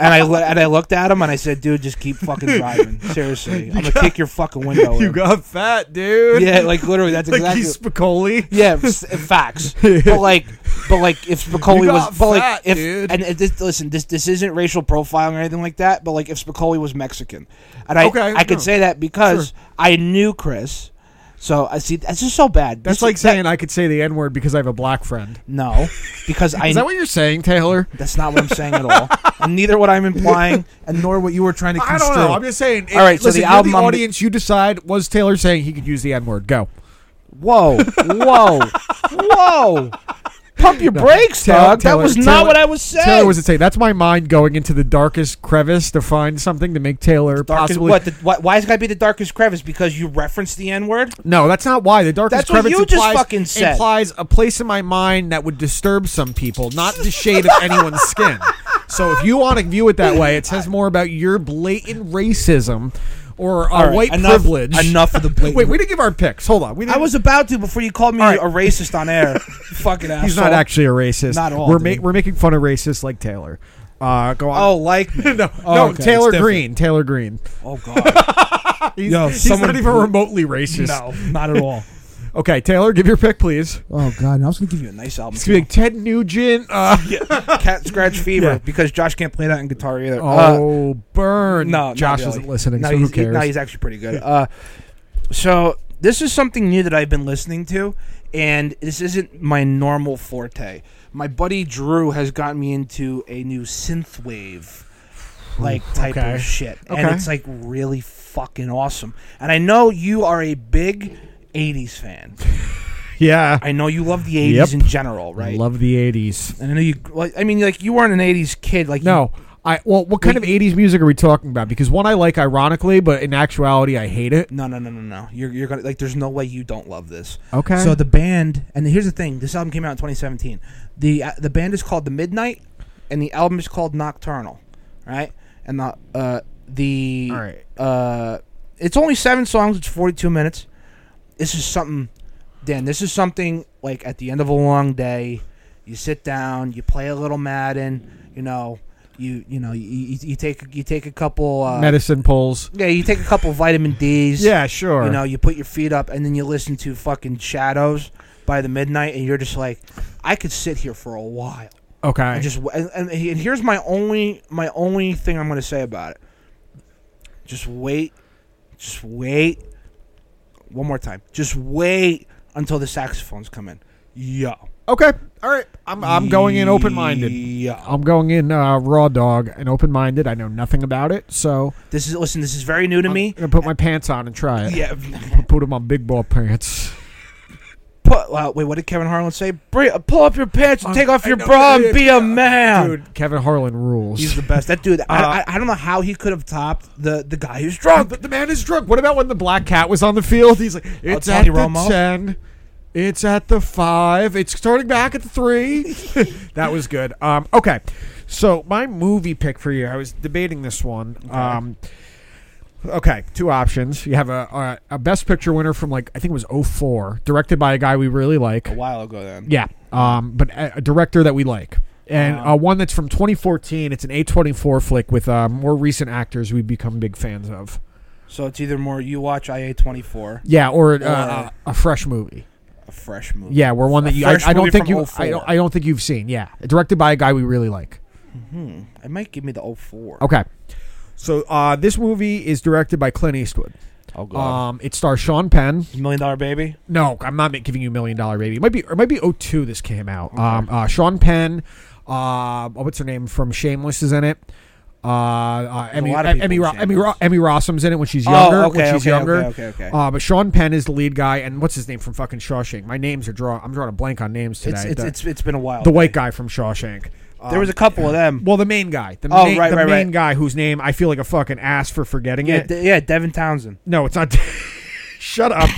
S2: and I lo- and I looked at him and I said, "Dude, just
S1: [laughs]
S2: keep fucking driving. Seriously, I'm gonna kick your fucking window." in."
S1: got fat, dude.
S2: yeah, like literally, that's exactly.
S1: [laughs] like he's Spicoli. [laughs]
S2: Yeah, s- facts. but like, but like, if
S1: You
S2: Spicoli
S1: got
S2: was, but like,
S1: fat,
S2: if
S1: dude.
S2: and if this, listen, this this isn't racial profiling or anything like that. But like, if Spicoli was Mexican, and I
S1: Okay,
S2: I could
S1: no.
S2: say that because I knew Chris. So I see that's just so bad.
S1: That's
S2: This-
S1: like
S2: that-
S1: saying I could say the N word because I have a black friend.
S2: no, because
S1: [laughs]
S2: I
S1: Is that what you're saying, Taylor?
S2: that's not what I'm saying
S1: [laughs]
S2: at all, and neither what I'm implying, and nor what you were trying to.
S1: I
S2: Construe.
S1: don't know. I'm just saying.
S2: All right, so
S1: listen,
S2: the
S1: you're
S2: album
S1: the
S2: I'm-
S1: audience, you decide. Was Taylor saying he could use the N word? Go.
S2: Whoa, whoa,
S1: [laughs]
S2: whoa! Pump your brakes,
S1: Taylor-
S2: dog.
S1: Taylor-
S2: that was
S1: Taylor-
S2: not what I was saying.
S1: Taylor wasn't saying. That's my mind going into the darkest crevice to find something to make Taylor
S2: Darkest,
S1: possibly.
S2: what, the, why, why is it gotta be the darkest crevice? Because you referenced the N word.
S1: No, that's not why. The darkest
S2: That's what
S1: crevice
S2: you just
S1: implies,
S2: fucking said.
S1: implies a place in my mind that would disturb some people, not the shade of anyone's skin. So if you want to view it that way, it says more about your blatant racism or uh, white
S2: enough,
S1: privilege. [laughs]
S2: Enough of the blatant.
S1: Wait, we didn't give our picks. Hold on. We didn't,
S2: I was about to before you called me
S1: All right.
S2: a racist
S1: [laughs]
S2: on air. Fucking asshole.
S1: He's not actually a racist.
S2: Not at all,
S1: We're
S2: dude.
S1: we're making fun of racists like Taylor. Uh, go on.
S2: Oh, like me.
S1: [laughs] no,
S2: Oh,
S1: no,
S2: okay, it's
S1: Taylor
S2: different.
S1: Green. Taylor
S2: [laughs]
S1: Green. [laughs]
S2: Oh god.
S1: He's,
S2: Yo,
S1: he's
S2: someone-
S1: not even remotely racist.
S2: no, not at all.
S1: Okay, Taylor, give your pick, please.
S2: Oh god, I was gonna give you a nice album.
S1: It's gonna be like Ted Nugent. Uh,
S2: Cat Scratch
S1: [laughs]
S2: Fever
S1: Yeah.
S2: because Josh can't play that on guitar either. [laughs] Uh,
S1: Oh, burn!
S2: No, not
S1: Josh
S2: really.
S1: isn't listening,
S2: No,
S1: so who
S2: he's, he-
S1: cares?
S2: no, he's actually pretty good. Uh, so this is something new that I've been listening to, and this isn't my normal forte. My buddy Drew has gotten me into a new synthwave like type
S1: okay.
S2: of shit, and
S1: Okay.
S2: it's like really fucking awesome. And I know you are a big. 80s fan.
S1: yeah,
S2: I know you love the 80s
S1: Yep.
S2: in general, right?
S1: I love the '80s.
S2: and I know you like I mean like you weren't an 80s kid like you-
S1: No, I well, what kind of '80s music are we talking about? Because one I like, ironically, but in actuality, I hate it.
S2: no, no, no, no, no. You're you're going to like there's no way you don't love this.
S1: Okay,
S2: So the band, and here's the thing: this album came out in 2017. the uh, The band is called The Midnight, and the album is called Nocturnal, right? And the uh, the
S1: all right,
S2: uh, it's only seven songs. It's 42 minutes. This is something, Dan. This is something like at the end of a long day, you sit down, you play a little Madden, you know, you you know, you, you, you take you take a couple. Uh,
S1: medicine pulls.
S2: yeah, you take a couple vitamin D's.
S1: Yeah, sure.
S2: You know, you put your feet up and then you listen to fucking Shadows by the midnight, and you're just like, I could sit here for a while.
S1: okay,
S2: And just and, and and here's my only my only thing I'm gonna say about it. Just wait, just wait. One more time, just wait until the saxophones come in. Yo.
S1: Okay. All right. I'm I'm going in open minded.
S2: Yeah.
S1: I'm going in uh, raw dog and open minded. I know nothing about it, so
S2: This is listen. This is very new to me.
S1: I'm gonna put my pants on and try it.
S2: Yeah.
S1: Put on my big ball pants.
S2: Put, well, wait, what did Kevin Harlan say? Bri- pull up your pants and
S1: Um,
S2: take off
S1: I
S2: your
S1: know,
S2: bra
S1: yeah,
S2: and be a man.
S1: Dude, Kevin Harlan rules.
S2: He's the best. That dude. I,
S1: Uh,
S2: I, I don't know how he could have topped the the guy who's drunk.
S1: But Oh, the man is drunk. What about when the black cat was on the field? He's like, it's at
S2: Tony
S1: the
S2: Romo.
S1: ten, it's at the five, it's starting back at the three. that was good. Um, okay, so my movie pick for you. I was debating this one. Um, okay, two options. You have a, a a best picture winner from like I think it was 04, directed by a guy we really like.
S2: A while ago, then.
S1: Yeah. Um, but a, a director that we like. And uh, one that's from 2014. It's an A24 flick with uh, more recent actors we've become big fans of.
S2: So it's either more you watch IA twenty four,
S1: Yeah, or, uh,
S2: Or-
S1: uh, a fresh movie.
S2: a fresh movie.
S1: Yeah, or one
S2: A
S1: that you. I,
S2: fresh
S1: I don't
S2: movie
S1: think
S2: from
S1: you. I
S2: 04.
S1: don't, I don't think you've seen. Yeah, directed by a guy we really like.
S2: Hmm. It might give me the 04.
S1: Okay. So uh, this movie is directed by Clint Eastwood.
S2: Oh god.
S1: Um, it stars Sean Penn.
S2: Million Dollar Baby.
S1: No, I'm not giving you Million Dollar Baby. It might be. Or it might be 02 This came out. Um, uh, Sean Penn. Uh, oh, what's her name from Shameless is in it. Uh, uh, Emmy,
S2: a lot of people
S1: Emmy,
S2: in
S1: Ro- Emmy,
S2: Shameless.
S1: Ro- Emmy Rossum's in it when she's younger.
S2: oh, okay.
S1: when she's
S2: okay,
S1: younger.
S2: Okay. Okay. okay.
S1: Uh, but Sean Penn is the lead guy, and what's his name from fucking Shawshank? My names are draw. I'm drawing a blank on names today.
S2: it's, it's
S1: the,
S2: it's it's been a while. Um,
S1: the white guy from Shawshank. Um,
S2: There was a couple of them.
S1: well, the main guy, the,
S2: Oh,
S1: main,
S2: right,
S1: the
S2: right,
S1: main
S2: right.
S1: guy whose name I feel like a fucking ass for forgetting
S2: Yeah.
S1: it.
S2: De- yeah. Devin Townsend.
S1: no, it's not. [laughs] Shut
S2: [laughs]
S1: up.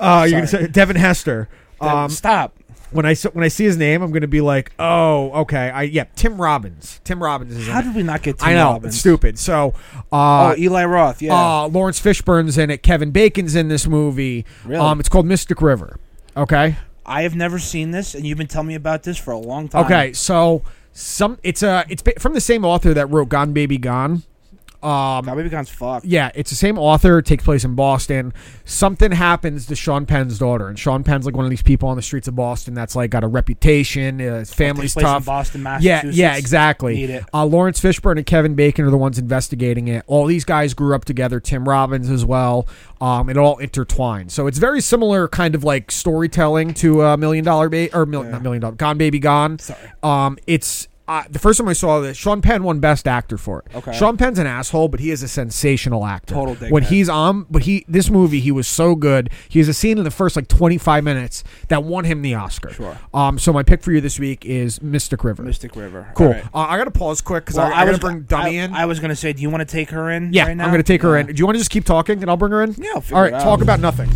S1: Uh, you're gonna say Devin Hester.
S2: Devin-
S1: Um,
S2: Stop.
S1: when I s- when I see his name, I'm gonna be like, oh, okay. I yeah, Tim Robbins. Tim Robbins is. in
S2: How
S1: it.
S2: did we not get? Tim
S1: I know
S2: Robbins?
S1: it's stupid. So,
S2: Oh,
S1: uh,
S2: Eli Roth. Yeah.
S1: Uh, Lawrence Fishburne's in it. Kevin Bacon's in this movie.
S2: Really?
S1: Um, it's called Mystic River. Okay.
S2: I have never seen this, and you've been telling me about this for a long time.
S1: Okay. So some it's uh it's ba- from the same author that wrote Gone Baby Gone. Um,
S2: God, Baby Guns fucked.
S1: yeah, it's the same author. It takes place in Boston. Something happens to Sean Penn's daughter, and Sean Penn's like one of these people on the streets of Boston that's like got a reputation. Uh, his family's
S2: Takes place in
S1: tough.
S2: Boston,
S1: Yeah,
S2: Massachusetts.
S1: yeah, exactly.
S2: Need it.
S1: Uh, Lawrence Fishburne and Kevin Bacon are the ones investigating it. All these guys grew up together. Tim Robbins as well. Um, it all intertwined. So it's very similar, kind of like storytelling to uh, Million Dollar Baby or mil- not Million Dollar Gone Baby Gone.
S2: Sorry.
S1: Um, it's. Uh, the first time I saw this, Sean Penn won Best Actor for it.
S2: Okay.
S1: Sean Penn's an asshole, but he is a sensational actor.
S2: Total dickhead.
S1: When he's on, but he this movie he was so good. He has a scene in the first like twenty five minutes that won him the Oscar.
S2: Sure.
S1: Um. So my pick for you this week is Mystic River.
S2: Mystic River.
S1: Cool.
S2: All right.
S1: Uh, I gotta pause quick because
S2: Well,
S1: I, I, gotta
S2: was
S1: bring Dummy
S2: I-
S1: in.
S2: I was gonna say, do you want to take her in?
S1: yeah,
S2: right now?
S1: I'm gonna take her
S2: Yeah.
S1: in. Do you want to just keep talking and I'll bring her in?
S2: Yeah, I'll figure
S1: All right.
S2: it out.
S1: Talk about nothing.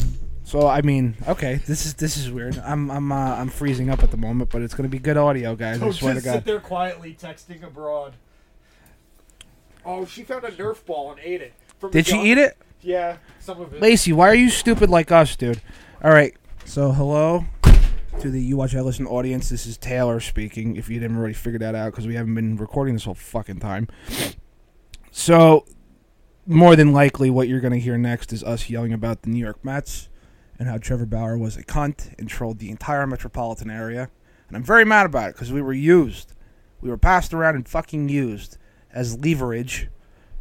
S2: So I mean, okay, this is this is weird. I'm I'm uh, I'm freezing up at the moment, but it's gonna be good audio, guys. I swear to God.
S1: Oh, there quietly texting abroad. Oh, she found a Nerf ball and ate it.
S2: Did she eat it,
S1: Yeah, some of it.
S2: Lacey? Why are you stupid like us, dude? All right. So hello to the you watch I listen audience. This is Taylor speaking. If you didn't already figure that out, because we haven't been recording this whole fucking time. So more than likely, what you're gonna hear next is us yelling about the New York Mets and how Trevor Bauer was a cunt and trolled the entire metropolitan area. And I'm very mad about it because we were used. We were passed around and fucking used as leverage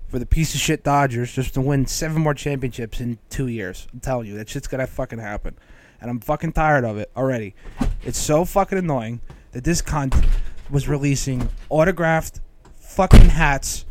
S2: for the piece of shit Dodgers just to win seven more championships in two years. I'm telling you, that shit's gonna fucking happen. And I'm fucking tired of it already. It's so fucking annoying that this cunt was releasing autographed fucking hats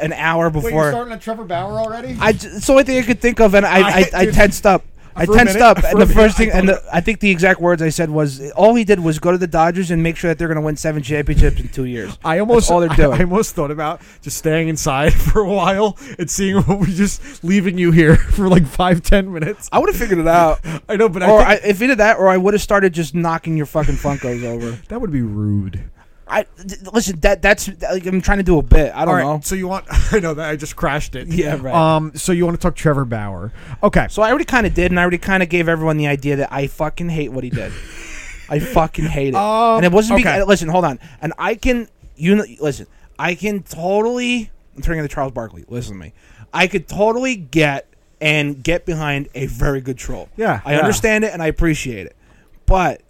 S2: an hour before.
S1: on Trevor Bauer already?
S2: I j- it's the only thing I could think of, and I I, [laughs] I,
S1: I- dude.
S2: tensed up. I
S1: For a
S2: tensed
S1: minute-
S2: up,
S1: for
S2: and
S1: a
S2: the
S1: minute,
S2: first
S1: I
S2: thing, and
S1: thought-
S2: the, I think the exact words I said was, all he did was go to the Dodgers and make sure that they're going to win seven championships in two years.
S1: I almost
S2: That's all they're
S1: I- [laughs]
S2: doing.
S1: I, almost thought about just staying inside [laughs] for a while and seeing what we just leaving you here [laughs] for like five ten minutes.
S2: I would have figured it [laughs] out,
S1: I know, but I
S2: or
S1: think
S2: I, if it did that, or I would have started just knocking your fucking Funkos over.
S1: that would be rude.
S2: [laughs] I th- listen. That that's like I'm trying to do a bit. I don't
S1: All right,
S2: know.
S1: so you want? [laughs] I know that I just crashed it.
S2: [laughs] Yeah, right.
S1: Um, so you want to talk Trevor Bauer? Okay.
S2: So I already kind of did, and I already kind of gave everyone the idea that I fucking hate what he did.
S1: [laughs]
S2: I fucking hate it.
S1: Um,
S2: and it wasn't because.
S1: okay.
S2: Listen, hold on. And I can. You know, listen. I can totally. I'm turning into Charles Barkley. Listen to me. I could totally get and get behind a very good troll.
S1: Yeah,
S2: I
S1: yeah.
S2: understand it and I appreciate it. But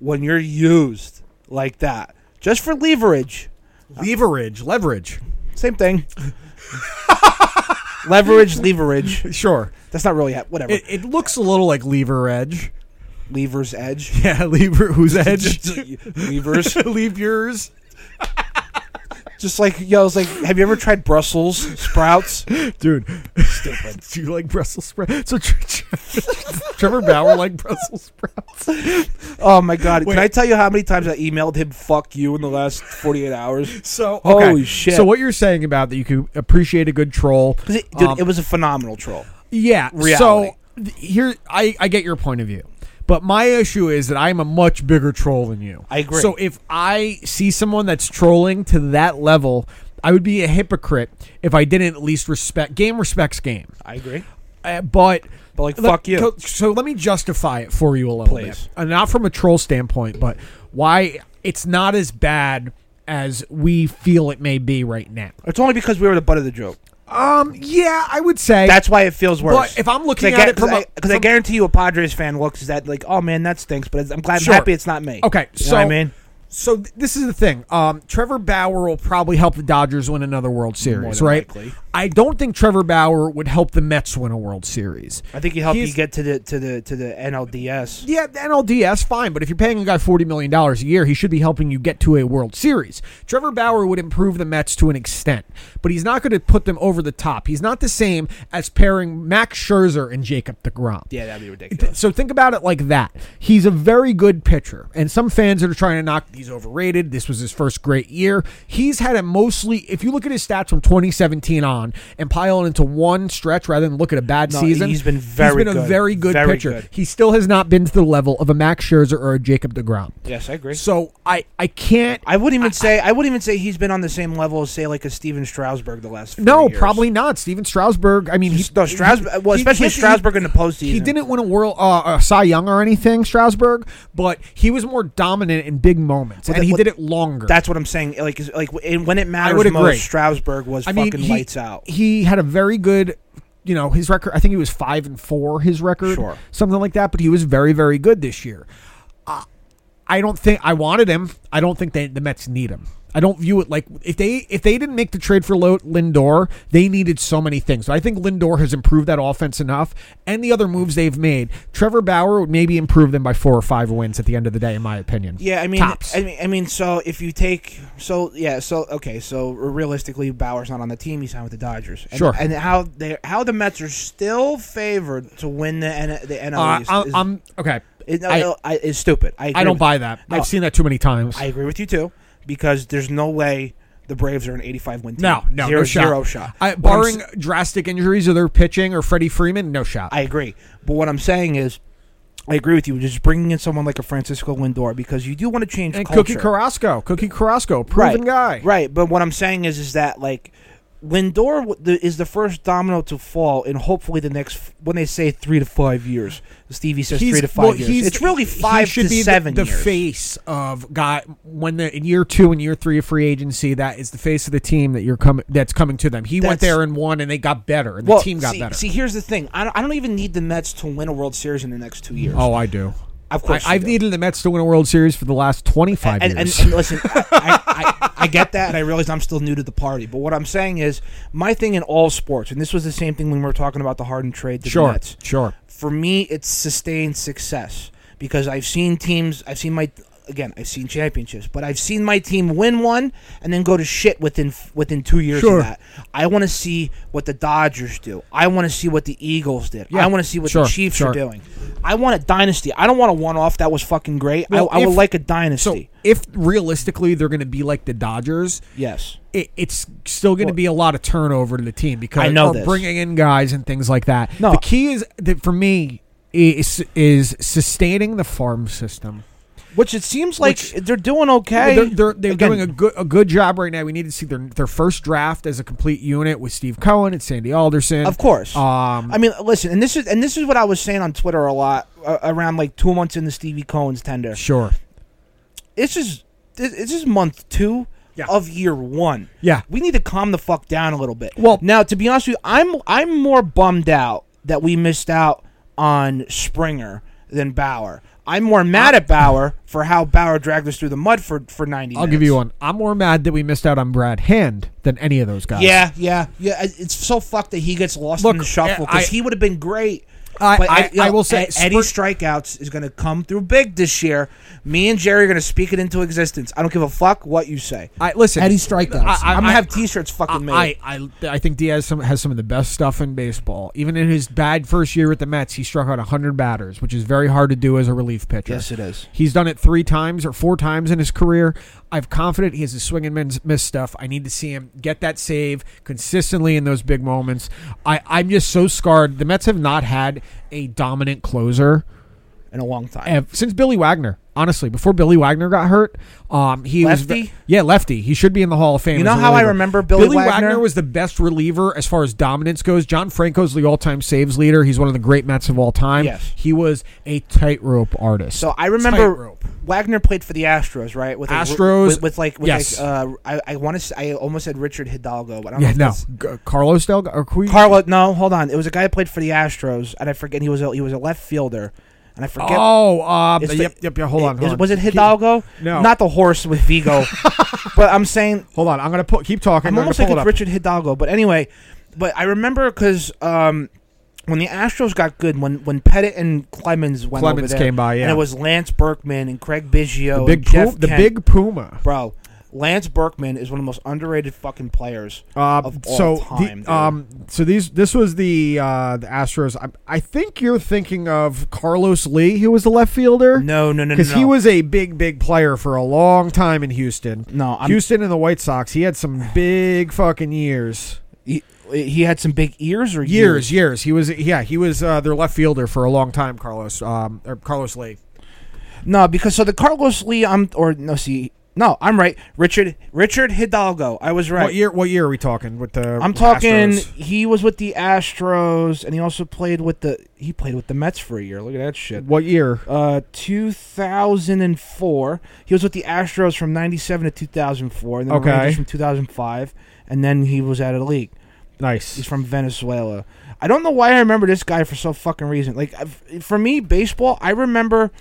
S2: when you're used like that, just for leverage,
S1: Leverage, leverage. [laughs]
S2: same thing. leverage, leverage.
S1: Sure.
S2: That's not really ha- whatever.
S1: It, it looks a little like leverage.
S2: Lever's Edge.
S1: [laughs] Yeah, leave her- whose edge?
S2: Levers.
S1: leave [laughs] yours.
S2: Just like yo, I was like, have you ever tried Brussels
S1: [laughs]
S2: sprouts?
S1: Dude,
S2: Stupid.
S1: do you like Brussels sprouts? So Tre- Tre- [laughs] Trevor Bauer like Brussels sprouts.
S2: Oh my god!
S1: Wait.
S2: Can I tell you how many times I emailed him "fuck you" in the last forty eight hours?
S1: So
S2: Holy
S1: okay.
S2: shit.
S1: So what you're saying about that you could appreciate a good troll?
S2: 'Cause it- dude,
S1: Um,
S2: it was a phenomenal troll.
S1: Yeah.
S2: Reality.
S1: So th- here, I I get your point of view, but my issue is that I'm a much bigger troll than you.
S2: I agree.
S1: So if I see someone that's trolling to that level, I would be a hypocrite if I didn't at least respect. Game respects game,
S2: I agree.
S1: uh, but.
S2: But like,
S1: Let-
S2: fuck you.
S1: co- So let me justify it for you a little
S2: Please.
S1: bit, Uh, not from a troll standpoint, but why it's not as bad as we feel it may be right now.
S2: It's only because we were the butt of the joke.
S1: Um, yeah, I would say
S2: That's why it feels worse.
S1: if I'm looking
S2: Because I
S1: at it
S2: guar-
S1: from a-
S2: because I, 'cause I
S1: from-
S2: guarantee you a Padres fan looks at that like, oh man, that stinks. But it's, I'm glad,
S1: Sure.
S2: I'm happy it's not me.
S1: Okay,
S2: you know
S1: so
S2: what I mean,
S1: so th- this is the thing. Um, Trevor Bauer will probably help the Dodgers win another World Series,
S2: than
S1: right?
S2: likely.
S1: I don't think Trevor Bauer would help the Mets win a World Series.
S2: I think he helped you
S1: he's-
S2: get to the to the to the NLDS.
S1: Yeah, the NLDS fine, but if you're paying a guy forty million dollars a year, he should be helping you get to a World Series. Trevor Bauer would improve the Mets to an extent, but he's not going to put them over the top. He's not the same as pairing Max Scherzer and Jacob DeGrom.
S2: Yeah, that'd be ridiculous.
S1: So think about it like that. He's a very good pitcher, and some fans are trying to knock he's overrated. This was his first great year. He's had a mostly, if you look at his stats from 2017 on, and pile it into one stretch rather than look at a bad
S2: No,
S1: season.
S2: he's been very
S1: he's been a
S2: good.
S1: very good
S2: Very
S1: pitcher.
S2: good.
S1: He still has not been to the level of a Max Scherzer or a Jacob Degrom.
S2: Yes, I agree.
S1: So I I can't.
S2: I wouldn't even say I wouldn't even say he's been on the same level as say like a Steven Strasburg the last. Few
S1: No,
S2: years.
S1: probably not. Steven Strasburg. I mean, he,
S2: No, Strasburg. Well,
S1: he-
S2: especially
S1: he-
S2: Strasburg in the postseason.
S1: He didn't win a world uh, uh, Cy Young or anything, Strasburg, but he was more dominant in big moments,
S2: Well,
S1: and
S2: that-
S1: he
S2: well,
S1: did it longer.
S2: That's what I'm saying. Like, is- like and when it matters
S1: would agree.
S2: most, Strasburg was
S1: I mean,
S2: fucking
S1: he-
S2: lights out.
S1: He had a very good, you know, his record. I think he was five and four. His record,
S2: Sure.
S1: something like that. But he was very, very good this year. Uh, I don't think I wanted him. I don't think they, the Mets need him. I don't view it like if they if they didn't make the trade for Lo- Lindor, they needed so many things. I think Lindor has improved that offense enough, and the other moves they've made. Trevor Bauer would maybe improve them by four or five wins at the end of the day, in my opinion.
S2: Yeah, I mean,
S1: Tops.
S2: I mean, I mean, so if you take, so yeah, so okay, so realistically, Bauer's not on the team; he's signed with the Dodgers. And,
S1: Sure.
S2: And how they, how the Mets are still favored to win the N, the NL
S1: Uh,
S2: East
S1: I,
S2: is,
S1: I'm okay.
S2: is, no,
S1: I-
S2: no, I- is stupid. I, agree
S1: I don't
S2: with-
S1: buy that.
S2: No.
S1: I've seen that too many times.
S2: I agree with you too, because there's no way the Braves are an 85 win team.
S1: no, no,
S2: zero,
S1: no shot.
S2: zero shot.
S1: I,
S2: What I'm
S1: barring
S2: s-
S1: drastic injuries of their pitching or Freddie Freeman, no shot.
S2: I agree. But what I'm saying is, I agree with you. Just bringing in someone like a Francisco Lindor because you do want to change
S1: and
S2: culture.
S1: Cookie Carrasco, Cookie Carrasco, proven guy.
S2: right, Right, but what I'm saying is, is that like Lindor w- the- is the first domino to fall in hopefully the next f- when they say three to five years. Stevie says three to five
S1: well,
S2: years.
S1: he's-
S2: it's really
S1: he
S2: five
S1: should
S2: to
S1: be the-
S2: seven
S1: The,
S2: years.
S1: face of guy when the in year two and year three of free agency, that is the face of the team that you're coming that's coming to them. He went
S2: That's-
S1: there and won, and they got better, and
S2: well,
S1: the team got
S2: see,
S1: better.
S2: see, here's the thing. I don't, I don't even need the Mets to win a World Series in the next two years.
S1: oh, I do.
S2: Of course you
S1: I, have
S2: do.
S1: needed the Mets to win a World Series for the last twenty five
S2: and,
S1: years.
S2: and, and [laughs] listen, I,
S1: [laughs]
S2: I, I, I get that, and I realize I'm still new to the party. But what I'm saying is, my thing in all sports, and this was the same thing when we were talking about the Harden trade to the
S1: sure,
S2: Nets.
S1: sure.
S2: for me it's sustained success because i've seen teams i've seen my again i've seen championships but i've seen my team win one and then go to shit within within two years
S1: Sure.
S2: of that i want to see what the dodgers do i want to see what the eagles did
S1: Yeah,
S2: i want to see what
S1: sure,
S2: the chiefs
S1: sure.
S2: are doing i want a dynasty i don't want a one-off that was fucking great
S1: Well,
S2: i, I would
S1: if-
S2: like a
S1: So
S2: dynasty
S1: if realistically they're going to be like the Dodgers,
S2: yes
S1: it, it's still going to
S2: Well-
S1: be a lot of turnover to the team because
S2: I know
S1: or
S2: this.
S1: bringing in guys and things like that.
S2: No.
S1: the key is that for me is is sustaining the farm system.
S2: which it seems like
S1: Which-
S2: they're doing okay
S1: They're, they're, they're
S2: Again,
S1: doing a good a good job right now. We need to see their their first draft as a complete unit with Steve Cohen and Sandy Alderson.
S2: Of course.
S1: Um,
S2: I mean, listen, and this is and this is what I was saying on Twitter a lot uh, around like two months into Stevie Cohen's tender.
S1: sure.
S2: It's just this this is month two
S1: Yeah.
S2: of year one.
S1: Yeah.
S2: we need to calm the fuck down a little bit.
S1: Well-
S2: now to be honest with you, I'm I'm more bummed out that we missed out on Springer than Bauer. I'm more mad at Bauer for how Bauer dragged us through the mud for for ninety.
S1: I'll give you one. I'm more mad that we missed out on Brad Hand than any of those guys.
S2: Yeah, yeah, yeah. uh, It's so fucked that he gets lost
S1: Look,
S2: in the shuffle
S1: I-
S2: because he would have been great.
S1: I- I-
S2: Ed- yo,
S1: I will say,
S2: Ed- Eddie E-, strikeouts is going to come through big this year. Me and Jerry are going to speak it into existence. I don't give a fuck what you say.
S1: I listen.
S3: Eddie strikeouts.
S1: I-
S2: I, am gonna have T-shirts fucking made.
S1: I, I I think Diaz some, has some of the best stuff in baseball. Even in his bad first year with the Mets, he struck out 100 batters, which is very hard to do as a relief pitcher.
S2: yes, it is.
S1: He's done it three times or four times in his career. I'm confident he has his swing and miss- miss stuff. I need to see him get that save consistently in those big moments. I, I'm just so scarred. The Mets have not had a dominant closer
S2: In a long time.
S1: ev- since Billy Wagner. Honestly, before Billy Wagner got hurt, um, he was
S2: Lefty?
S1: yeah lefty. He should be in the Hall of Fame.
S2: You
S1: as
S2: know
S1: a
S2: how I
S1: reliever.
S2: remember Billy
S1: Wagner?
S2: Wagner?
S1: was the best reliever as far as dominance goes. John Franco's the all-time saves leader. He's one of the great Mets of all time.
S2: Yes.
S1: he was a tightrope artist.
S2: So I remember
S1: Tightrope.
S2: Wagner played for the Astros, right? With a-
S1: Astros,
S2: with, with like with
S1: yes.
S2: like uh, I, I want to say, I almost said Richard Hidalgo, but I don't
S1: yeah,
S2: know.
S1: no,
S2: if that's-
S1: G- Carlos Del or who-
S2: Carlo, no, hold on. It was a guy who played for the Astros, and I forget he was a, he was a left fielder, and I forget.
S1: Oh, um,
S2: It's the-
S1: yep, yep, yep. Hold on, hold
S2: Is-
S1: on.
S2: was it Hidalgo?
S1: No.
S2: not the horse
S1: [laughs]
S2: with Vigo. but I'm saying
S1: Hold on, I'm gonna pu- keep talking.
S2: I'm
S1: I'm,
S2: almost
S1: gonna
S2: like
S1: pull
S2: it's
S1: it up.
S2: Richard Hidalgo, but anyway, but I remember because um, when the Astros got good, when when Pettit and Clemens went over
S1: Clemens
S2: there,
S1: came by, yeah.
S2: and it was Lance Berkman and Craig Biggio,
S1: the
S2: and
S1: big,
S2: Jeff
S1: Pu- the
S2: Kent.
S1: big Puma.
S2: bro. Lance Berkman is one of the most underrated fucking players
S1: Uh,
S2: of all
S1: so
S2: time. dude.
S1: the, um, so these this was the uh, the Astros. I, I think you're thinking of Carlos Lee, who was the left fielder.
S2: no, no, no, no,
S1: because he
S2: no.
S1: was a big, big player for a long time in Houston.
S2: No, I'm-
S1: Houston and the White Sox. He had some big fucking years.
S2: he, he had some big ears or
S1: Years, years. He was, yeah, he was uh, their left fielder for a long time. Carlos, um, or Carlos Lee.
S2: No, because so the Carlos Lee, I'm or no, see, no, I'm right. Richard Richard Hidalgo, I was right.
S1: What year? What year are we talking with the?
S2: I'm talking.
S1: Astros?
S2: He was with the Astros, and he also played with the he played with the Mets for a year. Look at that shit.
S1: What year?
S2: Uh, 2004. He was with the Astros from 97 to 2004, and then the
S1: Okay.
S2: Rangers from 2005, and then he was out of the league. He's
S1: Nice.
S2: from Venezuela. I don't know why I remember this guy for so fucking reason. Like I've- for me, baseball, I remember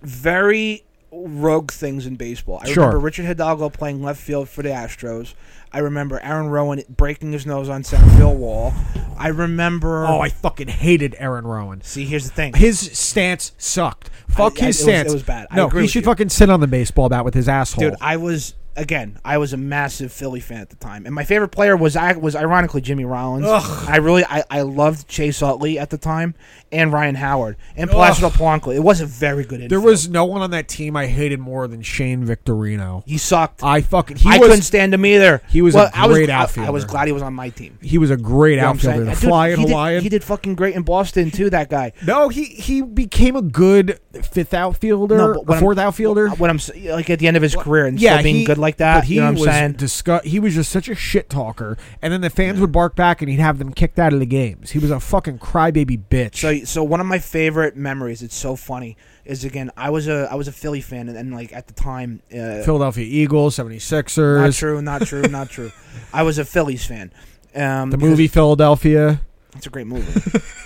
S2: very rogue things in baseball. I
S1: Sure.
S2: remember Richard Hidalgo playing left field for the Astros. I remember Aaron Rowan breaking his nose on center field wall. I remember.
S1: Oh, I fucking hated Aaron Rowan.
S2: see. Here's the thing.
S1: His stance sucked. Fuck
S2: I- I-
S1: his
S2: it was-
S1: stance.
S2: it was bad. I
S1: No,
S2: agree
S1: he
S2: with
S1: should
S2: you.
S1: fucking sit on the baseball bat with his asshole.
S2: Dude, I was again. I was a massive Philly fan at the time, and my favorite player was I was ironically Jimmy Rollins. I really I, I loved Chase Utley at the time, and Ryan Howard, and Placido Polanco. It was a very good.
S1: there
S2: infield.
S1: was no one on that team I hated more than Shane Victorino.
S2: he sucked. I,
S1: I fucking Uh, he was
S2: couldn't stand him either.
S1: he was a
S2: I was-
S1: great
S2: I- I, was
S1: outfielder.
S2: glad he was on my team.
S1: he was a great
S2: You know what I'm
S1: outfielder,
S2: saying? Uh,
S1: the
S2: Dude,
S1: flying
S2: he did-
S1: Hawaiian.
S2: he did fucking great in Boston too. That guy.
S1: no, he he became a good fifth outfielder,
S2: what I'm-
S1: fourth outfielder.
S2: What I'm s- like at the end of his career and
S1: yeah,
S2: still being
S1: he-
S2: good like
S1: but
S2: that.
S1: he
S2: you know what I'm
S1: was
S2: saying?
S1: disgu- He was just such a shit talker, and then the fans would bark back, and he'd have them kicked out of the games. He was a fucking crybaby bitch.
S2: So, so one of my favorite memories. It's so funny. Is again, I was a I was a Philly fan, and, and like at the time, uh,
S1: Philadelphia Eagles, 76ers,
S2: not true, not true,
S1: [laughs]
S2: not true. I was a Phillies fan. Um,
S1: the
S2: because
S1: movie Philadelphia.
S2: It's a great movie.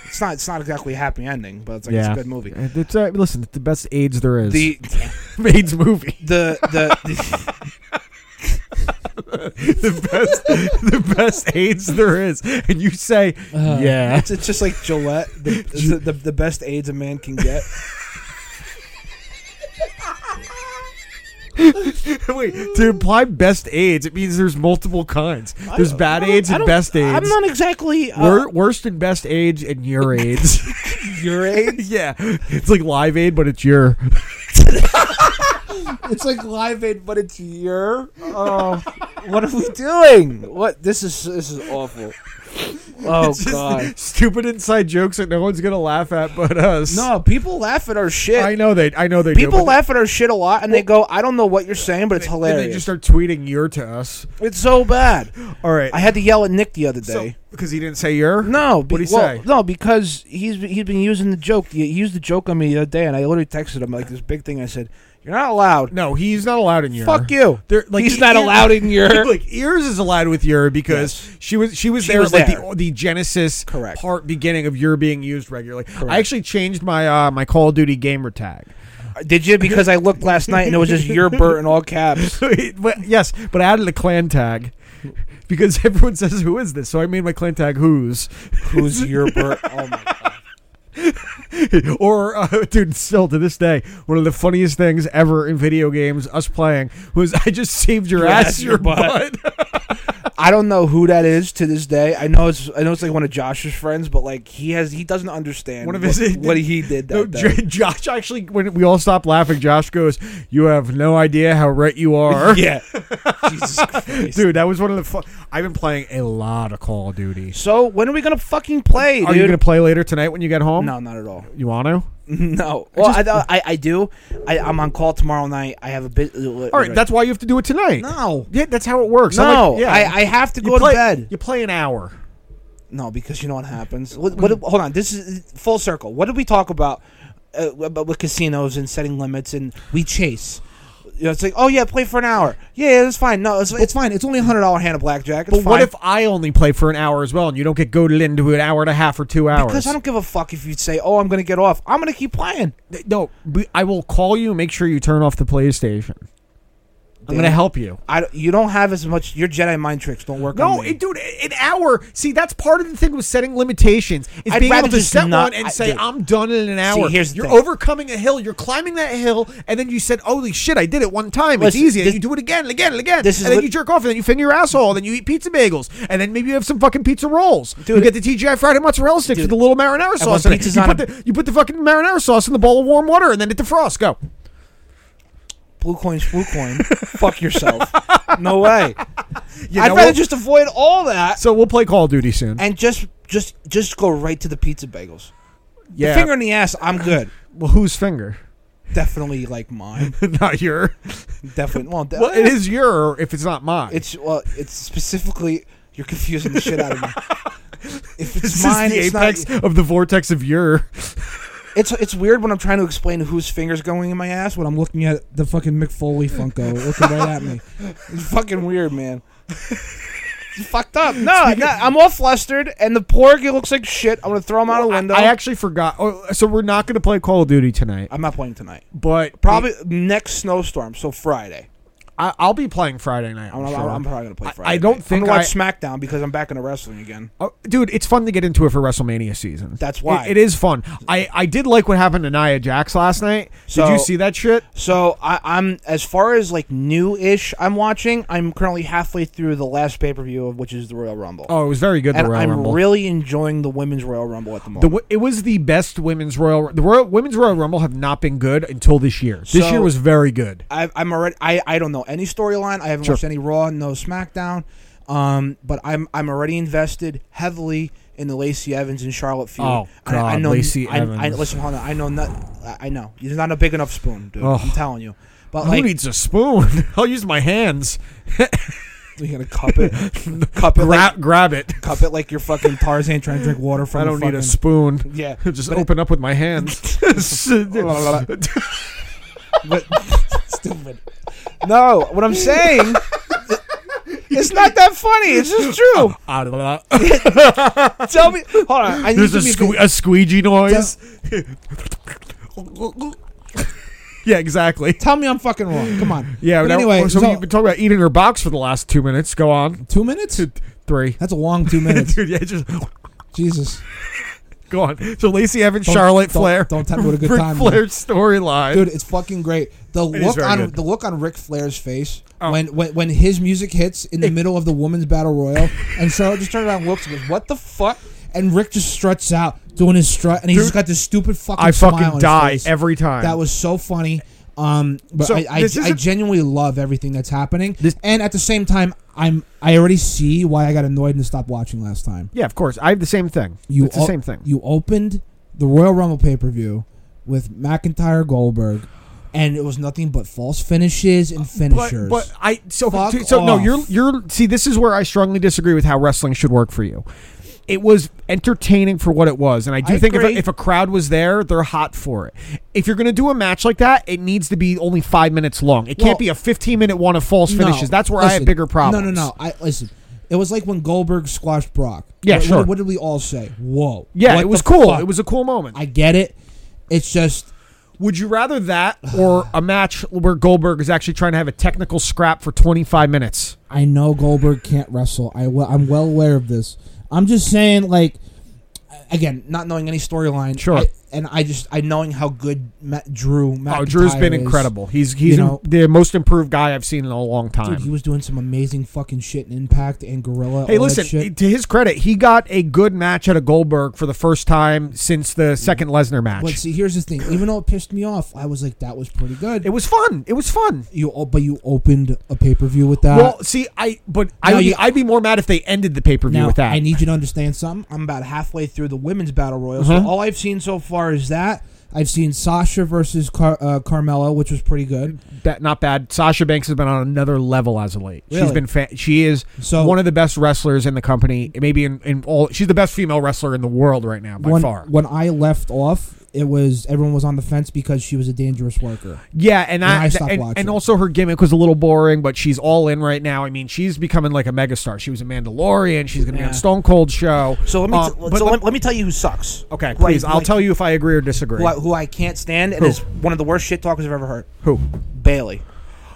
S2: it's not. It's not exactly a happy ending, but it's, like, it's
S1: Yeah.
S2: a good movie.
S1: It's uh, listen, it's the best AIDS there is.
S2: The
S1: [laughs] AIDS movie,
S2: the the, the
S1: [laughs] the best, the best AIDS there is, and you say,
S2: Uh.
S1: yeah, [laughs]
S2: it's, it's just like Gillette, the, the, the the best AIDS a man can get.
S1: Wait, to imply best AIDS, it means there's multiple kinds. [laughs] There's
S2: I-
S1: bad
S2: I don't-
S1: AIDS
S2: I
S1: and
S2: don't-
S1: best AIDS.
S2: I'm not exactly uh,
S1: Wor- worst and best AIDS and [laughs] your AIDS.
S2: your
S1: [laughs]
S2: AIDS.
S1: yeah, it's like Live Aid, but it's your.
S2: [laughs] It's like Live Aid, but
S1: [laughs]
S2: it's your. Oh, what are we doing? What this is this is awful.
S1: [laughs]
S2: Oh
S1: It's just
S2: god.
S1: stupid inside jokes that no one's gonna laugh at but us.
S2: No, people laugh at our shit.
S1: I know they. I know they. do,
S2: people
S1: but
S2: laugh at our shit a lot, and they go, "I don't know what you're saying, but it's
S1: then
S2: hilarious.
S1: They just start tweeting your to us.
S2: it's so
S1: [laughs]
S2: bad."
S1: All right,
S2: I had to yell at Nick the other
S1: so
S2: day.
S1: because he didn't say your.
S2: no,
S1: What'd
S2: be-
S1: he
S2: well,
S1: say?
S2: no, because he's he's been using the joke. He used the joke on me the other day, and I literally texted him like this big thing. I said, "You're not allowed.
S1: No, he's not allowed in your.
S2: Fuck you.
S1: They're- like,
S2: he's not
S1: ear-
S2: allowed in your."
S1: [laughs] like ears is allowed with your because she was she was
S2: She
S1: there
S2: was
S1: like
S2: there.
S1: the the genesis
S2: Correct.
S1: part beginning of your being used regularly.
S2: Correct.
S1: I actually changed my uh, my Call of Duty gamer tag. [laughs]
S2: Did you? Because I looked last night and it was just your Bert in
S1: [laughs]
S2: all caps.
S1: but yes, but I added a clan tag [laughs] because everyone says who is this, so I made my clan tag who's.
S2: Who's your Bert? Oh my god.
S1: [laughs] or uh, dude, still to this day, one of the funniest things ever in video games, us playing, was I just saved your ass, your, butt. [laughs]
S2: I don't know who that is to this day. I know it's I know it's like one of Josh's friends, but like he has he doesn't understand
S1: One of
S2: what,
S1: his-
S2: what he did
S1: [laughs]
S2: that
S1: No,
S2: day.
S1: J- Josh actually, when we all stopped laughing, Josh goes, "You have no idea how right you [laughs] are."
S2: [laughs] yeah. Jesus Christ.
S1: [laughs] Dude, that was one of the. Fu- I've been playing a lot of Call of Duty.
S2: So when are we gonna fucking play, dude?
S1: Are you gonna play later tonight when you get home?
S2: no, not at all. [laughs]
S1: You want to?
S2: No. Well, I, don't- I I do. I, I'm on call tomorrow night. I have a bit. uh,
S1: All right, that's why you have to do it tonight.
S2: no,
S1: Yeah, that's how it works. I'm
S2: no.
S1: like, yeah.
S2: I, I have to
S1: You
S2: go
S1: play-
S2: to bed.
S1: You play an hour.
S2: No, because you know what happens. What,
S1: Mm.
S2: what, hold on, this is full circle. What did we talk about, uh, about with casinos and setting limits? And
S4: We chase.
S2: you know, it's like, oh yeah, play for an hour. Yeah, yeah it's fine. No, it's, it's fine. It's only a hundred dollar hand of blackjack. It's
S1: But what
S2: fine.
S1: if I only play for an hour as well, and you don't get goaded into an hour and a half or two hours?
S2: Because I don't give a fuck if you say, oh, I'm gonna get off. I'm gonna keep playing.
S1: No, b- I will call you. and Make sure you turn off the PlayStation. I'm gonna
S2: Damn.
S1: help you.
S2: I don't- you don't have as much. Your Jedi mind tricks don't work.
S1: No,
S2: on me.
S1: it, dude, an hour. See, that's part of the thing with setting limitations. Is
S2: I'd
S1: being able
S2: rather
S1: to
S2: just
S1: set one
S2: not-
S1: and
S2: I-
S1: say,
S2: dude.
S1: "I'm done in an hour."
S2: here's the
S1: you're
S2: thing.
S1: overcoming a hill. You're climbing that hill, and then you said, "Holy shit, I did it one time.
S2: Listen,
S1: it's easy."
S2: this-
S1: and you do it again and again and again.
S2: This is
S1: and then
S2: lit-
S1: you jerk off, and then you finger your asshole, and then you eat pizza bagels, and then maybe you have some fucking pizza rolls. you get the TGI Friday mozzarella sticks with the little marinara sauce.
S2: when
S1: in it.
S2: pizza's
S1: You
S2: on
S1: put,
S2: a-
S1: the, you put the fucking marinara sauce in the bowl of warm water, and then it defrosts. Go.
S2: blue coin, blue coin.
S1: [laughs]
S2: fuck yourself. No way. I'd
S1: know
S2: rather
S1: what?
S2: just avoid all that
S1: So we'll play Call of Duty soon.
S2: and just just just go right to the pizza bagels.
S1: yeah.
S2: The finger in the ass. I'm good.
S1: well, whose finger?
S2: Definitely like mine.
S1: [laughs] Not your.
S2: Definitely. Well, de-
S1: Well, it is your if it's not mine.
S2: It's well. It's specifically. You're confusing the shit
S1: [laughs]
S2: out of me. If it's
S1: This
S2: mine,
S1: is
S2: it's
S1: the apex
S2: not.
S1: of the vortex of your.
S2: It's it's weird when I'm trying to explain whose finger's going in my ass. When I'm
S4: I'm looking at the fucking Mick Foley Funko looking right at me.
S2: it's fucking weird, man. It's fucked up. No, I'm, not, I'm all flustered, and the pork it looks like shit. I'm gonna throw him out a window.
S1: I actually forgot. Oh, so we're not going to play Call of Duty tonight,
S2: I'm not playing tonight.
S1: but
S2: Probably next snowstorm, so Friday.
S1: I, I'll be playing Friday night.
S2: I'm,
S1: I'm
S2: I'm,
S1: sure.
S2: I'm probably gonna play
S1: I-
S2: Friday.
S1: I don't
S2: night. I'm
S1: think
S2: gonna watch
S1: I-
S2: SmackDown because I'm back into wrestling again.
S1: Oh, dude, it's fun to get into it for WrestleMania season.
S2: That's why.
S1: It- it is fun. I, I did like what happened to Nia Jax last night. Did
S2: So-
S1: you see that shit?
S2: So I, I'm as far as like new ish. I'm watching. I'm currently halfway through the last pay per view of which is the Royal Rumble,
S1: Oh, it was very good.
S2: and
S1: the Royal
S2: I'm
S1: Rumble.
S2: really enjoying the women's Royal Rumble at the
S1: the,
S2: moment.
S1: w- it was the best women's Royal. The Royal women's Royal Rumble have not been good until this year. This
S2: So-
S1: year was very good.
S2: I, I'm already. I, I don't know any storyline. I haven't watched any Raw, no SmackDown. Um, but I'm I'm already invested heavily in the Lacey Evans and Charlotte feud.
S1: Oh,
S2: And I, I
S1: God,
S2: know
S1: Lacey
S2: I, I,
S1: Evans.
S2: listen, hold on. I know not. I- I know you're not a big enough spoon, dude.
S1: Ugh.
S2: I'm telling you. But
S1: Who
S2: like,
S1: needs a spoon? [laughs] I'll use my hands.
S2: you're [laughs] gonna cup
S1: [laughs]
S2: it, cup it,
S1: Gra-
S2: like,
S1: grab it.
S2: cup it like you're fucking Tarzan trying to drink water from.
S1: I don't need a
S2: fucking-
S1: spoon. [laughs]
S2: Yeah,
S1: Just
S2: but it-
S1: open up with my
S4: [laughs]
S1: hands.
S2: [laughs] but stupid. No, what I'm
S1: [laughs]
S2: saying, it's not that funny. It's just true. Tell me, hold on. I need
S1: There's
S2: to
S1: a,
S2: be
S1: sque- a squeegee
S4: [laughs]
S1: noise. yeah, exactly.
S2: Tell me I'm fucking wrong. Come on.
S1: [laughs] Yeah.
S4: But
S1: now-
S4: anyway,
S1: so,
S4: so-
S1: we've been talking about eating her box for the last two minutes. Go on.
S4: Two minutes?
S1: Three. [laughs]
S4: That's a long two minutes.
S1: Dude, yeah, just
S4: Jesus.
S1: go on. So Lacey Evans,
S4: Don't-
S1: Charlotte
S4: don't-
S1: Flair,
S4: don't tell me what a good
S1: Ric
S4: time,
S1: Flair storyline.
S4: Dude, it's fucking great. The
S1: is
S4: look
S1: very
S4: on
S1: good.
S4: the look on Ric Flair's face
S1: Oh.
S4: when, when when his music hits in the middle of the women's battle royal and Charlotte just turns around and looks and goes, What the fuck? And Rick just struts out doing his strut and he's
S1: Dude,
S4: just got this stupid fucking
S1: I
S4: smile on
S1: fucking
S4: his
S1: die
S4: face.
S1: every time.
S4: That was so funny. Um, but
S1: So,
S4: I, I,
S1: this
S4: I
S1: isn't-
S4: genuinely love everything that's happening.
S1: This-
S4: and at the same time, I'm I already see why I got annoyed and stopped watching last time.
S1: yeah, of course. I have the same thing.
S4: You
S1: it's the
S4: o-
S1: same thing.
S4: You opened the Royal Rumble pay per view with McIntyre Goldberg, and it was nothing but false finishes and finishers.
S1: But, but I so
S4: Fuck
S1: so no.
S4: off.
S1: You're you're see. This is where I strongly disagree with how wrestling should work for you. It was entertaining for what it was, and I do
S2: I
S1: think if a,
S2: agree.
S1: if a crowd was there, they're hot for it. If you're going to do a match like that, it needs to be only five minutes long. It
S4: Well-
S1: can't be a 15 minute one of false
S4: No,
S1: finishes. That's where I have
S4: listen,
S1: bigger problems.
S4: No, no, no. I listen. It was like when Goldberg squashed Brock.
S1: Yeah,
S4: What- what,
S1: sure.
S4: What, did we all say? Whoa.
S1: Yeah,
S4: What
S1: it
S4: the
S1: was cool.
S4: fuck?
S1: It was a cool moment.
S4: I get it. It's just
S1: Would you rather that or a match where Goldberg is actually trying to have a technical scrap for 25 minutes?
S4: I know Goldberg can't wrestle. I am well aware of this. I'm just saying, like,
S3: again, not knowing any storyline.
S1: Sure.
S3: I- and I just I knowing how good Ma- Drew. McIntyre
S1: Oh, Drew's been
S3: is.
S1: incredible. He's he's
S3: You know-
S1: in- the most improved guy I've seen in a long time.
S3: Dude, he was doing some amazing fucking shit in Impact and Gorilla.
S1: Hey,
S3: all that
S1: listen,
S3: shit.
S1: to his credit, he got a good match out of Goldberg for the first time since the second Lesnar match.
S3: But see, here's the thing. Even though it pissed me off, I was like, that was pretty good.
S1: it was fun. It was fun.
S3: you o- but you opened a pay per view with that.
S1: well, see, I but I
S3: Now
S1: would be,
S3: Uh, you-
S1: I'd be more mad if they ended the pay per view
S3: now
S1: with that.
S3: I need you to understand something. I'm about halfway through the women's battle royal,
S1: Mhm.
S2: Uh-huh.
S3: so all I've seen so far is that. I've seen Sasha versus Car- uh, Carmella, which was pretty good.
S1: That- not bad. Sasha Banks has been on another level as of late. She's
S3: Really?
S1: been fa- she is
S3: So
S1: one of the best wrestlers in the company. Maybe in, in all she's the best female wrestler in the world right now by
S3: when,
S1: far.
S3: when I left off, it was everyone was on the fence because she was a dangerous worker.
S1: Yeah, and, I,
S3: I stopped
S1: and,
S3: watching.
S1: and also her gimmick was a little boring, but she's all in right now. I mean, she's becoming like a megastar. She was a Mandalorian. She's going to be
S3: Yeah.
S1: on Stone Cold show.
S2: So let me
S1: Uh,
S2: t-
S1: but
S2: so
S1: let-
S2: let, let me tell you who sucks.
S1: okay,
S2: Who I-
S1: please.
S2: who
S1: I'll
S2: I-
S1: tell you if I agree or disagree.
S2: who I, who I can't stand and
S1: Who?
S2: is one of the worst shit talkers I've ever heard.
S1: Who?
S2: Bailey.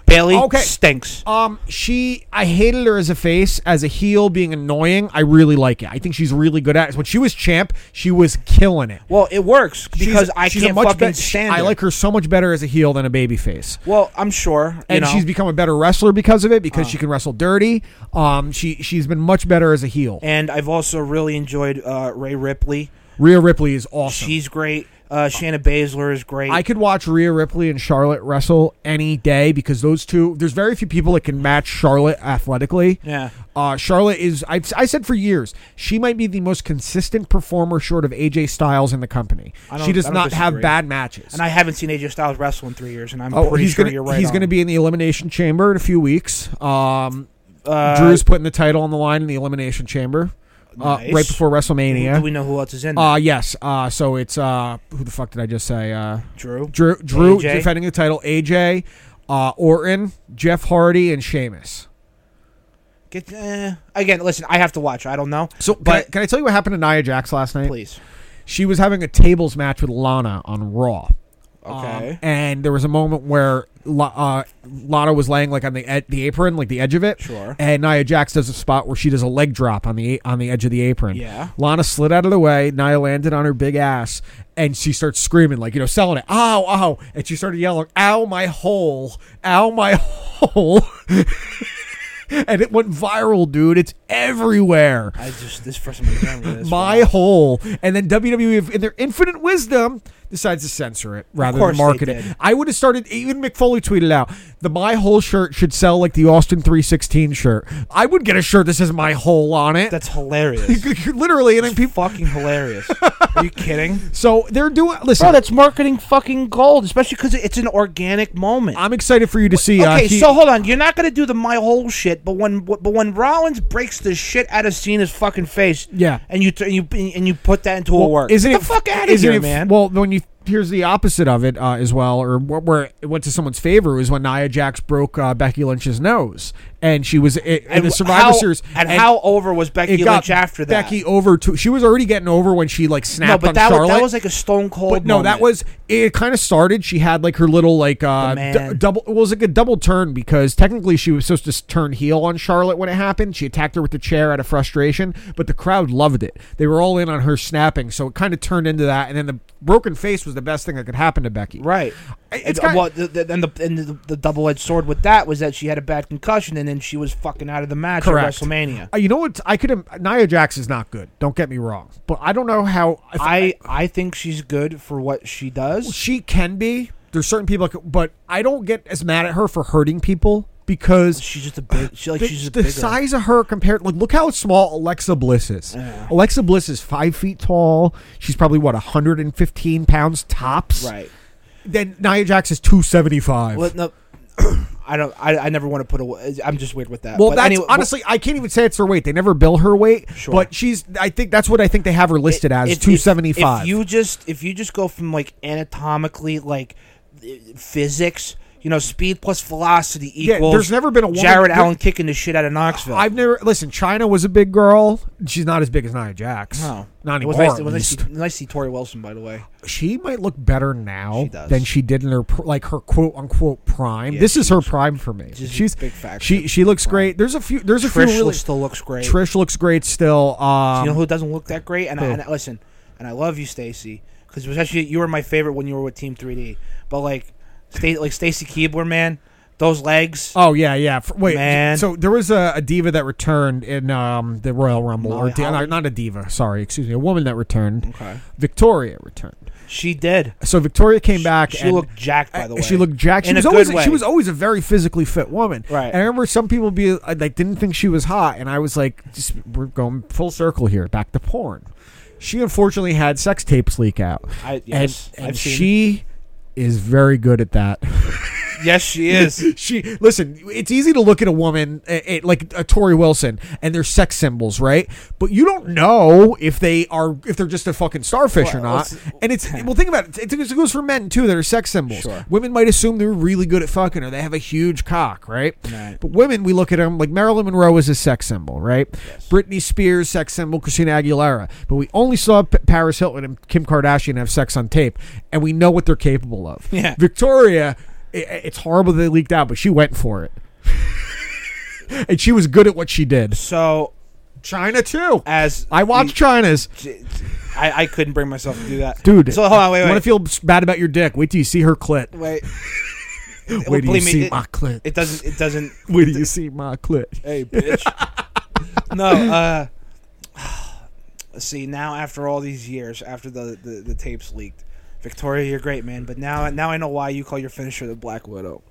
S2: Bailey
S1: Okay.
S2: stinks.
S1: Um, she. I hated her as a face, as a heel, being annoying. I really like it. I think she's really good at it. When she was champ, she was killing it.
S2: Well, it works because
S1: She's-
S2: I
S1: she's
S2: can't
S1: a much
S2: fucking
S1: bet-
S2: stand.
S1: I
S2: her.
S1: like her so much better as a heel than a babyface.
S2: Well, I'm sure. You
S1: and
S2: know. Uh.
S1: she's become a better wrestler because of it. Because she can wrestle dirty. Um, she she's been much better as a heel.
S2: and I've also really enjoyed uh, Ray Ripley.
S1: Rhea Ripley is awesome.
S2: She's great. Uh, Shanna Baszler is great.
S1: I could watch Rhea Ripley and Charlotte wrestle any day because those two. There's very few people that can match Charlotte athletically.
S2: Yeah.
S1: Uh, Charlotte is. I've, I said for years she might be the most consistent performer short of AJ Styles in the company.
S2: I don't-
S1: She does
S2: I don't
S1: not have
S2: disagree.
S1: bad matches.
S2: and I haven't seen AJ Styles wrestle in three years, and I'm
S1: oh,
S2: pretty
S1: he's
S2: sure
S1: gonna
S2: you're right.
S1: he's gonna
S2: on.
S1: be in the elimination chamber in a few weeks. Um,
S2: Uh,
S1: Drew's putting the title on the line in the elimination chamber uh,
S2: Nice.
S1: right before WrestleMania.
S2: Do we know who else is in? there?
S1: Uh yes. Uh so it's uh who the fuck did I just say? Uh
S2: Drew.
S1: Drew Drew
S2: AJ.
S1: defending the title, AJ, uh Orton, Jeff Hardy, and Sheamus.
S2: Get, eh. Again, listen. I have to watch. I don't know.
S1: So but
S2: But-
S1: can I, tell you what happened to Nia Jax last night?
S2: Please.
S1: She was having a tables match with Lana on Raw.
S2: Okay.
S1: Um, and there was a moment where La- uh, Lana was laying like on the ed- the apron, like the edge of it.
S2: Sure.
S1: And Nia Jax does a spot where she does a leg drop on the e, on the edge of the apron.
S2: Yeah.
S1: Lana slid out of the way. Nia landed on her big ass, and she starts screaming like you know, selling it. Ow, ow! And she started yelling, "Ow, my hole! Ow, my [laughs] hole!" and it went viral, dude. It's everywhere
S2: I just this first time I've done with this.
S1: my hole. And then WWE, in their infinite wisdom, decides to censor it rather than
S2: course they
S1: market it.
S2: did.
S1: I would have started. Even McFoley tweeted out the my hole shirt should sell like the Austin three sixteen shirt. I would get a shirt that says my hole on it.
S2: That's hilarious.
S1: [laughs] literally, and then people. [laughs]
S2: fucking hilarious. Are you kidding?
S1: So they're doing. Listen,
S2: Bro, that's marketing fucking gold, especially because it's an organic moment.
S1: I'm excited for you to see. uh,
S2: okay,
S1: he-
S2: so hold on. You're not gonna do the my whole shit, but when but when Rollins breaks the shit out of Cena's fucking face,
S1: Yeah.
S2: and you t- you and you put that into a
S1: Well,
S2: work,
S1: Isn't
S2: Get
S1: it
S2: the fuck out of
S1: isn't
S2: here,
S1: it-
S2: man?
S1: Well, when you here's the opposite of it uh, as well, or wh- where it went to someone's favor was when Nia Jax broke uh, Becky Lynch's nose, and she was i in
S2: and
S1: the
S2: wh-
S1: Survivor
S2: how,
S1: Series,
S2: and, how over was Becky
S1: it got
S2: Lynch after that?
S1: Becky over to she was already getting over when she like snapped
S2: no, but
S1: on
S2: that was,
S1: Charlotte.
S2: that was like a Stone Cold.
S1: but no, that
S2: moment.
S1: was it. Kind of started. She had like her little like uh
S2: The
S1: d-
S2: man.
S1: double. It was like a double turn because technically she was supposed to s- turn heel on Charlotte when it happened. She attacked her with the chair out of frustration, but the crowd loved it. They were all in on her snapping, so it kind of turned into that. And then the broken face was the best thing that could happen to Becky.
S2: right.
S1: I- it's
S2: and, uh,
S1: kind-
S2: well, the, the, and the and the, the double edged sword with that was that she had a bad concussion, and then she was fucking out of the match
S1: Correct.
S2: at WrestleMania.
S1: Uh, You know what? I could. im- Nia Jax is not good. Don't get me wrong, but I don't know how. if
S2: I I think she's good for what she does.
S1: she can be. There's certain people, that c- but I don't get as mad at her for hurting people because
S2: She's just a big. She like
S1: the,
S2: she's just
S1: the
S2: bigger.
S1: size of her compared. Like, look how small Alexa Bliss is.
S2: Yeah.
S1: Alexa Bliss is five feet tall. She's probably what 115 pounds tops.
S2: right?
S1: Then Nia Jax is 275.
S2: Well, no, [clears throat] I don't. I, I never want to put a. I'm just weird with that.
S1: well,
S2: But
S1: that's
S2: anyway,
S1: honestly, I can't even say it's her weight. They never bill her weight,
S2: Sure.
S1: but she's. I think that's what I think they have her listed as
S2: if- if-
S1: 275.
S2: If you just if you just go from like anatomically like uh, physics, you know, speed plus velocity
S1: Yeah,
S2: equals.
S1: there's never been a woman-
S2: Jared
S1: there-
S2: Allen kicking the shit out of Knoxville.
S1: I've never listen. China was a big girl. She's not as big as Nia Jax.
S2: no,
S1: not
S2: It
S1: anymore.
S2: was nice,
S1: at
S2: it was nice,
S1: least.
S2: to see- nice to see Tori Wilson, by the
S1: [laughs]
S2: way.
S1: she might look better now
S2: She does.
S1: than she did in her pr- like her quote unquote prime.
S2: Yeah,
S1: this is her prime for me.
S2: she's a
S1: She's
S2: big factor.
S1: She she looks great. There's a few. There's a
S2: Trish
S1: few really.
S2: still looks great.
S1: Trish looks great still. Um,
S2: you know who doesn't look that great? And, I,
S1: Who?
S2: and I, listen, and I love you, Stacy, because especially you were my favorite when you were with Team 3D. But like, Sta- like Stacy Keebler, man, those legs.
S1: Oh yeah, yeah. F- wait,
S2: Man.
S1: so there was a, a diva that returned in um, the Royal Rumble, or
S2: Molly
S1: di-
S2: Holly?
S1: not, not a diva. Sorry, excuse me, a woman that returned.
S2: Okay,
S1: Victoria returned.
S2: she did.
S1: So Victoria came back.
S2: She
S1: and
S2: looked jacked, by the way.
S1: She looked jacked. She
S2: In a
S1: was
S2: good
S1: always
S2: way.
S1: she was always a very physically fit woman.
S2: Right.
S1: And I remember some people be uh, like didn't think she was hot, and I was like, just, we're going full circle here, back to porn. She unfortunately had sex tapes leak out,
S2: I, yes,
S1: and, and
S2: I've seen-
S1: she is very good at that. [laughs]
S2: Yes, she is.
S1: she listen. It's easy to look at a woman, eh, eh, like a Tori Wilson, and their sex symbols, right? But you don't know if they are if they're just a fucking starfish or
S2: Well,
S1: not.
S2: let's-
S1: And
S2: [laughs]
S1: it's well, think about it. It, it goes for men too that are sex symbols.
S2: Sure.
S1: Women might assume they're really good at fucking or they have a huge cock, right?
S2: Right.
S1: But women, we look at them like Marilyn Monroe is a sex symbol, right? Britney Spears sex symbol, Christina Aguilera. But we only saw P- Paris Hilton and Kim Kardashian have sex on tape, and we know what they're capable of.
S2: Yeah.
S1: Victoria, i i- it's horrible they leaked out, but she went for it. [laughs] and she was good at what she did.
S2: So
S1: China, too.
S2: as
S1: I watched China's.
S2: we- I, I couldn't bring myself to do that,
S1: Dude,
S2: So hold on, wait,
S1: you want
S2: wait,
S1: to feel s- bad about your dick? Wait till you see her clit.
S2: wait. Well,
S1: [laughs] Wait till you
S2: believe me,
S1: see
S2: it-
S1: my clit.
S2: It doesn't. It doesn't.
S1: Wait till you see my clit.
S2: Hey, bitch. [laughs] no. Uh, [sighs] see, now after all these years, after the, the the tapes leaked, Victoria, you're great, man. But now, now I know why you call your finisher the Black Widow.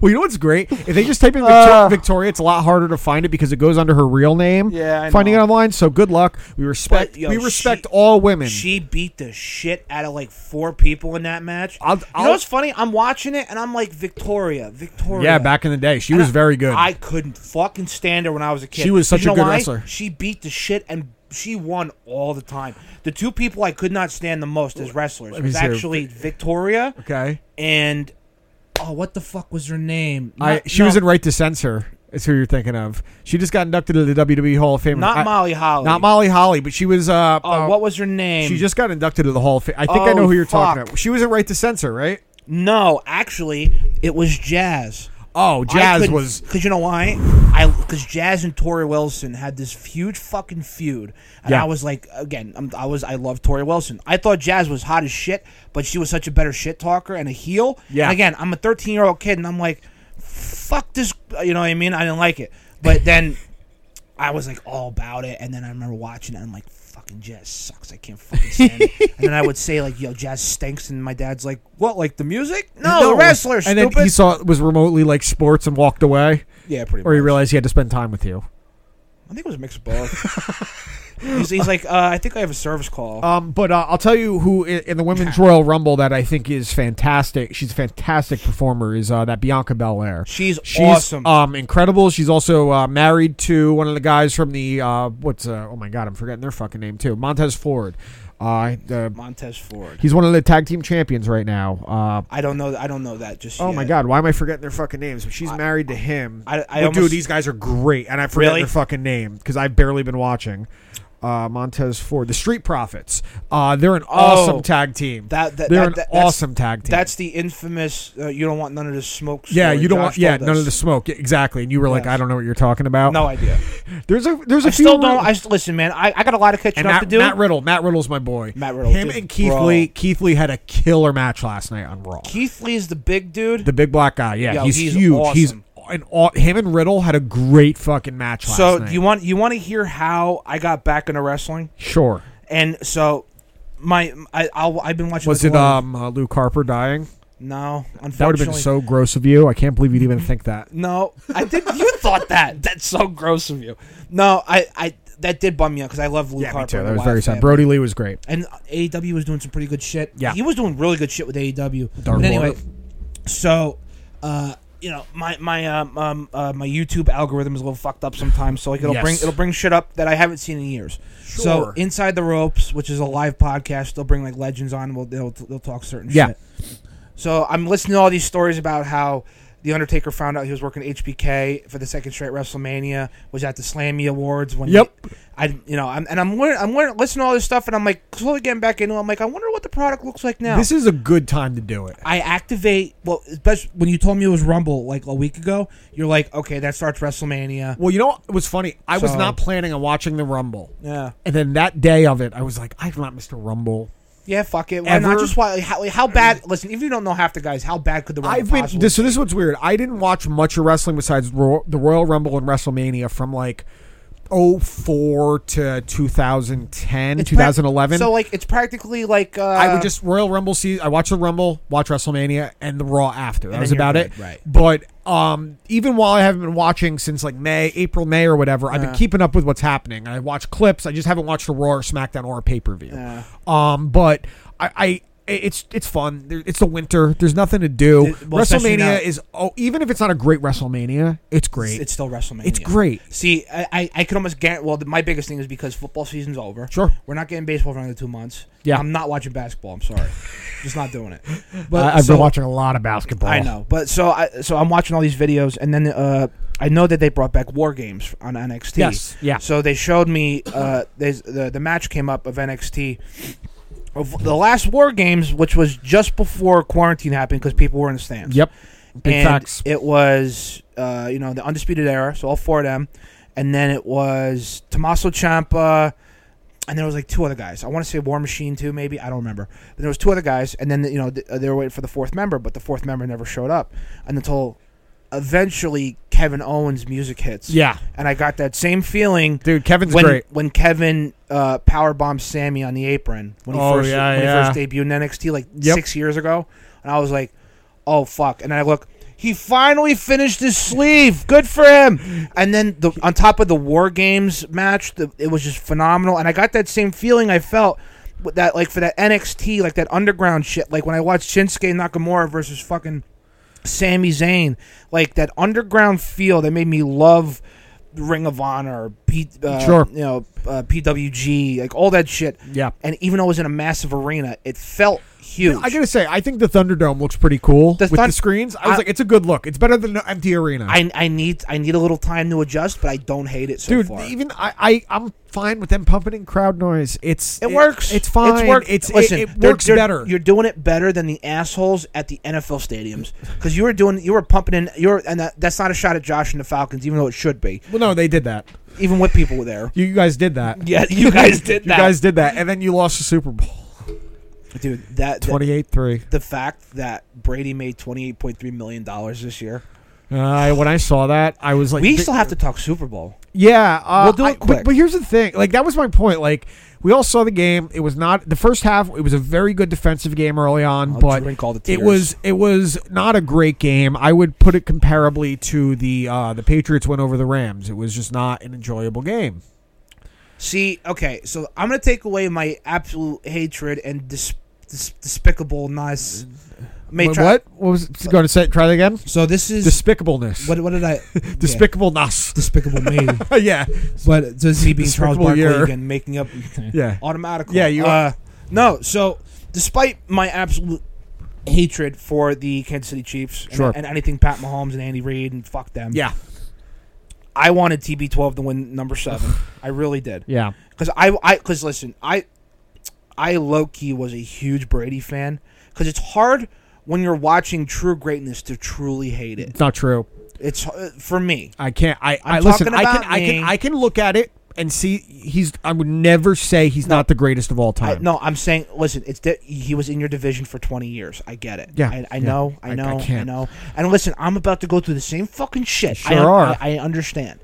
S1: Well, you know what's great? If they just type in Victor-
S2: Uh.
S1: Victoria, it's a lot harder to find it because it goes under her real name.
S2: Yeah, I
S1: finding it
S2: know.
S1: online. So good luck. We respect.
S2: But, yo,
S1: we
S2: she-
S1: respect all women.
S2: She beat the shit out of like four people in that match.
S1: I'll-
S2: you know
S1: I'll-
S2: what's funny? I'm watching it and I'm like Victoria, Victoria.
S1: yeah, back in the day, she
S2: And
S1: was
S2: I-
S1: very good.
S2: I couldn't fucking stand her when I was a kid.
S1: She was
S2: 'Cause
S1: such
S2: you
S1: a
S2: know
S1: good
S2: why?
S1: wrestler.
S2: She beat the shit and she won all the time. The two people I could not stand the most as wrestlers
S1: me
S2: was
S1: see her.
S2: actually Victoria
S1: okay,
S2: and oh, what the fuck was her name?
S1: I
S2: Not-
S1: she was
S2: no,
S1: in Right to Censor. Is who you're thinking of? She just got inducted to the WWE Hall of Fame.
S2: not
S1: I-
S2: Molly Holly.
S1: Not Molly Holly, but she was. Uh,
S2: Oh,
S1: uh,
S2: what was her name?
S1: she just got inducted to the Hall of Fame. I think I know
S2: Oh,
S1: who you're talking
S2: fuck.
S1: about. She was in Right to Censor, right?
S2: no. Actually, it was Jazz.
S1: Oh, Jazz was.
S2: because you know why? I because Jazz and Tori Wilson had this huge fucking feud, and
S1: Yeah.
S2: I was like, again, I'm, I was I love Tori Wilson. I thought Jazz was hot as shit, but she was such a better shit talker and a heel.
S1: Yeah.
S2: And again, I'm a 13 year old kid, and I'm like, fuck this. You know what I mean? I didn't like it, but then I was like all about it, and then I remember watching it, and I'm like. Fucking jazz sucks. I can't fucking
S1: [laughs]
S2: stand it. and then I would say like, "Yo, jazz stinks," and my dad's like, "What? Like the music? No, the wrestler."
S1: And then
S2: stupid."
S1: he saw it was remotely like sports and walked away,
S2: yeah, pretty.
S1: or he
S2: much.
S1: realized he had to spend time with you.
S2: I think it was a mix of both.
S1: [laughs]
S2: he's, he's like, uh, I think I have a service call.
S1: Um, but uh, I'll tell you who in, in the women's Royal Rumble that I think is fantastic. She's a fantastic performer. Is uh, that Bianca Belair?
S2: she's,
S1: She's
S2: awesome.
S1: um, incredible. She's also uh, married to one of the guys from the uh, what's uh, oh my god, I'm forgetting their fucking name too. Montez Ford. Uh, the,
S2: Montez Ford.
S1: he's one of the tag team champions right now. Uh,
S2: I don't know. I don't know that. Just
S1: oh
S2: yet.
S1: my god, why am I forgetting their fucking names? But she's married to him.
S2: I- I
S1: But dude,
S2: almost-
S1: these guys are great, and I forget
S2: Really?
S1: their fucking name because I've barely been watching. Uh, Montez Ford, the Street Profits. Uh, they're an awesome tag team.
S2: Oh. That, that,
S1: They're
S2: that,
S1: an
S2: that- that's-
S1: awesome tag team.
S2: That's the infamous. Uh, you don't want none of this smoke. Story.
S1: yeah, you don't want
S2: Josh
S1: yeah
S2: told
S1: none
S2: us.
S1: of the smoke Yeah, exactly. And you were like,
S2: Yes.
S1: I don't know what you're talking about.
S2: No idea.
S1: there's a there's a
S2: I
S1: few
S2: still don't.
S1: real-
S2: I s- listen, man. I, I got a lot of catching
S1: and
S2: up
S1: Matt,
S2: to do.
S1: Matt Riddle. Matt Riddle's my boy.
S2: Matt Riddle,
S1: Him
S2: dude,
S1: and Keith
S2: bro.
S1: Lee. Keith Lee had a killer match last night on Raw.
S2: Keith Lee is the big dude.
S1: the big black guy. Yeah,
S2: Yo,
S1: he's,
S2: he's
S1: huge.
S2: awesome.
S1: He's and all, him and Riddle had a great fucking match last
S2: so
S1: night.
S2: you want you want to hear how I got back into wrestling?
S1: sure?
S2: And so my I I'll, I've been watching.
S1: Was
S2: the
S1: it
S2: Glow.
S1: um uh, Luke Harper dying?
S2: No, unfortunately,
S1: That would have been so gross of you. I can't believe you'd even think that.
S2: No, I did. you thought that. That's so gross of you. No, I, I that did bum me out because I love Luke
S1: Yeah, me
S2: Harper.
S1: too.
S2: and
S1: That
S2: the
S1: was
S2: Wild
S1: very sad.
S2: Family.
S1: Brody Lee was great.
S2: And AEW was doing some pretty good shit.
S1: Yeah.
S2: he was doing really good shit with AEW.
S1: Dark
S2: but anyway,
S1: Order.
S2: so uh, you know, my my um, um uh, my YouTube algorithm is a little fucked up sometimes, so like it'll
S1: Yes.
S2: bring it'll bring shit up that I haven't seen in years. So
S1: Sure.
S2: inside the ropes, which is a live podcast, they'll bring like legends on. We'll they'll, they'll talk certain
S1: Yeah.
S2: shit. So I'm listening to all these stories about how the Undertaker found out he was working HBK for the second straight WrestleMania. Was at the Slammy Awards when
S1: Yep.
S2: he- I you know I'm and I'm learning I'm learning listening to all this stuff and I'm like slowly getting back into. it. I'm like I wonder what the product looks like now.
S1: This is a good time to do it.
S2: I activate well, especially
S5: When you told me it was Rumble like a week ago, you're like, okay, that starts WrestleMania.
S1: Well, you know what was funny? I was
S5: So-
S1: not planning on watching the Rumble.
S2: yeah
S1: And then that day of it, I was like, I've not missed a Rumble.
S2: yeah fuck it. Why
S1: Ever?
S2: not just why how, like, how bad? Listen, if you don't know half the guys, how bad could the Rumble
S1: I've been
S2: possibly
S1: this, so this is what's weird. I didn't watch much of wrestling besides Ro- the Royal Rumble and WrestleMania from like 04 to 2010,
S2: It's prac-
S1: 2011.
S2: So like it's practically like uh,
S1: I would just Royal Rumble see. I watch the Rumble, watch WrestleMania, and the Raw after. That was
S2: you're
S1: about
S2: good,
S1: it.
S2: right.
S1: But um, even while I haven't been watching since like May, April, May or whatever, I've
S2: Uh.
S1: been keeping up with what's happening. I watch clips. I just haven't watched a Raw or SmackDown or a pay per view.
S2: Uh.
S1: Um, but I. I it's it's fun. There- It's the winter. There's nothing to do.
S5: It- well, especially
S1: WrestleMania
S5: now-
S1: is oh, even if it's not a great WrestleMania, it's great.
S2: it's still WrestleMania.
S1: It's great.
S2: See, I, I, I can almost guarantee. Well, the, my biggest thing is because football season's over.
S1: Sure.
S2: we're not getting baseball for another two months.
S1: Yeah.
S2: I'm not watching basketball. I'm sorry, just not doing it.
S1: [laughs] I,
S2: But
S1: have
S2: so-
S1: been watching a lot of basketball.
S2: I know, but so I so I'm watching all these videos, and then uh, I know that they brought back War Games on NXT.
S1: Yes, yeah.
S2: So they showed me uh, there's- the the match came up of NXT. Of the last War Games, which was just before quarantine happened, because people were in the stands.
S1: Yep. Big
S2: and
S1: facts.
S2: It was uh, you know the undisputed era, so all four of them, and then it was Tommaso Ciampa, and there was like two other guys. I want to say War Machine too, maybe I don't remember. But there was two other guys, and then you know th- uh, they were waiting for the fourth member, but the fourth member never showed up and until eventually Kevin Owens' music hits.
S1: Yeah,
S2: and I got that same feeling.
S1: dude. Kevin's
S2: when,
S1: great.
S2: when Kevin uh, power bombs Sammy on the apron when he
S1: Oh,
S2: first
S1: yeah,
S2: when
S1: yeah.
S2: he first debuted in NXT like
S1: Yep.
S2: six years ago, and I was like, "Oh fuck!" And I look, he finally finished his sleeve. Good for him. And then the, on top of the War Games match, the, it was just phenomenal, and I got that same feeling I felt. With that like for that NXT like that underground shit like when I watched Shinsuke Nakamura versus fucking Sami Zayn, like that underground feel that made me love Ring of Honor, P, uh,
S1: Sure.
S2: you know, uh, PWG, like all that shit.
S1: Yeah.
S2: And even though it was in a massive arena, it felt huge.
S1: I gotta say, I think the Thunderdome looks pretty cool
S2: The
S1: with
S2: Thun-
S1: the screens. I was
S2: I-
S1: like, it's a good look. It's better than an empty arena.
S2: I, I need I need a little time to adjust, but I don't hate it so
S1: Dude,
S2: far.
S1: even I, I, I'm fine with them pumping in crowd noise. It's
S2: it works.
S1: It's fine.
S2: It's work.
S1: It's it-
S2: Listen,
S1: it,
S2: they're-
S1: works
S2: they're-
S1: better.
S2: You're doing it better than the assholes at the NFL
S1: [laughs]
S2: stadiums because you were doing you were pumping in you're and that, that's not a shot at Josh and the Falcons, even though it should be,
S1: well, no, they did that.
S2: even with people were there.
S1: You, you guys did that.
S2: Yeah, you guys did
S1: You
S2: that,
S1: guys did that, and then you lost the Super Bowl,
S2: dude. That, that
S1: twenty-eight three.
S2: the fact that Brady made twenty eight point three million dollars this year.
S1: Uh, when I saw that, I was like,
S2: We
S1: th-
S2: still have to talk Super Bowl.
S1: Yeah, uh,
S2: We'll do it
S1: I- but-
S2: quick.
S1: But, here's the thing: like that was my point. Like we all saw the game. It was not the first half. It was a very good defensive game early on,
S2: I'll
S1: but
S2: drink all the
S1: it
S2: tears.
S1: was it was not a great game. I would put it comparably to the uh, the Patriots went over the Rams. It was just not an enjoyable game.
S2: See, okay, so I'm gonna take away my absolute hatred and dis- dis- despicable nice. May
S1: Wha-
S2: try-
S1: what? What was going to say? Try that again.
S5: So this is
S1: Despicableness.
S5: what? What did
S1: [laughs]
S5: I? yeah,
S1: Despicable Nas.
S5: despicable me.
S1: [laughs]
S2: [laughs]
S1: yeah,
S5: But does
S1: [laughs]
S5: he being Charles
S1: Despicable
S5: Barkley
S1: year.
S5: again, making
S1: [laughs]
S5: up?
S1: yeah.
S2: automatically.
S1: Yeah, you
S2: Uh,
S1: are-
S2: no, so despite my absolute hatred for the Kansas City Chiefs and,
S1: Sure.
S2: and anything Pat Mahomes and Andy Reid and fuck them,
S1: Yeah,
S2: I wanted TB12 to win number seven.
S1: [sighs]
S2: I really did.
S1: yeah,
S2: because I, I, because listen, I, I low key was a huge Brady fan because it's hard when you're watching true greatness to truly hate it.
S1: it's not true.
S2: It's uh, for me.
S1: I can't. I, I
S2: I'm
S1: listen.
S2: talking
S1: I can.
S2: about
S1: I can.
S2: me.
S1: I can look at it and see he's. I would never say he's not the greatest of all
S2: I,
S1: time.
S2: no, I'm saying, listen, it's that he was in your division for 20 years. I get it.
S1: Yeah,
S2: I, I
S1: yeah.
S2: know,
S1: I-
S2: I
S1: I
S2: know, I,
S1: can't.
S2: know. And listen, I'm about to go through the same fucking shit.
S1: You
S2: I,
S1: sure are.
S2: I, I understand.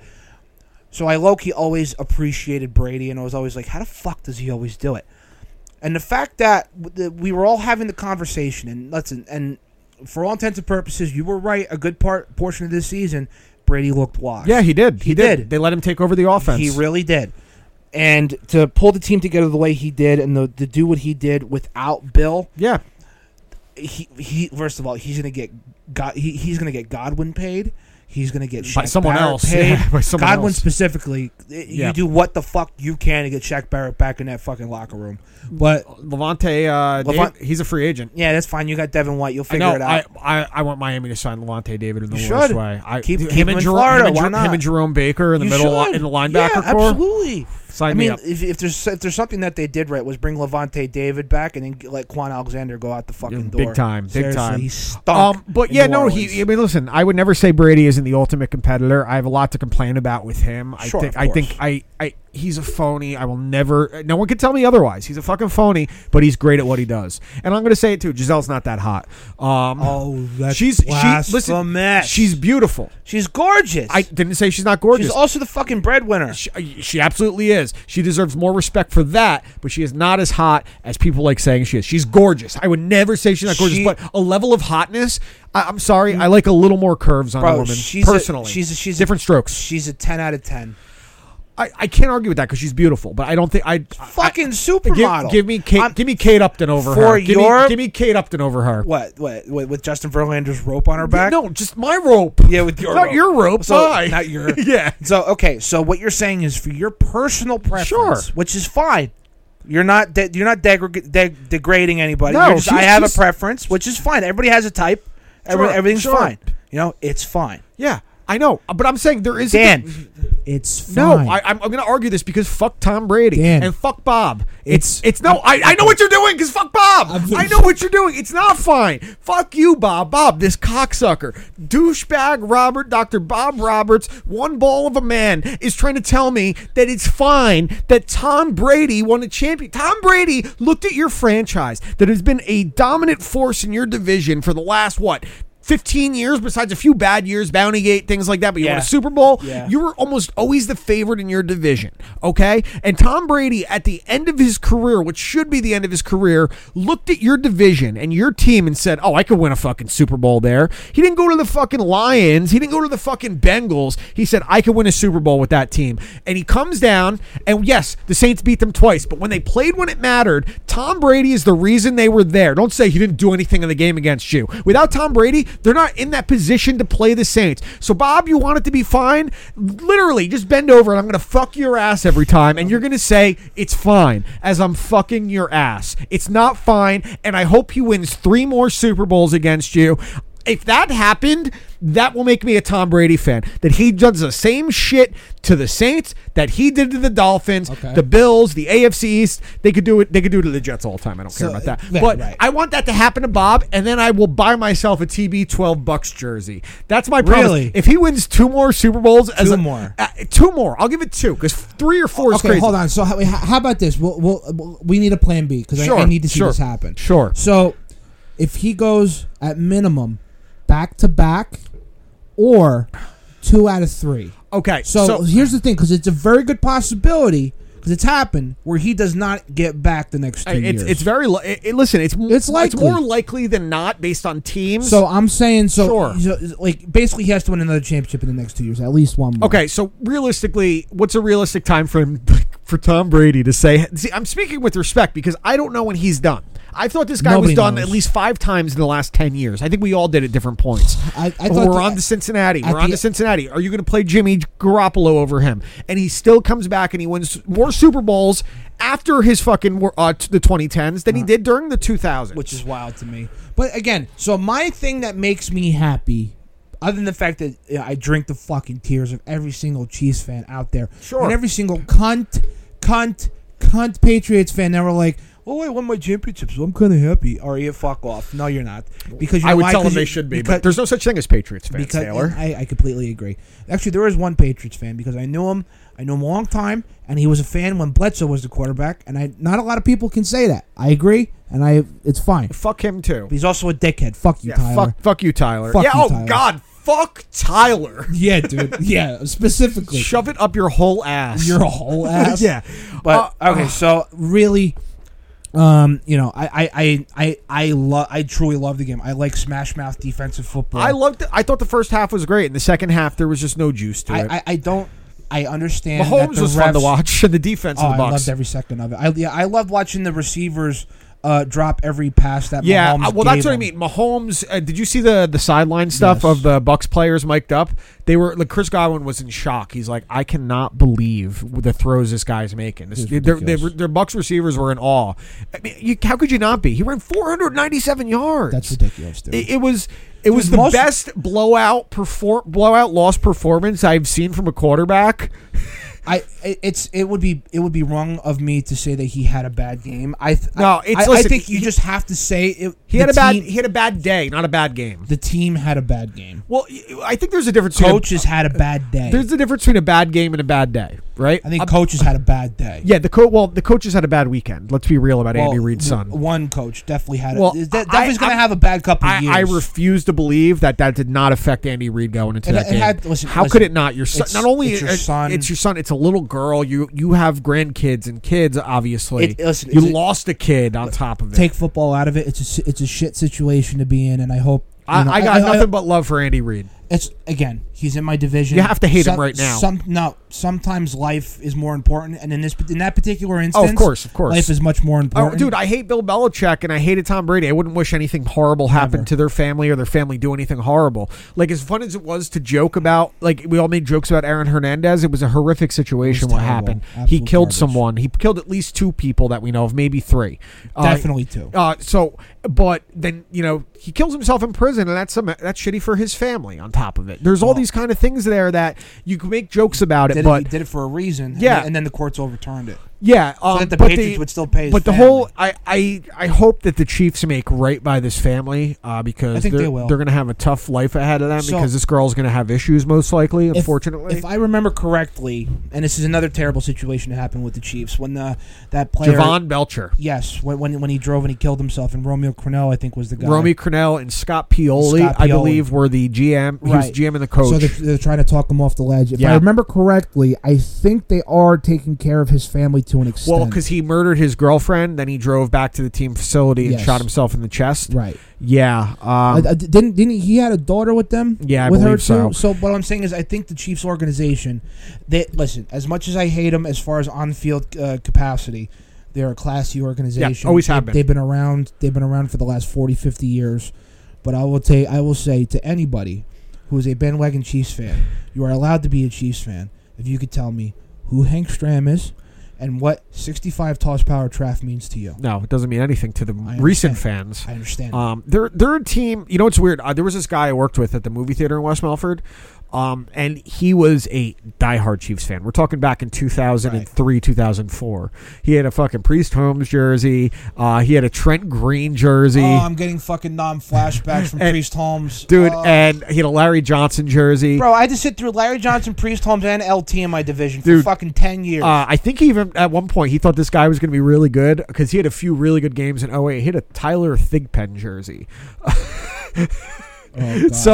S2: So I low key always appreciated Brady, and I was always like, how the fuck does he always do it? And the fact that w- that we were all having the conversation, and listen, and for all intents and purposes, you were right. A good part portion of this season, Brady looked washed.
S1: Yeah, he did. He,
S2: He
S1: did.
S2: did.
S1: They let him take over the offense.
S2: He really did. And to pull the team together the way he did and the, to do what he did without Bill,
S1: yeah.
S2: he, he first of all, he's gonna get God, he, he's gonna get Godwin paid.
S3: He's gonna get Shaq
S1: By someone
S3: Barrett
S1: else,
S3: paid.
S1: [laughs] yeah, by someone
S3: Godwin
S1: else.
S3: specifically. eh, You
S1: Yeah.
S3: do what the fuck you can to get Shaq Barrett back in that fucking locker room. But
S1: Levante, uh,
S3: Levant-
S1: Dav- he's a free agent.
S3: yeah, that's fine. You got Devin White. You'll figure
S1: I know.
S3: it out.
S1: I, I, I want Miami to sign Levante David in the
S3: You
S1: worst
S3: should.
S1: way. I
S3: Keep-
S1: him
S3: keep him
S1: and
S3: in
S1: Jer-
S3: Florida,
S1: Him and,
S3: why
S1: Jer-
S3: not?
S1: him and Jerome Baker in the
S3: You
S1: middle
S3: should.
S1: in the linebacker
S3: yeah,
S1: core.
S3: Absolutely.
S1: Sign
S3: I
S1: me
S3: mean,
S1: up.
S3: if, if there's if there's something that they did right was bring Levante David back and then let Quan Alexander go out the fucking
S1: Yeah,
S3: door.
S1: big time, big
S3: Seriously,
S1: time.
S3: He stunk.
S1: Um, but
S3: in
S1: yeah,
S3: New
S1: no.
S3: Orleans.
S1: He. I mean, listen. I would never say Brady isn't the ultimate competitor. I have a lot to complain about with him. I
S3: Sure,
S1: think.
S3: of
S1: I think. I. I. He's a phony. I will never. No one can tell me otherwise. He's a fucking phony. But he's great at what he does. And I'm going to say it too. Giselle's not that hot. Um,
S2: Oh, that's
S1: she's she. Listen,
S3: Blasphemous.
S1: she's beautiful.
S3: she's gorgeous.
S1: I didn't say she's not gorgeous.
S3: she's also the fucking breadwinner.
S1: she, uh, she absolutely is. She deserves more respect for that, but she is not as hot as people like saying she is. She's gorgeous. I would never say she's not gorgeous,
S3: She-
S1: but a level of hotness. I, I'm sorry, I like a little more curves on a
S3: Bro,
S1: woman
S3: she's a-
S1: personally.
S3: she's a- she's a-
S1: different strokes.
S3: She's a ten out of ten.
S1: I, I can't argue with that because she's beautiful, but I don't think I
S3: Fucking
S1: I,
S3: supermodel.
S1: give, give me Kate,
S3: I'm-
S1: give me Kate Upton over
S3: For
S1: her. Give me-
S3: your-
S1: give me Kate Upton over her.
S3: what, what what with Justin Verlander's rope on her back?
S1: No, just my rope.
S3: Yeah, with your
S1: not
S3: rope.
S1: your rope.
S3: So,
S1: my.
S3: not
S1: [laughs]
S3: your-
S1: yeah.
S3: So okay, so what you're saying is for your personal preference,
S1: Sure.
S3: which is fine. You're not de- you're not deg- deg- degrading anybody.
S1: No,
S3: You're just, I
S1: she's-
S3: have a
S1: she's-
S3: preference, which is fine. Everybody has a type. Every-
S1: Sure,
S3: everything's
S1: sure.
S3: fine. You know, it's fine.
S1: Yeah. I know, but I'm saying there is a-
S2: [laughs]
S3: Dan,
S2: it's
S1: No,
S2: fine.
S1: I, I'm, I'm going to argue this because fuck Tom Brady
S2: Dan.
S1: and fuck Bob. It's
S2: It's-
S1: it's no, I, I know what you're doing because fuck Bob.
S2: I'm-
S1: I know what you're doing. It's not fine. Fuck you, Bob. Bob, this cocksucker, douchebag Robert, Doctor Bob Roberts, one ball of a man is trying to tell me that it's fine that Tom Brady won a champion. Tom Brady looked at your franchise that has been a dominant force in your division for the last what. 15 years besides a few bad years bountygate things like that but you won
S3: Yeah.
S1: a super bowl
S3: Yeah.
S1: you were almost always the favorite in your division, okay? And Tom Brady, at the end of his career, which should be the end of his career, looked at your division and your team and said, "Oh, I could win a fucking Super Bowl there." He didn't go to the fucking Lions. He didn't go to the fucking Bengals. He said, "I could win a Super Bowl with that team." And he comes down, and yes, the Saints beat them twice, but when they played when it mattered, Tom Brady is the reason they were there. Don't say he didn't do anything in the game against you. Without Tom Brady, they're not in that position to play the Saints. So, Bob, you want it to be fine? Literally, just bend over and I'm going to fuck your ass every time. And you're going to say, it's fine, as I'm fucking your ass. It's not fine. And I hope he wins three more Super Bowls against you. If that happened, that will make me a Tom Brady fan. That he does the same shit to the Saints that he did to the Dolphins,
S2: Okay.
S1: the Bills, the AFC East. They could do it. They could do it to the Jets all the time. I don't care
S2: So,
S1: about that.
S2: right,
S1: but
S2: right.
S1: I want that to happen to Bob, and then I will buy myself a TB12 Bucks jersey. That's my promise.
S2: Really?
S1: If he wins two more Super Bowls, as
S2: Two
S1: a-
S2: more.
S1: uh, two more. I'll give it two because three or four is
S2: okay,
S1: crazy.
S2: hold on. So how, wait, how how about this? We'll, we'll, we'll- we need a plan B because I,
S1: Sure,
S2: I need to see
S1: sure,
S2: this happen.
S1: sure.
S2: So if he goes at minimum back to back or two out of three.
S1: Okay,
S2: So,
S1: so
S2: here's the thing because it's a very good possibility because it's happened where he does not get back the next two
S1: it's
S2: years.
S1: it's very. Li- it, it- listen, it's m-
S2: It's
S1: it's
S2: likely.
S1: more likely than not based on teams.
S2: so I'm saying so,
S1: Sure.
S2: so, like basically he has to win another championship in the next two years at least one more.
S1: Okay, so realistically, what's a realistic time frame for Tom Brady to say? See, I'm speaking with respect because I don't know when he's done. I thought this guy was
S2: Nobody
S1: done
S2: knows.
S1: at least five times in the last ten years. I think we all did at different points.
S2: I- I
S1: But
S2: thought
S1: we're
S2: the-
S1: on to Cincinnati.
S2: at
S1: We're on
S2: the-
S1: to Cincinnati. Are you going to play Jimmy Garoppolo over him? And he still comes back and he wins more Super Bowls after his fucking uh, t- the 2010s than he did during the 2000s.
S2: Uh-huh. which is wild to me. But again, so my thing that makes me happy, other than the fact that you know, I drink the fucking tears of every single Chiefs fan out there,
S1: Sure.
S2: and every single cunt, cunt, cunt Patriots fan that were like. "Oh, Well, I won my championship, so I'm kind of happy. Or you fuck off. No, you're not. Because you
S1: I
S2: know
S1: would
S2: why?
S1: tell
S2: 'Cause
S1: them they
S2: you-
S1: should be,
S2: because-
S1: but there's no such thing as Patriots fans, Taylor.
S2: I, I completely agree. Actually, there was one Patriots fan because I knew him. I knew him a long time, and he was a fan when Bledsoe was the quarterback. And I, not a lot of people can say that. I agree, and I, it's fine.
S1: Fuck him too.
S2: But he's also a dickhead. Fuck you,
S1: Yeah,
S2: Tyler.
S1: fuck, fuck you, Tyler.
S2: Fuck
S1: yeah.
S2: you,
S1: oh
S2: Tyler.
S1: God, fuck Tyler.
S2: [laughs]
S1: [laughs]
S2: Yeah, dude. Yeah, specifically.
S1: Shove it up your whole ass. [laughs]
S2: your whole ass.
S1: yeah.
S3: but
S1: Uh,
S3: okay, so
S2: Really. Um, you know, I I I I, I love I truly love the game. I like smash mouth defensive football.
S1: I loved it. I thought the first half was great, and the second half there was just no juice to it.
S2: I, I, I don't I understand that
S1: Mahomes
S2: the
S1: was
S2: refs-
S1: fun to watch, [laughs] and the defense
S2: Oh,
S1: of the
S2: I loved
S1: Bucks.
S2: every second of it. I yeah, I loved watching the receivers uh, uh, drop every pass that
S1: Yeah,
S2: Mahomes
S1: uh, well, that's
S2: gave
S1: what I
S2: him.
S1: mean. Mahomes, uh, did you see the the sideline stuff
S2: Yes.
S1: of the Bucks players mic'd up? They were like Chris Godwin was in shock. He's like, I cannot believe the throws this guy's making. This,
S2: was
S1: their, their,
S2: ridiculous.
S1: their Bucks receivers were in awe. I mean, you, how could you not be? He ran 497 yards.
S2: That's ridiculous, dude.
S1: It, it was. It was
S2: was
S1: the
S2: most-
S1: best blowout perform blowout loss performance I've seen from a quarterback.
S2: I it- it's it would be it would be wrong of me to say that he had a bad game. I th-
S1: No,
S2: I-
S1: it's-
S2: I, I
S1: listen,
S2: think you
S1: he-
S2: just have to say it,
S1: He
S2: the
S1: had a bad
S2: team-
S1: he had a bad day, not a bad game.
S2: the team had a bad game.
S1: Well, I think there's a difference. between a-
S2: Coaches had a bad day.
S1: uh, There's the difference between a bad game and a bad day, right?
S2: I think
S1: Uh,
S2: coaches had a bad day.
S1: yeah, the coach. Well, the coaches had a bad weekend. Let's be real about
S2: Well,
S1: Andy Reid's
S2: w-
S1: son.
S2: One coach definitely had.
S1: Well,
S2: a, that,
S1: I-
S2: definitely's going
S1: I-
S2: to have a bad couple
S1: I,
S2: years.
S1: I refuse to believe that that did not affect Andy Reid going into
S2: It-
S1: that
S2: it
S1: game.
S2: had- listen,
S1: How
S2: listen,
S1: could it not? Your son,
S2: it's-
S1: not only
S2: it's your
S1: uh,
S2: son.
S1: it's your son. It's a little girl. You you have grandkids and kids. Obviously,
S2: It- listen,
S1: you
S2: it's a-
S1: lost a kid on top of it.
S2: Take football out of it. It's a si- it's a shit situation to be in, and I hope. you
S1: I,
S2: know,
S1: I got nothing but love for Andy Reid.
S2: It's again, he's in my division.
S1: You have to hate him right now.
S2: Some no, sometimes life is more important, and in this in that particular instance,
S1: course, Oh, of course.
S2: life is much more
S1: Oh,
S2: important.
S1: dude, I hate Bill Belichick and I hated Tom Brady. I wouldn't wish anything horrible happen
S2: Never.
S1: to their family or their family do anything horrible. Like as fun as it was to joke about, like we all made jokes about Aaron Hernandez. It was a horrific situation. What
S2: terrible.
S1: happened? he
S2: Absolute
S1: killed
S2: garbage.
S1: someone. He killed at least two people that we know of, maybe three. Uh,
S2: Definitely two.
S1: Uh, so, but then you know he kills himself in prison, and that's some that's shitty for his family. On top of it, there's all these kind of things there that you can make jokes about it,
S2: did
S1: but
S2: it, he did it for a reason. and
S1: Yeah.
S2: then- and then the courts overturned it.
S1: yeah, um,
S2: that the
S1: but
S2: Patriots
S1: the,
S2: would still pay his
S1: But the
S2: family.
S1: whole, I, I, I hope that the Chiefs make right by this family uh, because
S2: I think
S1: they're,
S2: they will.
S1: they're going to have a tough life ahead of them
S2: So-
S1: because this girl's going to have issues most likely.
S2: If-
S1: Unfortunately,
S2: if, I remember correctly, and this is another terrible situation that happened with the Chiefs when the that player
S1: Javon Belcher,
S2: yes when, when when he drove and he killed himself and Romeo Crennel I think was the guy
S1: Romy Cornell, and Scott Pioli,
S2: Scott
S1: I
S2: Pioli.
S1: believe, were the GM. He was
S2: Right.
S1: GM and the coach.
S2: So they're, they're trying to talk him off the ledge. If
S1: Yeah.
S2: I remember correctly, I think they are taking care of his family to an extent.
S1: well, because he murdered his girlfriend, then he drove back to the team facility and
S2: Yes.
S1: shot himself in the chest.
S2: right,
S1: Yeah, um,
S2: I, I- didn't didn't he, he had a daughter with them?
S1: Yeah, I
S2: with her
S1: believe so.
S2: too. So what I'm saying is, I think the Chiefs organization, they listen. As much as I hate them, as far as on-field uh, capacity, they're a classy organization.
S1: always
S2: They-
S1: have been.
S2: They've been around. They've been around for the last 40, 50 years. But I will say, I will say to anybody who is a bandwagon Chiefs fan, you are allowed to be a Chiefs fan if you could tell me who Hank Stram is and what 65 toss power traff means to you.
S1: no, it doesn't mean anything to the
S2: understand.
S1: recent fans.
S2: I understand.
S1: Um, they're they're a team. You know what's weird? Uh, there was this guy I worked with at the movie theater in West Melford, um, and he was a diehard Chiefs fan. We're talking back in two thousand and three, two thousand four. He had a fucking Priest Holmes jersey. Uh, he had a Trent Green jersey.
S2: oh, I'm getting fucking non flashbacks
S1: [laughs]
S2: from
S1: And-
S2: Priest Holmes,
S1: Dude,
S2: Oh.
S1: and he had a Larry Johnson jersey.
S2: Bro, I had to sit through Larry Johnson, Priest Holmes, and LT in my division for
S1: Dude.
S2: fucking ten years.
S1: Uh, I think he even at one point he thought this guy was going to be really good because he had a few really good games. And oh wait, he had a Tyler Thigpen jersey. [laughs] So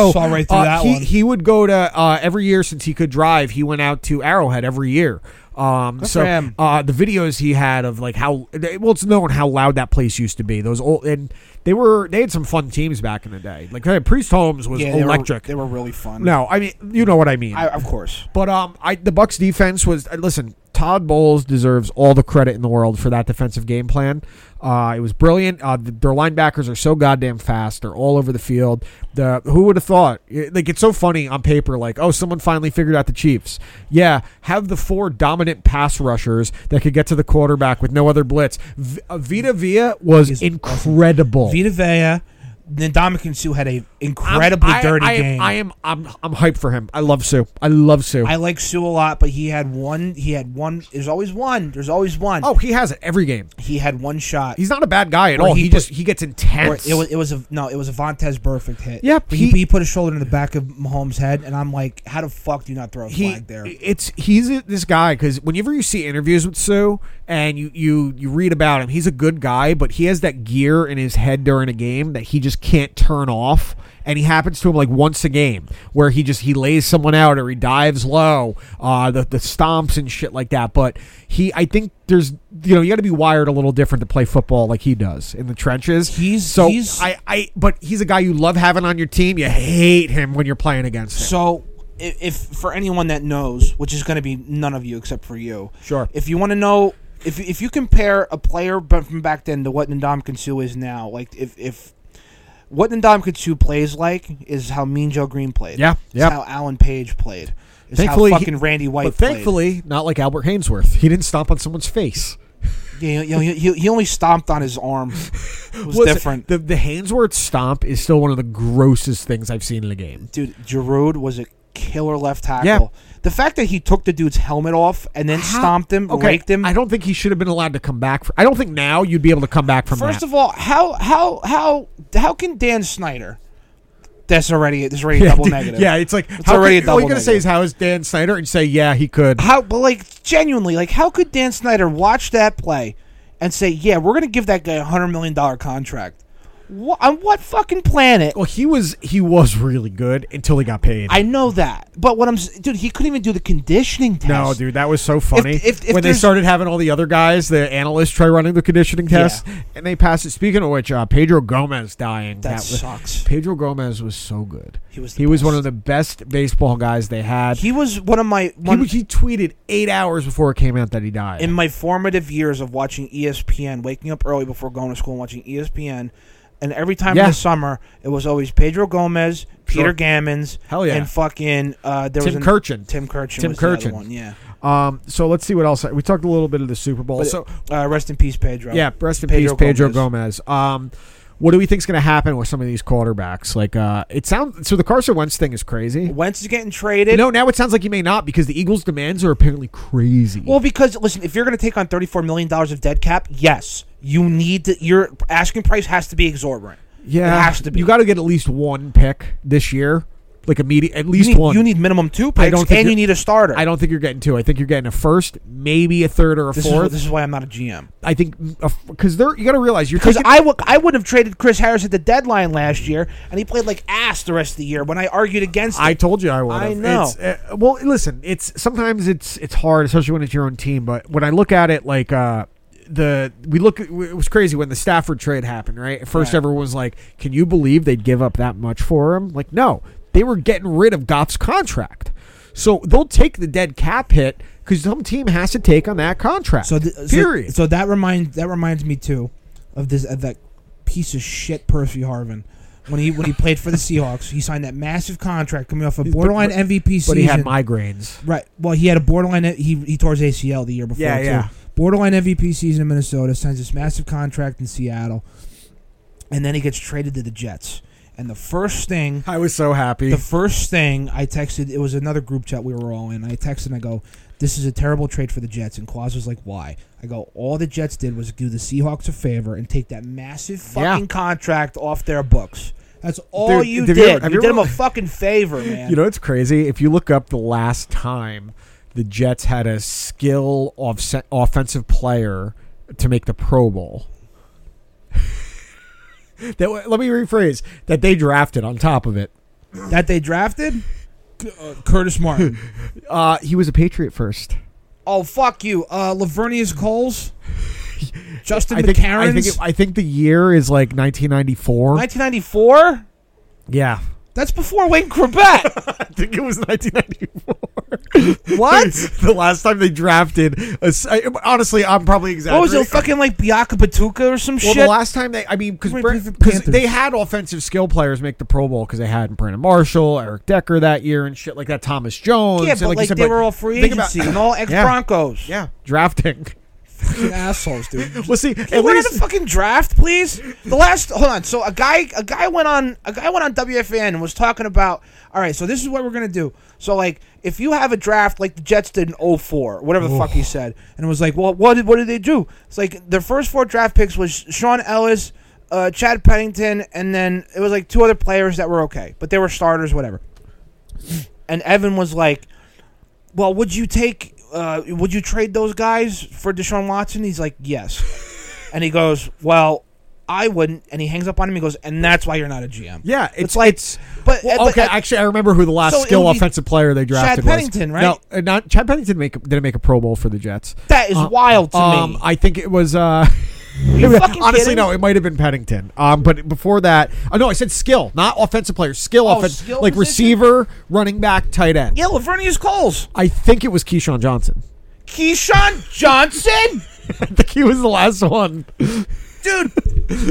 S2: Oh, saw right through
S1: uh,
S2: that
S1: he,
S2: one.
S1: he would go to uh, every year since he could drive. He went out to Arrowhead every year. Um, so
S2: for him.
S1: Uh, the videos he had of like how well it's known how loud that place used to be. Those old and they were they had some fun teams back in the day. Like hey, Priest Holmes was
S3: Yeah, they were-
S1: electric.
S3: They were, really fun.
S1: no, I mean you know what I mean.
S3: I, of course.
S1: But um, I the Bucks defense was uh, listen. Todd Bowles deserves all the credit in the world for that defensive game plan. Uh, it was brilliant. Uh, th- their linebackers are so goddamn fast. They're all over the field. The who would have thought? It- like it's so funny on paper. Like oh, someone finally figured out the Chiefs. Yeah, have the four dominant pass rushers that could get to the quarterback with no other blitz. V- uh, Vita Villa was
S2: He's
S1: incredible.
S2: Vita Vea, Ndamukong Sue had a
S1: I'm-
S2: incredibly
S1: I-
S2: dirty
S1: I am-
S2: game.
S1: I am I'm I'm hyped for him. I love Sue. I love Sue.
S2: I like Sue a lot, but he had one. He had one. There's always one. There's always one.
S1: oh, he has it every game.
S2: He had one shot.
S1: He's not a bad guy at all.
S2: he
S1: He,
S2: put-
S1: just he gets
S2: Or
S1: intense.
S2: it was. It was a no. It was a Vontez perfect hit.
S1: Yep,
S2: He,
S1: he-
S2: he put his shoulder in the back of Mahomes' head, and I'm like, how the fuck do you not throw a
S1: he
S2: flag there?
S1: it's he's a- this guy because whenever you see interviews with Sue and you you you read about him, he's a good guy, but he has that gear in his head during a game that he just can't turn off. And he happens to him like once a game where he just he lays someone out or he dives low, uh, the the stomps and shit like that. But he, I think there's you know you got to be wired a little different to play football like he does in the trenches.
S2: He's-
S1: so
S2: he's-
S1: I I but he's a guy you love having on your team. You hate him when you're playing against him.
S3: So, i- if for anyone that knows, which is going to be none of you except for you,
S1: Sure.
S3: If you want to know
S2: if if you compare a player b- from back then to what Ndam Kinsu is now, like if if what Ndam Kinsu plays like is how Mean Joe Green played.
S1: Yeah,
S2: It's
S1: yeah.
S2: how Alan Page played. It's
S1: Thankfully,
S2: how
S1: he-
S2: fucking Randy White.
S1: but thankfully, not like Albert Hainsworth. He didn't stomp on someone's face.
S2: played. Yeah, you know, he, he only stomped on his
S1: [laughs]
S2: arm. It was
S1: Listen,
S2: different.
S1: The the Hainsworth stomp is still one of the grossest things I've seen in a game.
S2: dude, Giroud was a killer left tackle.
S1: Yeah.
S2: The fact that he took the dude's helmet off and then
S1: How-
S2: stomped him,
S1: okay,
S2: raked him.
S1: I don't think he should have been allowed to come back. For, I don't think now you'd be able to come back from
S2: First
S1: that.
S2: of all, how how how how can Dan Snyder? That's already that's already a
S1: [laughs]
S2: double
S1: dude,
S2: negative.
S1: Yeah, it's like how
S2: already
S1: could-
S2: a
S1: all you're
S2: double
S1: gonna say
S2: negative.
S1: is how is Dan Snyder and say yeah he could.
S2: How? But like genuinely, like how could Dan Snyder watch that play and say, "Yeah, we're gonna give that guy a hundred million dollar contract"? What on what fucking planet?
S1: Well, he was he was really good until he got paid.
S2: I know that, but what I'm s- dude, he couldn't even do the conditioning test.
S1: no, dude, that was so funny.
S2: if- if
S1: when they
S2: there's-
S1: started having all the other guys, the analysts, try running the conditioning test, and they passed it. Speaking of which, uh, Pedro Gomez dying.
S2: that
S1: was,
S2: sucks.
S1: Pedro Gomez was so good.
S2: He was. The
S1: He was one
S2: best.
S1: of the best baseball guys they had. He,
S2: He was one of my one,
S1: was- he tweeted eight hours before it came out that he died.
S2: in my formative years of watching E ESPN, waking up early before going to school and watching E ESPN, and every time
S1: Yeah.
S2: in the summer, it was always Pedro Gomez, Peter
S1: Sure.
S2: Gammons,
S1: Hell yeah.
S2: and fucking uh, there was
S1: Tim
S2: an-
S1: Kirchin.
S2: Tim Kirchin.
S1: Tim
S2: was the other
S1: Kirchin.
S2: one, yeah.
S1: Um, so let's see what else. We talked a little bit of the Super Bowl.
S2: But-
S1: Oh, so
S2: Uh, rest in peace, Pedro.
S1: yeah, rest in
S2: Pedro
S1: peace, Pedro Gomez. Um, what do we think's going to happen with some of these quarterbacks? Like, uh, it sounds so. The Carson Wentz thing is crazy.
S2: Wentz is getting traded.
S1: no, now it sounds like he may not because the Eagles' demands are apparently crazy.
S2: Well, because listen, if you're going to take on thirty-four million dollars of dead cap, yes, you need to, your asking price has to be exorbitant.
S1: yeah,
S2: it has to be.
S1: You got to get at least one pick this year, like immediate, at
S2: You
S1: least
S2: need,
S1: one.
S2: you need minimum two picks,
S1: don't think
S2: and you
S1: you're-
S2: need a starter.
S1: I don't think you're getting two. I think you're getting a first, maybe a third or a
S2: this,
S1: fourth.
S2: Is, this is why I'm not a GM.
S1: I think because they're you got to realize you're
S2: Because
S1: taking,
S2: I would I would have traded Chris Harris at the deadline last year, and he played like ass the rest of the year when I argued against
S1: I
S2: it.
S1: told you I would.
S2: I
S1: have.
S2: know.
S1: It's, uh, well, listen, it's sometimes it's it's hard, especially when it's your own team. But when I look at it, like uh, the we look, it was crazy when the Stafford trade happened. Right, at first
S2: Right.
S1: everyone was like, "Can you believe they'd give up that much for him?" Like, no, they were getting rid of Goff's contract, so they'll take the dead cap hit because some team has to take on that contract.
S6: So, th- so,
S1: period.
S6: so that reminds that reminds me too of this of that piece of shit Percy Harvin when he when he played for the Seahawks. He signed that massive contract coming off a
S1: But-
S6: borderline
S1: but-
S6: MVP season.
S1: but he had migraines.
S6: right. Well, he had a borderline. He he tore his ACL the year before.
S1: Yeah,
S6: too.
S1: yeah.
S6: Borderline MVP season in Minnesota signs this massive contract in Seattle, and then he gets traded to the Jets. And the first thing
S1: I was so happy.
S6: the first thing I texted, it was another group chat we were all in. I texted and I go, "This is a terrible trade for the Jets." And Quaz was like, "Why?" I go, "All the Jets did was do the Seahawks a favor and take that massive
S1: Yeah.
S6: fucking contract off their books. That's all
S1: Dude,
S6: you
S1: have you
S6: did.
S1: ever- have
S6: you
S1: you
S6: did
S1: ever-
S6: them a fucking favor, man."
S1: [laughs] You know it's crazy? If you look up the last time the Jets had a skill offse offensive player to make the Pro Bowl. [laughs] that wa- let me rephrase that they drafted on top of it.
S6: that they drafted uh, Curtis Martin.
S1: Uh, he was a Patriot first.
S6: [laughs] oh fuck you, uh, Lavernius
S1: [laughs]
S6: Coles, Justin
S1: I think, I think
S6: McCarron's.
S1: it- I think the year is like 1994.
S2: 1994.
S1: yeah.
S6: That's before Wayne
S1: [laughs]
S6: Corbett.
S1: I think it was 1994. what? [laughs] the last time they drafted a s I honestly, I'm probably
S2: What
S1: exaggerating.
S2: was it? Fucking like Biaka Batuka or some
S1: Well,
S2: shit.
S1: the last time they, I mean,
S6: Wait,
S1: because
S6: play for Panthers.
S1: they had offensive skill players make the Pro Bowl because they had Brandon Marshall, Eric Decker that year, and shit like that. Thomas Jones,
S2: yeah,
S1: and
S2: but
S1: like, you
S2: like
S1: said,
S2: they
S1: but
S2: were all free
S1: think about- [laughs]
S2: agency and all ex Broncos.
S1: yeah,
S2: [laughs]
S1: drafting.
S6: Fucking assholes, dude.
S1: Well, see,
S2: Can
S1: at
S2: you least... the
S1: least
S2: fucking draft, please? The last hold on. So a guy a guy went on a guy went on WFN and was talking about all right, so this is what we're gonna do. So like if you have a draft like the Jets did in 04, whatever the fuck he said, and it was like, Well what did what did they do? It's like their first four draft picks was Sean Ellis, uh, Chad Pennington, and then it was like two other players that were okay, but they were starters, whatever. And Evan was like, Well, would you take uh, would you trade those guys for Deshaun Watson? He's like, Yes. And he goes, "Well, I wouldn't." And he hangs up on him. He goes, "And that's why you're not a GM."
S1: yeah, it's
S2: like-
S1: like it's.
S2: but-
S1: well,
S2: but-
S1: okay, actually, I remember who the last
S2: So it
S1: skill
S2: would be
S1: offensive player they drafted
S2: Pennington,
S1: was.
S2: right?
S1: No, uh, not Chad Pennington. Make didn't make a Pro Bowl for the Jets.
S2: That is
S1: Uh,
S2: wild to
S1: um,
S2: me.
S1: I think it was.
S2: [laughs]
S1: Uh,
S2: you
S1: [laughs]
S2: fucking
S1: honestly,
S2: kidding?
S1: no, it might have been Pennington. Um, but before that, oh no, I said skill, not offensive player. Skill,
S2: Oh,
S1: offense,
S2: skill
S1: like
S2: position?
S1: receiver, running back, tight end.
S2: yeah, Lavernius Coles,
S1: I think it was Keyshawn Johnson.
S2: Keyshawn Johnson.
S1: [laughs] I think he was the last one.
S2: dude.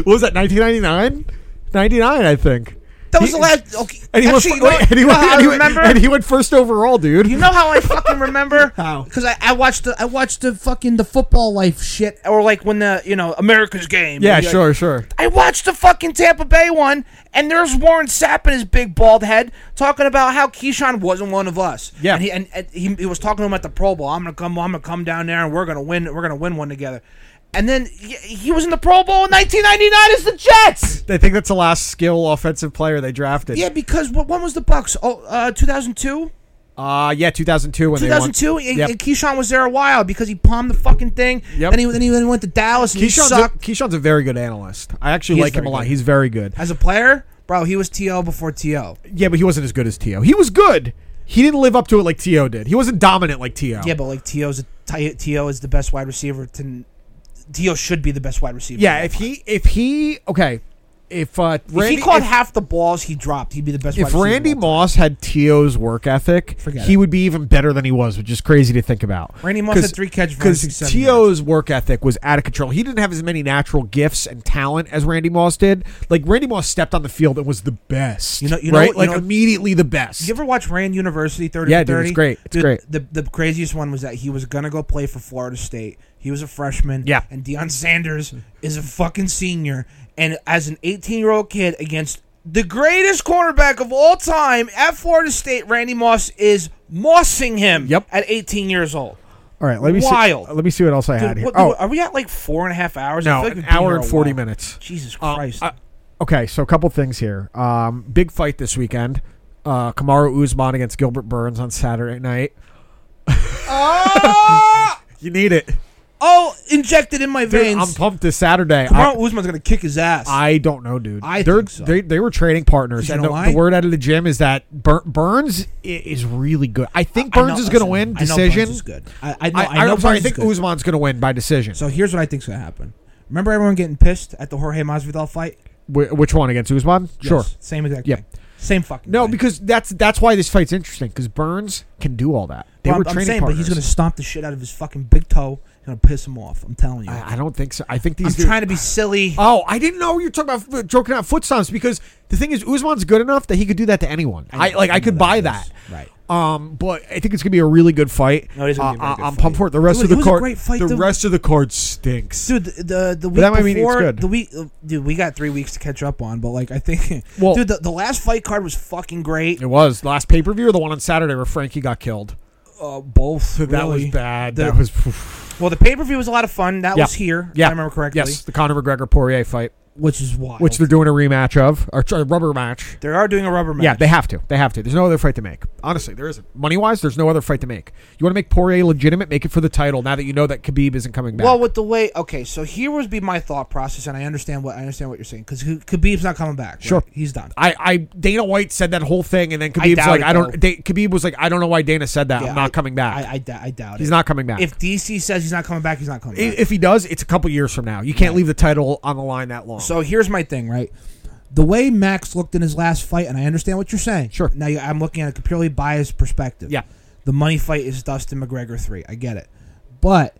S1: What was that? 1999, 99, I think.
S2: That was
S1: He-
S2: the last. Okay,
S1: And he
S2: actually,
S1: went, wait,
S2: you know
S1: [laughs]
S2: what-
S1: and he
S2: you know
S1: went-
S2: how
S1: and
S2: I
S1: he went-
S2: remember.
S1: and he went first overall, dude.
S2: you know how I fucking remember?
S1: [laughs] How?
S2: Because I, I watched the I watched the fucking
S7: the football life shit.
S2: or like when the you know America's game.
S1: yeah,
S2: and you're
S1: sure, sure.
S2: I watched the fucking Tampa Bay one, and there's Warren Sapp and his big bald head talking about how Keyshawn wasn't one of us.
S1: Yeah.
S2: and he and, and he, he was talking to him at the Pro Bowl. I'm gonna come, I'm gonna come down there, and we're gonna win. We're gonna win one together. And then he, he was in the Pro Bowl in 1999 as the Jets.
S1: I think that's the last skill offensive player they drafted.
S2: Yeah, because what when was the Bucks? Oh, uh, 2002.
S1: Uh, yeah, 2002 when they
S2: 2002,
S1: won.
S2: and,
S1: Yep.
S2: and Keyshawn was there a while because he palmed the fucking thing.
S1: Yep.
S2: Then he then he went to Dallas and he
S1: Keyshawn's a,
S2: sucked
S1: Keyshawn's a very good analyst. I actually
S2: He is
S1: like him
S2: very
S1: a lot.
S2: good.
S1: He's very good.
S2: as a player, bro. He was to before to.
S1: Yeah, but he wasn't as good as T.O. He was good. He didn't live up to it like T.O. did. He wasn't dominant like T.O.
S2: Yeah, but like To's a, T- To is the best wide receiver. To, To should be the best wide receiver.
S1: Yeah, if he if he okay, if uh
S2: if
S1: Randy,
S2: he caught
S1: if,
S2: half the balls he dropped, he'd be the best.
S1: if
S2: wide
S1: Randy
S2: receiver. of all
S1: Moss had T.O.'s work ethic,
S2: Forget
S1: he
S2: it.
S1: would be even better than he was, which is crazy to think about.
S2: time. Randy Moss had three catches for
S1: because
S2: 167 yards.
S1: T.O.'s work ethic was out of control. He didn't have as many natural gifts and talent as Randy Moss did. Like Randy Moss stepped on the field and was the best.
S2: You know- you know-
S1: right?
S2: you
S1: like
S2: know-
S1: immediately the best.
S2: You ever watch Rand University 30
S1: Yeah,
S2: for 30?
S1: dude, it's great. It's
S2: Dude,
S1: great.
S2: The, the craziest one was that he was going to go play for Florida State. He was a freshman.
S1: Yeah.
S2: And Deion Sanders is a fucking senior. And as an 18 year old kid against the greatest cornerback of all time at Florida State, Randy Moss is mossing him
S1: Yep.
S2: at 18 years old.
S1: All right, let me
S2: Wild.
S1: see. Let me see what else I had
S2: Dude,
S1: here.
S2: what,
S1: oh,
S2: are we at like four and a half hours? I
S1: no,
S2: feel like
S1: an
S2: we've been
S1: hour
S2: here
S1: and
S2: a
S1: forty
S2: while.
S1: minutes.
S2: Jesus
S1: Um, [laughs]
S2: Christ. [laughs]
S1: I- okay, so a couple things here. Um, big fight this weekend. Uh, Kamaru Usman against Gilbert Burns on Saturday night.
S2: Ah!
S1: You need it.
S2: oh, injected in my
S1: Dude, I'm
S2: veins.
S1: pumped this Saturday. I,
S2: Kamaru Usman's going to kick his ass.
S1: I don't know, dude.
S2: I
S1: They're-
S2: think so.
S1: They, they were trading partners,
S2: You
S1: and
S2: know
S1: the,
S2: why?
S1: the word out of the gym is that Bur- Burns i- is really good. I think
S2: I know-
S1: Burns is going to
S2: listen,
S1: win
S2: I know
S1: decision.
S2: Burns is good. I, I know.
S1: I,
S2: I, know
S1: am sorry. I
S2: Burns is
S1: think
S2: good.
S1: Usman's going to win by decision.
S2: So here's what I think's gonna happen. Remember everyone getting pissed at the Jorge Masvidal fight?
S1: Wh- which one against Usman? Sure.
S2: Yes, same exact
S1: Yep.
S2: thing. Same fucking.
S1: No,
S2: thing.
S1: because that's that's why this fight's interesting because Burns can do all that. They
S2: Well,
S1: were
S2: I'm,
S1: training
S2: I'm saying,
S1: partners.
S2: but he's gonna stomp the shit out of his fucking big toe. He's gonna piss him off. I'm telling you. I,
S1: I, I don't think so. I think these.
S2: am
S1: dudes-
S2: trying to be silly.
S1: Oh, I didn't know you were talking about f- joking out foot stomps because the thing is, Usman's good enough that he could do that to anyone. I, like I,
S2: know
S1: could
S2: that
S1: buy
S2: is.
S1: that.
S2: Right.
S1: Um, but I think it's gonna be a really good fight.
S2: No, it is gonna
S1: Uh,
S2: be a very
S1: I-
S2: good
S1: I'm
S2: fight.
S1: pumped for it. The rest
S2: It
S1: of
S2: was- it
S1: the
S2: was a
S1: card,
S2: great fight,
S1: the
S2: dude.
S1: rest of the card stinks.
S2: Dude, the the, the week
S1: that might mean it's
S2: before
S1: good.
S2: the week, dude, we got three weeks to catch up on. But like, I think, [laughs]
S1: Well-
S2: dude, the, the last fight card was fucking great.
S1: It was the last pay per view or the one on Saturday where Frankie got killed.
S2: Uh, both
S1: That
S2: really.
S1: was bad.
S2: The-
S1: that was
S2: Well, the pay per view was a lot of fun. That
S1: Yeah.
S2: was here,
S1: Yeah.
S2: if I remember correctly.
S1: yes, the Conor McGregor Poirier fight,
S2: which is wild.
S1: which they're doing a rematch of or a rubber match.
S2: they are doing a rubber match.
S1: Yeah, they have to. They have to. There's no other fight to make. Honestly, there isn't. Money wise, there's no other fight to make. You want to make Poirier legitimate, make it for the title. Now that you know that Khabib isn't coming back.
S2: Well, with the way, okay, so here would be my thought process, and I understand what I understand what you're saying because Khabib's not coming back. right?
S1: Sure.
S2: he's done.
S1: I, I Dana White said that whole thing, and then Khabib's
S2: doubt
S1: like,
S2: it,
S1: I don't.
S2: though.
S1: Da- Khabib was like, I don't know why Dana said that.
S2: Yeah,
S1: I'm not
S2: I-
S1: coming back.
S2: I, I, dou- I doubt
S1: he's
S2: it.
S1: not coming back. If,
S2: If DC says he's not coming back, he's not coming. back.
S1: if he does, it's a couple years from now. You can't
S2: Right.
S1: leave the title on the line that long.
S2: So here's my thing, right? The way Max looked in his last fight, and I understand what you're saying.
S1: Sure.
S2: Now you- I'm looking at a purely biased perspective.
S1: Yeah.
S2: The money fight is Dustin McGregor three. I get it, but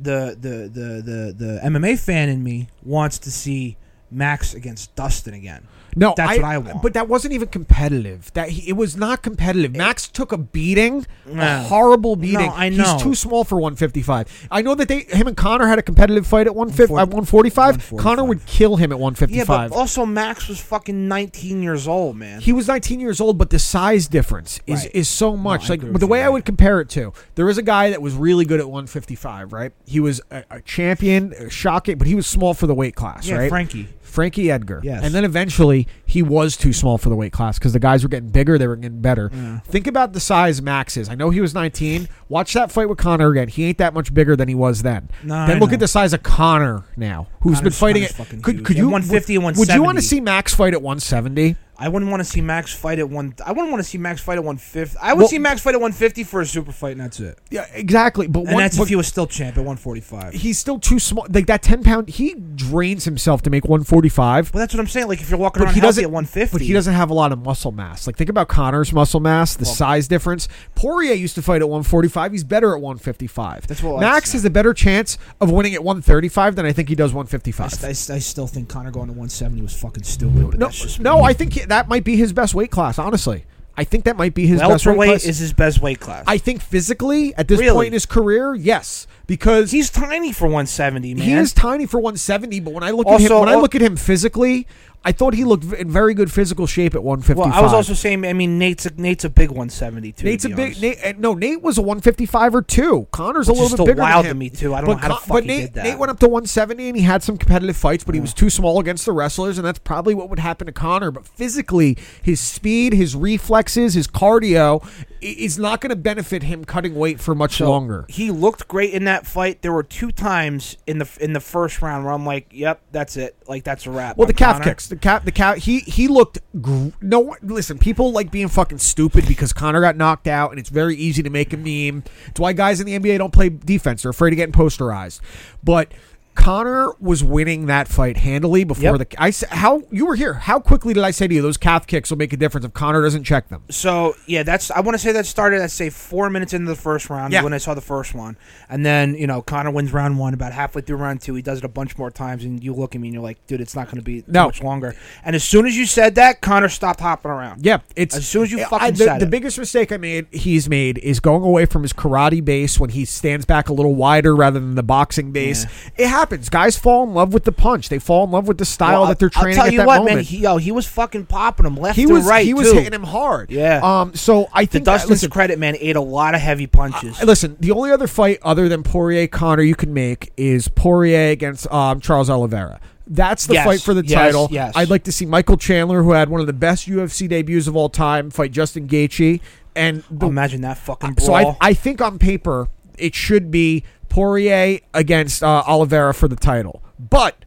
S2: the the the the the MMA fan in me wants to see Max against Dustin again.
S1: no,
S2: that's
S1: I,
S2: what I want.
S1: But that wasn't even competitive. That he, it was not competitive. Max took a beating, a
S2: Yeah.
S1: horrible beating.
S2: No, I know.
S1: He's too small for 155. I know that they him and Connor had a competitive fight at 150, at 145.
S2: 145.
S1: Connor would kill him at
S2: Yeah,
S1: 155.
S2: but also Max was fucking 19 years old, man.
S1: he was 19 years old, but the size difference is
S2: Right.
S1: is so much.
S2: I
S1: like
S2: agree
S1: but
S2: with
S1: the
S2: you
S1: way I
S2: there.
S1: would compare it to, there is a guy that was really good at 155, right? He was a, a champion, a shocking, but he was small for the weight class,
S2: yeah,
S1: right?
S2: Frankie.
S1: Frankie Edgar.
S2: Yes.
S1: And then eventually he was too small for the weight class because the guys were getting bigger, they were getting better. Think about the size Max is. I know he was 19. Watch that fight with Connor again. He ain't that much bigger than he was then.
S2: No,
S1: then
S2: I
S1: look
S2: know.
S1: at the size of Connor now, who's been
S2: Connor's-
S1: fighting
S2: Connor's
S1: it.
S2: fucking
S1: Could,
S2: huge.
S1: could
S2: At
S1: you
S2: 150 and
S1: Would you want to
S2: 170.
S1: see Max fight at 170?
S2: I wouldn't want to see Max fight at one. I wouldn't want to see Max fight at one fifty. I would
S1: Well-
S2: see Max fight at one fifty for a super fight, and that's it.
S1: Yeah, exactly. But
S2: And
S1: one,
S2: that's
S1: but
S2: if he was still champ at one forty five.
S1: he's still too small. Like that ten pound, he drains himself to make one forty five.
S2: But that's what I'm saying. Like if you're walking
S1: But
S2: around
S1: he
S2: healthy
S1: doesn't
S2: at one fifty,
S1: But he doesn't have a lot of muscle mass. Like think about Connor's muscle mass, the size difference. Poirier used to fight at 145. He's better at 155.
S2: That's what I
S1: Max
S2: said.
S1: has a better chance of winning at 135 than I think he does
S2: I,
S1: 155.
S2: s- I s- I still think Connor going to one seventy was fucking stupid. But
S1: no,
S2: that's just
S1: no, I think he- that might be his best weight class. Honestly, I think that might be his best weight
S2: welterweight
S1: class.
S2: is his best weight class.
S1: I think physically at this
S2: Really?
S1: point in his career, yes, because
S2: he's tiny for one seventy, man.
S1: He is tiny for 170, but when I look at him,
S2: Also,
S1: when I
S2: al-
S1: look at him physically, I thought he looked v- in very good physical shape at 155.
S2: well, I was also saying. I mean, Nate's a, Nate's a big one seventy too.
S1: Nate's
S2: to
S1: a
S2: be
S1: big
S2: honest.
S1: Nate, uh, no. Nate was a 155 or two. Connor's a
S2: Which is
S1: little bit
S2: still
S1: bigger
S2: wild
S1: than
S2: to
S1: him.
S2: me, too. I don't know how the
S1: Con-
S2: fuck
S1: but
S2: he
S1: Nate,
S2: did that.
S1: Nate went up to 170 and he had some competitive fights, but he was too small against the wrestlers, and that's probably what would happen to Connor. But physically, his speed, his reflexes, his cardio i- is not going to benefit him cutting weight for much
S2: So,
S1: longer.
S2: He looked great in that fight. There were two times in the in the first round where I'm like, "Yep, that's it. Like that's a wrap."
S1: Well, the
S2: on
S1: calf
S2: Conor.
S1: kicks, the cap, the cow. He he looked gr- no. one- Listen, people like being fucking stupid because Connor got knocked out, and it's very easy to make a meme. It's why guys in the NBA don't play defense; they're afraid of getting posterized. But Connor was winning that fight handily before
S2: Yep.
S1: the. I s- how you were here? How quickly did I say to you those calf kicks will make a difference if Connor doesn't check them?
S2: So yeah, that's I want to say that started at say four minutes into the first round
S1: Yeah.
S2: when I saw the first one, and then you know Connor wins round one. About halfway through round two, he does it a bunch more times, and you look at me and you're like, "Dude, it's not going to be
S1: No.
S2: much longer." And as soon as you said that, Connor stopped hopping around.
S1: Yeah, it's
S2: As soon as you
S1: I-
S2: fucking
S1: the,
S2: said
S1: the
S2: it.
S1: biggest mistake I made he's made is going away from his karate base when he stands back a little wider rather than the boxing base. It happens. Guys fall in love with the punch. They fall in love with the style
S2: Well,
S1: that they're
S2: I'll-
S1: training
S2: I'll tell
S1: at
S2: you
S1: that
S2: what,
S1: moment.
S2: man. He, yo, he was fucking popping him left
S1: he
S2: and
S1: was
S2: right.
S1: he was
S2: too.
S1: hitting him hard.
S2: Yeah.
S1: Um. So I
S2: To
S1: think that,
S2: Dustin's
S1: listen,
S2: credit, man, ate a lot of heavy punches.
S1: I- Listen, the only other fight other than Poirier Connor you can make is Poirier against um, Charles Oliveira. That's the
S2: Yes,
S1: fight for the
S2: yes,
S1: title.
S2: yes.
S1: I'd like to see Michael Chandler, who had one of the best UFC debuts of all time, fight Justin Gaethje. And the,
S2: Oh, imagine that fucking brawl.
S1: so I, I think on paper it should be Poirier against uh, Oliveira for the title, but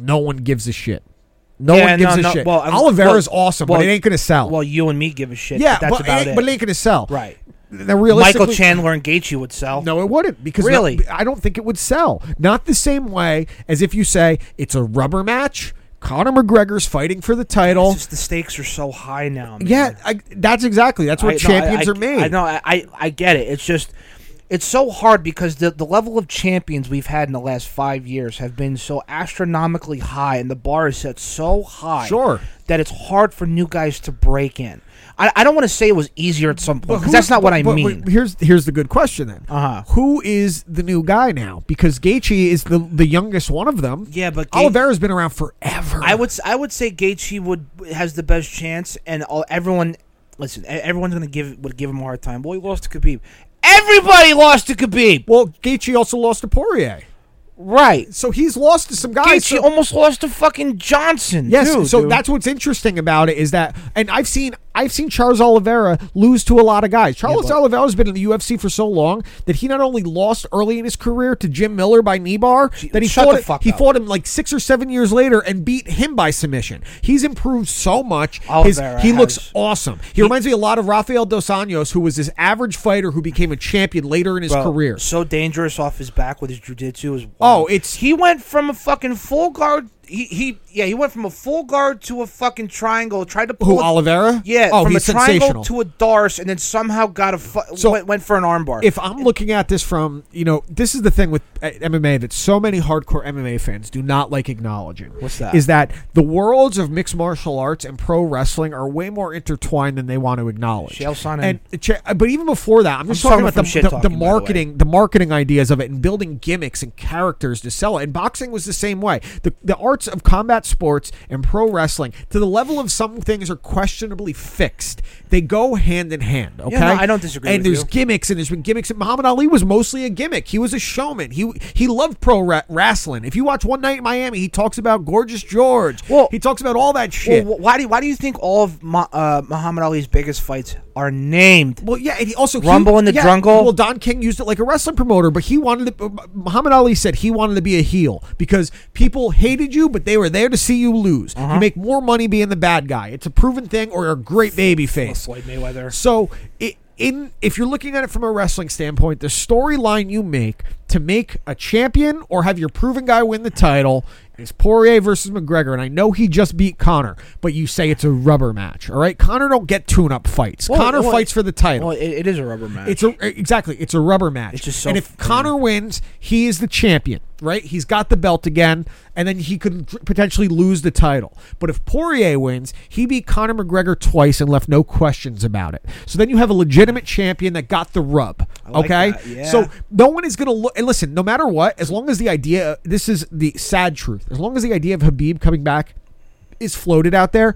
S1: no one gives a shit. No
S2: Yeah,
S1: one gives
S2: no,
S1: a
S2: no.
S1: shit.
S2: Well, I'm-
S1: Oliveira's
S2: well,
S1: awesome,
S2: well,
S1: but it ain't gonna sell.
S2: well, you and me give a shit.
S1: yeah,
S2: but that's
S1: but, it,
S2: about it.
S1: ain't- but it ain't gonna sell.
S2: Right.
S1: Now,
S2: Michael
S1: realistically,
S2: Chandler and Gaethje would sell.
S1: no, it wouldn't because no-
S2: Really?
S1: I don't think it would sell. Not the same way as if you say it's a rubber match. Conor McGregor's fighting for the title.
S2: It's just the stakes are so high now. man.
S1: Oh. yeah, I, that's exactly. That's
S2: I-
S1: what
S2: no,
S1: champions
S2: I, I,
S1: are made.
S2: I know. I, I I get it. It's just it's so hard because the the level of champions we've had in the last five years have been so astronomically high, and the bar is set so high.
S1: Sure.
S2: That it's hard for new guys to break in. I, I don't want to say it was easier at some point
S1: But
S2: because that's
S1: who's-
S2: not what I
S1: but- but
S2: mean.
S1: here's here's the good question then.
S2: Uh-huh.
S1: Who is the new guy now? Because Gaethje is the the youngest one of them.
S2: Yeah, but Ga-
S1: Oliveira's been around forever.
S2: I would s- I would say Gaethje would has the best chance, and all, everyone listen. e- Everyone's gonna give would give him a hard time. Well, he lost to Khabib. Everybody lost to Khabib,
S1: Well, Gaethje also lost to Poirier,
S2: right?
S1: so he's lost to some guys.
S2: Gaethje
S1: So,
S2: almost lost to fucking Johnson.
S1: yes,
S2: too,
S1: so
S2: dude.
S1: that's what's interesting about it is that, and I've seen I've seen Charles Oliveira lose to a lot of guys. Charles
S2: but-
S1: Oliveira's been in the UFC for so long that he not only lost early in his career to Jim Miller by knee bar, that he
S2: shut
S1: fought
S2: the
S1: it-
S2: fuck
S1: he
S2: up.
S1: fought him like six or seven years later and beat him by submission. He's improved so much. His-
S2: Oliveira
S1: he looks
S2: has-
S1: awesome. He, reminds me a lot of Rafael dos Anjos, who was this average fighter who became a champion later in his
S2: Bro,
S1: career.
S2: So dangerous off his back with his jujitsu is.
S1: Oh, it's-
S2: he went from a fucking full guard. He he yeah he went from a full guard to a fucking triangle. Tried to pull
S1: Who
S2: a-
S1: Oliveira?
S2: Yeah,
S1: Oh,
S2: from
S1: he's
S2: a triangle
S1: sensational.
S2: to a darce, and then somehow got a fu-
S1: So-
S2: went, went for an armbar.
S1: if I'm looking at this from, you know, this is the thing with uh, MMA that so many hardcore MMA fans do not like acknowledging.
S2: What's that?
S1: Is that the worlds of mixed martial arts and pro wrestling are way more intertwined than they want to acknowledge.
S2: Chael Sonnen.
S1: And Ch- but even before that, I'm just
S2: I'm
S1: talking
S2: talking
S1: about the,
S2: from shit
S1: the,
S2: talking,
S1: the
S2: by the way.
S1: marketing, the marketing ideas of it, and building gimmicks and characters to sell it. And boxing was the same way. The the arts of combat sports and pro wrestling, to the level of some things are questionably fixed. They go hand in hand. Okay,
S2: no, I don't disagree
S1: And
S2: with
S1: there's
S2: you.
S1: gimmicks, and there's been gimmicks. And Muhammad Ali was mostly a gimmick. He was a showman. He he loved pro ra- wrestling. If you watch One Night in Miami, he talks about Gorgeous George.
S2: Well-
S1: he talks about all that
S2: well,
S1: shit. Well,
S2: wh- why do why do you think all of Ma- uh, Muhammad Ali's biggest fights are named?
S1: yeah, and he also he-
S2: Rumble in the
S1: yeah,
S2: Jungle?
S1: Well, Don King used it like a uh, wrestling promoter, but he wanted to. Muhammad Ali said he wanted to be a heel because people hated you you, but they were there to see you lose.
S2: Uh-huh.
S1: You make more money being the bad guy. It's a proven thing, or you're a great baby face.
S3: Floyd Mayweather.
S1: So, i in if you're looking at it from a wrestling standpoint, the storyline you make to make a champion or have your proven guy win the title is Poirier versus McGregor. And I know he just beat Connor, but you say it's a rubber match. All right, Connor don't get tune-up fights.
S3: Well,
S1: Connor
S3: well,
S1: fights for the title.
S3: Well, it, it is a rubber match.
S1: It's a exactly. It's a rubber match.
S3: It's just so
S1: and if
S3: f-
S1: Connor wins, he is the champion, right? He's got the belt again, and then he could dr- potentially lose the title. But if Poirier wins, he beat Connor McGregor twice and left no questions about it. So then you have a legitimate champion that got the rub.
S3: like
S1: okay,
S3: that, yeah.
S1: so no one is going to look. And listen, no matter what, as long as the idea, this is the sad truth. As long as the idea of Habib coming back is floated out there.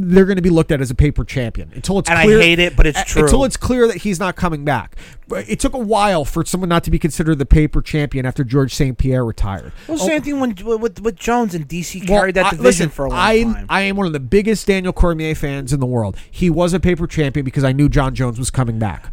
S1: They're going to be looked at as a paper champion until it's
S3: And I
S1: clear.
S3: hate it, but it's
S1: uh,
S3: true.
S1: Until it's clear that he's not coming back. But it took a while for someone not to be considered the paper champion after George St. Pierre retired.
S3: well,
S1: Oh,
S3: same thing when with with Jones and DC
S1: well,
S3: carried that
S1: I-
S3: division
S1: listen,
S3: for a long
S1: I,
S3: time.
S1: I am one of the biggest Daniel Cormier fans in the world. He was a paper champion because I knew John Jones was coming back.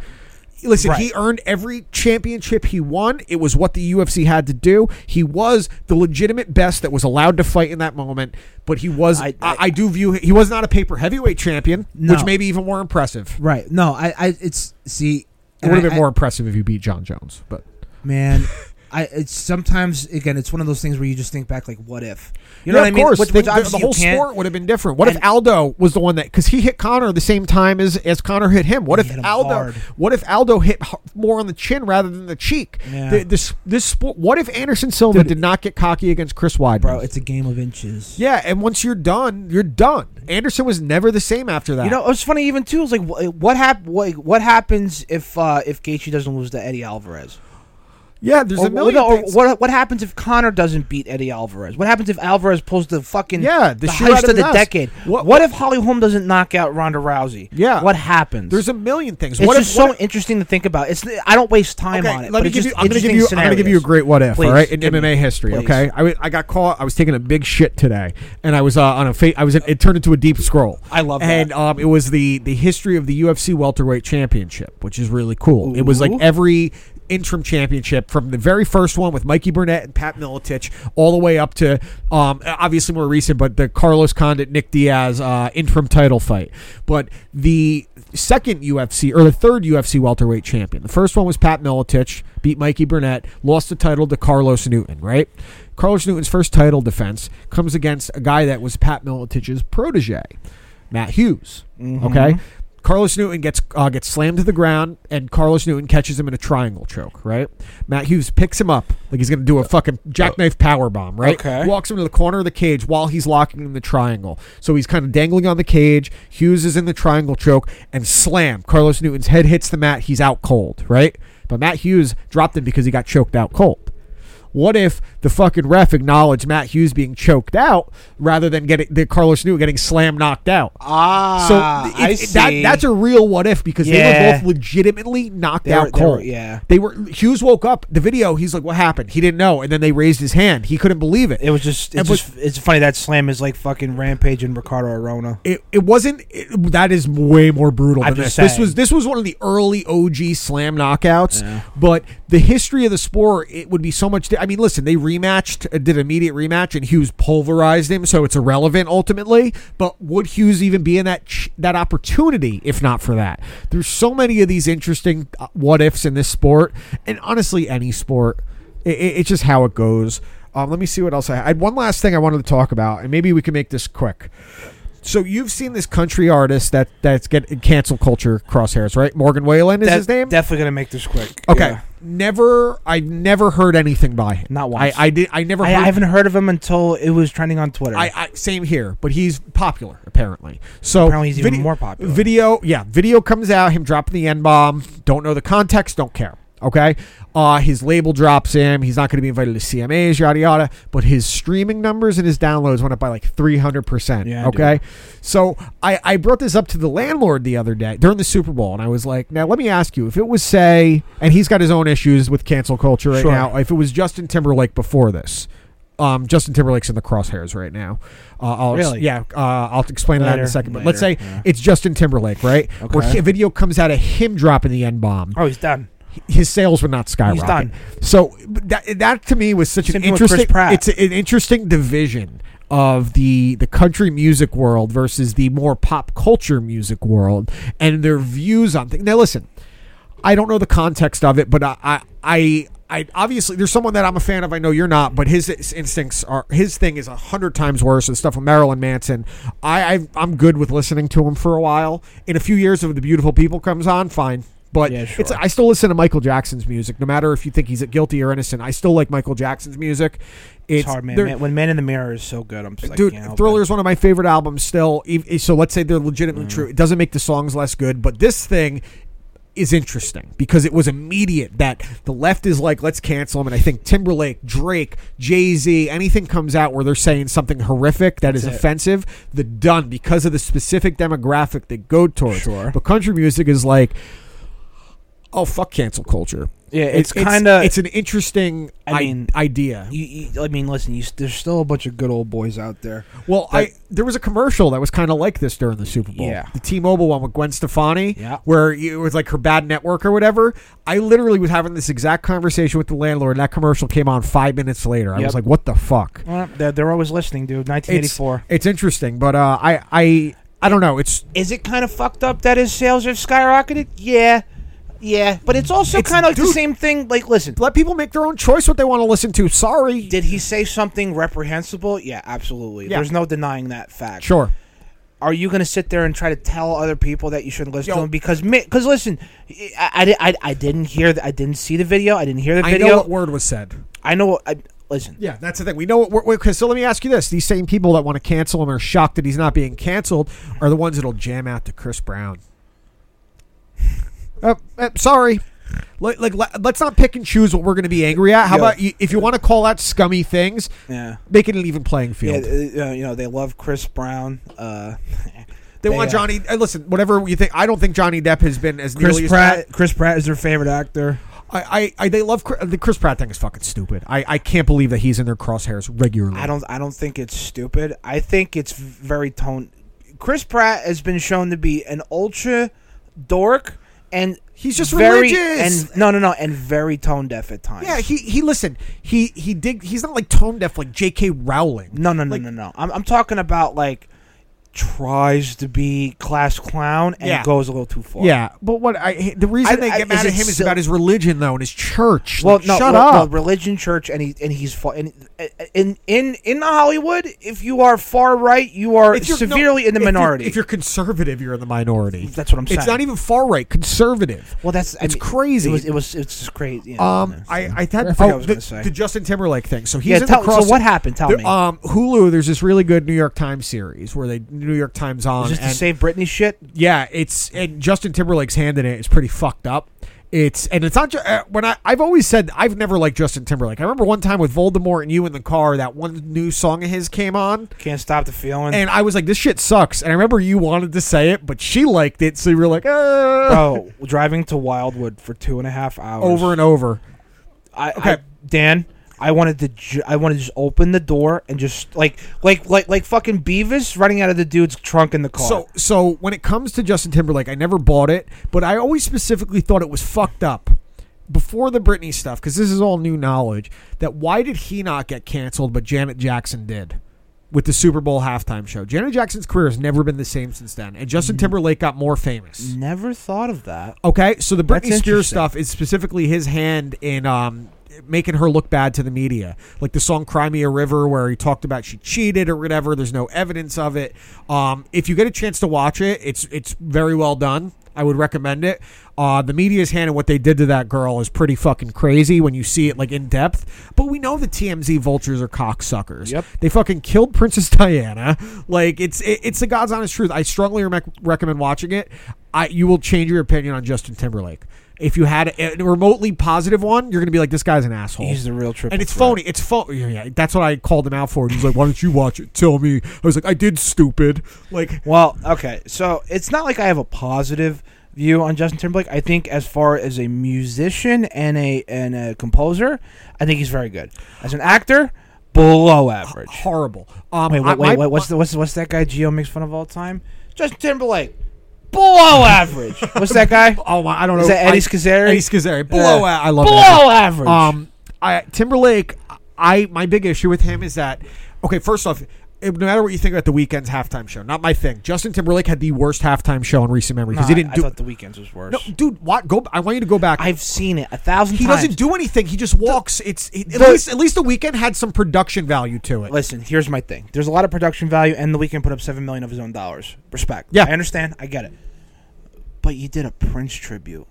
S1: Listen, he earned every championship he won. It was what the UFC had to do. He was the legitimate best that was allowed to fight in that moment, but he was I,
S3: I-
S1: I, do view he was not a paper heavyweight champion, which
S2: No.
S1: may be even more impressive.
S2: Right. No, I, I it's see
S1: It
S2: and
S1: would have
S2: I-
S1: been more impressive if you beat John Jones, but
S2: I, man,
S3: [laughs]
S2: I it's sometimes again it's one of those things where you just think back like what if? You know
S1: Yeah,
S2: what I
S1: of
S2: mean?
S1: course,
S2: Which,
S1: the-
S2: which
S1: the, the
S2: obviously you
S1: whole
S2: can't-
S1: sport would have been different. What if
S2: And-
S1: Aldo was the one that because he hit Connor the same time as as Connor hit him? What
S2: He
S1: if
S2: hit him
S1: Aldo?
S2: hard.
S1: What if Aldo hit h- more on the chin rather than the cheek?
S2: Yeah.
S1: The- this this sport. What if Anderson Silva
S2: Dude,
S1: did not get cocky against Chris Weidman?
S2: Bro, it's a game of inches.
S1: yeah, and once you're done, you're done. Anderson was never the same after that.
S3: You know, it was funny even too. It was like, wh- what hap- what, what happens if uh, if Gaethje doesn't lose to Eddie Alvarez?
S1: yeah, there's
S3: Or,
S1: a million.
S3: or
S1: things.
S3: what what happens if Connor doesn't beat Eddie Alvarez? What happens if Alvarez pulls the fucking
S1: Yeah, the
S3: the
S1: shit out
S3: heist
S1: of
S3: of,
S1: his
S3: the
S1: ass.
S3: decade?
S1: What-
S3: What, if Holly Holm doesn't knock out Ronda Rousey?
S1: Yeah.
S3: what happens?
S1: there's a million things.
S3: it's
S1: what
S3: just
S1: if,
S3: so
S1: what if-
S3: interesting to think about. It's I don't waste time
S1: Okay,
S3: on it.
S1: Let
S3: but
S1: me
S3: it's
S1: give you.
S3: just
S1: I'm gonna give
S3: interesting
S1: you. I'm gonna give you a
S3: scenarios.
S1: great what if.
S3: Please,
S1: all right, in
S3: give
S1: MMA
S3: me-
S1: history.
S3: please.
S1: Okay, I, w- I got caught. I was taking a big shit today, and I was uh, on a. Fa- I was. In, it turned into a deep scroll.
S3: I love that.
S1: And um, it was the the history of the UFC welterweight championship, which is really cool. It was like
S3: Ooh.
S1: every interim championship from the very first one with Mikey Burnett and Pat Miletich all the way up to um, obviously more recent, but the Carlos Condit Nick Diaz uh, interim title fight. But the second UFC or the third UFC welterweight champion. The first one was Pat Miletich, beat Mikey Burnett, lost the title to Carlos Newton, right? Carlos Newton's first title defense comes against a guy that was Pat Miletich's protege, Matt Hughes. Okay. Carlos Newton gets uh, gets slammed to the ground, and Carlos Newton catches him in a triangle choke. Right, Matt Hughes picks him up like he's going to do a fucking jackknife power bomb. Right,
S3: Okay.
S1: walks him to the corner of the cage while he's locking in the triangle. So he's kind of dangling on the cage. Hughes is in the triangle choke, and slam. Carlos Newton's head hits the mat. He's out cold. Right, but Matt Hughes dropped him because he got choked out cold. What if the fucking ref acknowledged Matt Hughes being choked out rather than getting the Carlos Newton getting slam knocked out?
S3: Ah,
S1: So
S3: I
S1: it's- that,
S3: see.
S1: that's a real what if because they
S3: Yeah.
S1: were both legitimately knocked
S3: They were-
S1: out
S3: they were-
S1: cold.
S3: yeah.
S1: they were. Hughes woke up. The video. He's like, "What happened?" He didn't know, and then they raised his hand. He couldn't believe it.
S3: It was just it's,
S1: And but-
S3: just, it's funny that slam is like fucking Rampage and Ricardo Arona.
S1: It, it wasn't. It, that is way more brutal than
S3: I'm
S1: this.
S3: just
S1: This
S3: saying.
S1: was this was one of the early OG slam knockouts. But the history of the sport, it would be so much. Di- I mean, listen, they rematched, uh, did immediate rematch, and Hughes pulverized him, so it's irrelevant ultimately. But would Hughes even be in that ch- that opportunity if not for that? There's so many of these interesting uh, what ifs in this sport, and honestly, any sport. It, it, it's just how it goes. Um, let me see what else I I had. One last thing I wanted to talk about, and maybe we can make this quick. So you've seen this country artist that that's get cancel culture crosshairs, right? Morgan Whalen is
S3: That-
S1: his name.
S3: Definitely gonna make this quick.
S1: okay,
S3: Yeah.
S1: never I've never heard anything by him.
S3: Not once.
S1: I, I did. I never.
S3: I,
S1: heard,
S3: I haven't heard of him until it was trending on Twitter.
S1: I, I same here, but he's popular apparently. So
S3: Apparently he's even more popular.
S1: Video, yeah, video comes out. Him dropping the n bomb. Don't know the context. Don't care. Okay, uh, his label drops him. He's not going to be invited to CMAs, yada yada. But his streaming numbers and his downloads went up by like three hundred percent.
S3: Yeah, I
S1: Okay, so I I brought this up to the landlord the other day during the Super Bowl, and I was like, now let me ask you, if it was say, and he's got his own issues with cancel culture right
S3: Sure.
S1: now. If it was Justin Timberlake before this, um, Justin Timberlake's in the crosshairs right now. Uh, I'll ex-
S3: Really?
S1: yeah, uh, I'll explain that in a
S3: Later,
S1: second. But let's say
S3: later, yeah.
S1: it's Justin Timberlake, right? Where
S3: Okay.
S1: a video comes out of him dropping the N bomb,
S3: oh, he's done.
S1: his sales would not skyrocket.
S3: done.
S1: So that that to me was such
S3: Same
S1: an
S3: thing with Chris
S1: interesting.
S3: Pratt.
S1: It's an interesting division of the the country music world versus the more pop culture music world and their views on things. Now, listen, I don't know the context of it, but I, I, I, I obviously there's someone that I'm a fan of. I know you're not, but his instincts are his thing is a hundred times worse. And stuff with Marilyn Manson, I, I, I'm good with listening to him for a while. In a few years, if the beautiful people comes on, fine. But
S2: Yeah, sure.
S1: it's I still listen to Michael Jackson's music, no matter if you think he's guilty or innocent. I still like Michael Jackson's music. It's,
S2: It's hard, man.
S1: there-
S2: man. When Man in the Mirror is so good, I'm just like,
S1: Dude,
S2: can't help
S1: Thriller
S2: it.
S1: is one of my favorite albums still. ev- eh, So let's say they're
S2: Mm.
S1: legitimately true. It doesn't make the songs less good, but this thing is interesting because it was immediate that the left is like, let's cancel them. And I think Timberlake, Drake, Jay Z, anything comes out where they're saying something horrific that is
S2: That's it.
S1: offensive, the done because of the specific demographic they go towards.
S2: Sure.
S1: But country music is like, oh, fuck cancel culture.
S2: Yeah, it's
S1: It-
S2: kind of.
S1: it's an interesting
S2: I
S1: I
S2: mean,
S1: idea.
S2: You, you, I mean, listen. You, s- there's still a bunch of good old boys out there.
S1: Well,
S2: But-
S1: I there was a commercial that was kind of like this during the Super Bowl.
S2: Yeah.
S1: The T-Mobile one with Gwen Stefani,
S2: Yeah.
S1: where it was like her bad network or whatever. I literally was having this exact conversation with the landlord, and that commercial came on five minutes later. I
S2: Yep.
S1: was like, "What the fuck?"
S2: Well, they're, they're always listening, dude.
S1: It's
S2: 1984.
S1: it's interesting, but uh, I I I don't know. It's
S2: Is it kind of fucked up that his sales have skyrocketed? Yeah, yeah. But it's also
S1: It's-
S2: kind of like the
S1: dude-
S2: same thing. Like, listen.
S1: let people make their own choice what they want to listen to. Sorry,
S2: Did he say something reprehensible? Yeah, absolutely.
S1: Yeah.
S2: There's no denying that fact.
S1: sure.
S2: Are you going to sit there and try to tell other people that you shouldn't listen
S1: Yo.
S2: to him? Because, because listen, I, I, di- I, I didn't hear, the, I didn't see the video. I didn't hear the
S1: I
S2: video.
S1: know what word was said.
S2: I know. I, listen,
S1: Yeah, that's the thing. We know what. We're, okay, so let me ask you this: These same people that want to cancel him are shocked that he's not being canceled are the ones that'll jam out to Chris Brown. Uh, uh, sorry. Like, like, let- let's not pick and choose what we're going to be angry at. How
S2: Yeah.
S1: about you, if you want to call out scummy things,
S2: yeah.
S1: make it an even playing
S2: Yeah,
S1: field.
S2: uh, you know they love Chris Brown. Uh, [laughs]
S1: they want
S2: yeah.
S1: Johnny. Uh, listen, whatever you think, I don't think Johnny Depp has been as nearly
S2: Chris
S1: as
S2: Pratt. Chris Pratt is their favorite actor.
S1: I, I, I, they love Chris, the Chris Pratt thing is fucking stupid. I, I can't believe that he's in their crosshairs regularly.
S2: I don't. I don't think it's stupid. I think it's very tone. Chris Pratt has been shown to be an ultra dork and
S1: He's just
S2: very
S1: religious.
S2: and no, no, no, and very tone deaf at times.
S1: Yeah, he he listen, he he dig he's not like tone deaf like J.K. Rowling.
S2: no, no, no,
S1: like-
S2: no, no. I'm, I'm talking about like tries to be class clown and
S1: Yeah.
S2: goes a little too far.
S1: Yeah, but what I the reason
S2: I-
S1: they
S2: I-
S1: get mad
S2: is
S1: at
S2: it
S1: him is
S2: sil-
S1: about his religion though and his church.
S2: Well,
S1: Like,
S2: no,
S1: shut
S2: well, well,
S1: up.
S2: religion, church, and he and he's far, and in in in Hollywood, if you are far right, you are
S1: If you're- no,
S2: severely in the
S1: if you're-
S2: minority.
S1: If you're, conservative, you're in the minority.
S2: That's what I'm
S1: It's
S2: saying.
S1: not even far right, conservative.
S2: well, that's I
S1: it's
S2: mean,
S1: crazy.
S2: It was it was it's just crazy. Yeah,
S1: Um, I I
S2: I
S1: had
S2: forgot what I
S1: oh,
S2: was
S1: the,
S2: gonna say.
S1: the Justin Timberlake thing. So he's
S2: yeah.
S1: in
S2: Tell,
S1: the cross.
S2: so what happened? Tell
S1: there-
S2: me.
S1: Um, Hulu. There's this really good New York Times series where they New York Times on.
S2: Is this the
S1: and-
S2: save Britney shit?
S1: Yeah, it's and Justin Timberlake's hand in it is pretty fucked up. It's and it's not ju- uh, when I I've always said I've never liked Justin Timberlake. I remember one time with Voldemort and you in the car that one new song of his came on
S2: Can't stop the feeling.
S1: and I was like this shit sucks. And I remember you wanted to say it, but she liked it, so you were like, uh,
S2: [laughs] Bro, driving to Wildwood for two and a half hours.
S1: over and over.
S2: I, I
S1: okay.
S2: Dan, I wanted to. Ju- I wanted to just open the door and just like like like like fucking Beavis running out of the dude's trunk in the car.
S1: So so when it comes to Justin Timberlake, I never bought it, but I always specifically thought it was fucked up before the Britney stuff because this is all new knowledge. That why did he not get canceled, but Janet Jackson did with the Super Bowl halftime show? Janet Jackson's career has never been the same since then, and Justin Timberlake got more famous.
S2: never thought of that.
S1: Okay, so the Britney
S2: That's
S1: Spears
S2: interesting.
S1: stuff is specifically his hand in um, making her look bad to the media, like the song "Cry Me a River," where he talked about she cheated or whatever. There's no evidence of it. Um, if you get a chance to watch it, it's it's very well done. I would recommend it. Uh, the media's hand in what they did to that girl is pretty fucking crazy when you see it like in depth. But we know the TMZ vultures are cocksuckers.
S2: Yep.
S1: They fucking killed Princess [laughs] Diana. Like it's it, it's the God's honest truth. I strongly rec- recommend watching it. I you will change your opinion on Justin Timberlake. If you had a, a remotely positive one, you're gonna be like, this guy's an asshole.
S2: He's the real triple.
S1: and it's
S2: threat.
S1: phony. It's phony. Yeah, yeah, that's what I called him out for. He's like, "Why don't you watch it? Tell me." I was like, "I did, stupid." Like,
S2: Well, okay. So it's not like I have a positive view on Justin Timberlake. I think as far as a musician and a and a composer, I think he's very good. As an actor, below average.
S1: horrible. Um,
S2: Wait,
S1: I-
S2: wait,
S1: my-
S2: wait, wait what's the, what's what's that guy Geo makes fun of all the time? Justin Timberlake. Below
S1: [laughs]
S2: average. What's that guy?
S1: Oh my! I don't
S2: Is
S1: know.
S2: that Eddie
S1: I-
S2: Scazzeri?
S1: Eddie Scazzeri. Below.
S2: Yeah.
S1: I love.
S2: Below
S1: Eddie.
S2: average.
S1: Um, I Timberlake. I my big issue with him is that okay. First off, no matter what you think about the weekend's halftime show, not my thing. Justin Timberlake had the worst halftime show in recent memory because
S2: Nah,
S1: he didn't
S2: I
S1: do.
S2: thought the weekends was worse.
S1: no, dude, what? Go. I want you to go back.
S2: I've seen it a thousand
S1: he
S2: times.
S1: doesn't do anything. He just walks. it's it, at
S2: the-
S1: least at least the weekend had some production value to it.
S2: Listen, here's my thing. There's a lot of production value, and the weekend put up seven million of his own dollars. Respect.
S1: Yeah.
S2: I understand. I get it. But you did a Prince tribute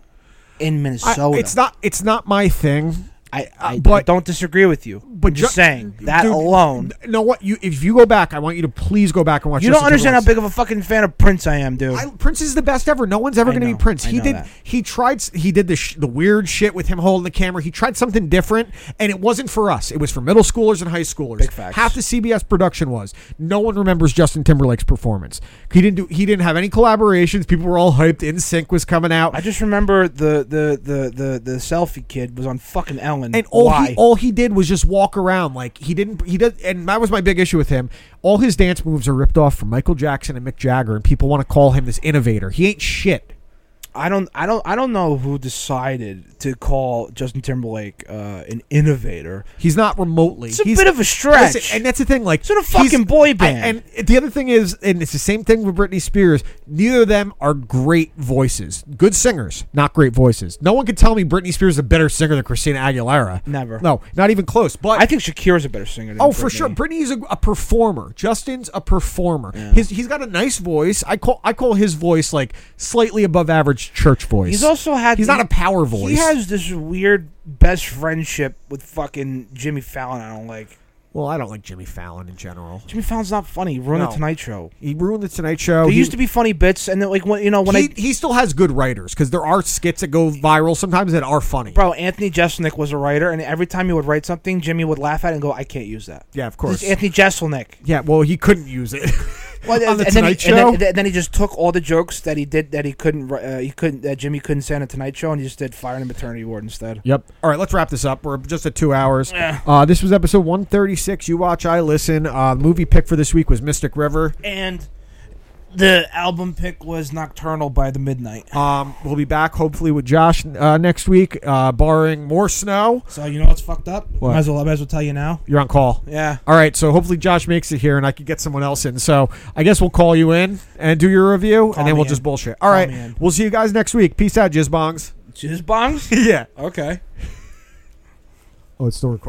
S2: in
S1: I-
S2: Minnesota.
S1: it's not. It's not my thing.
S2: I, I
S1: but-
S2: don't disagree with you. But
S1: But
S2: I'm just
S1: Ju-
S2: saying that
S1: dude,
S2: alone.
S1: You know what? You if you go back, I want you to please go back and watch.
S2: You don't
S1: Justin
S2: understand how
S1: Timberlake's-
S2: big of a fucking fan of Prince I am, dude.
S1: I, Prince is the best ever. No one's ever
S2: I
S1: going to be
S2: know.
S1: Prince.
S2: I
S1: He
S2: know
S1: did.
S2: that.
S1: He tried. s- He did the sh- the weird shit with him holding the camera. He tried something different, and it wasn't for us. It was for middle schoolers and high schoolers.
S2: Big facts.
S1: Half the CBS production was. No one remembers Justin Timberlake's performance. He didn't do. He didn't have any collaborations. People were all hyped. In Sync was coming out.
S2: I just remember the the the the, the selfie kid was on fucking Ellen.
S1: and all
S2: Why?
S1: he all he did was just walk around like he didn't he did and that was my big issue with him all his dance moves are ripped off from michael jackson and mick jagger and people want to call him this innovator he ain't shit
S2: I don't I don't I don't know who decided to call Justin Timberlake uh, an innovator.
S1: he's not remotely
S2: It's a
S1: he's,
S2: bit of a stretch.
S1: Listen, and that's the thing. Like,
S2: Sort of
S1: he's-
S2: fucking boy band.
S1: I- and the other thing is, and it's the same thing with Britney Spears. Neither of them are great voices, good singers, not great voices. No one can tell me Britney Spears is a better singer than Christina Aguilera.
S2: Never.
S1: No, not even close. But
S2: I think Shakira's a better singer. Than
S1: Oh, for
S2: Britney.
S1: sure. Britney's a, a performer. Justin's a performer. His, he's got a nice voice. I call I call his voice like slightly above average church voice.
S2: He's also had.
S1: He's not a power voice.
S2: He has this weird best friendship with fucking Jimmy Fallon. I don't like.
S1: well, I don't like Jimmy Fallon in general.
S2: Jimmy Fallon's not funny. He ruined
S1: No.
S2: the Tonight Show.
S1: He ruined the Tonight Show.
S2: There
S1: he,
S2: used to be funny bits, and then like when you know when
S1: he,
S2: I
S1: he still has good writers because there are skits that go viral sometimes that are funny.
S2: bro Anthony Jeselnik was a writer, and every time he would write something, Jimmy would laugh at it and go, "I can't use that."
S1: Yeah, of
S2: This
S1: course.
S2: is Anthony Jeselnik.
S1: yeah, well, he couldn't use it [laughs] on the
S2: and
S1: Tonight
S2: then, he-
S1: Show.
S2: And then, and then he just took all the jokes that he did that he couldn't ri- uh, he couldn't that Jimmy couldn't say on the Tonight Show, and he just did Fire and Maternity Ward instead.
S1: Yep. All right, let's wrap this up. We're just at two hours. Uh, this was episode 136. You watch, I listen. Uh, movie pick for this week was Mystic River.
S2: And the album pick was Nocturnal by the Midnight.
S1: Um, we'll be back hopefully with Josh uh, next week, uh, barring more snow.
S2: So you know what's fucked up?
S1: What?
S2: Might as well, I might as well tell you now.
S1: You're on call.
S2: Yeah.
S1: All right, so hopefully Josh makes it here, and I could get someone else in. So I guess we'll call you in and do your review, and then
S2: me
S1: we'll
S2: in.
S1: just bullshit. All
S2: Call
S1: right,
S2: me in.
S1: we'll see you guys next week. Peace out, jizz bongs. [laughs]
S2: Jizz bongs?
S1: yeah.
S2: okay.
S1: Oh, it's still recording.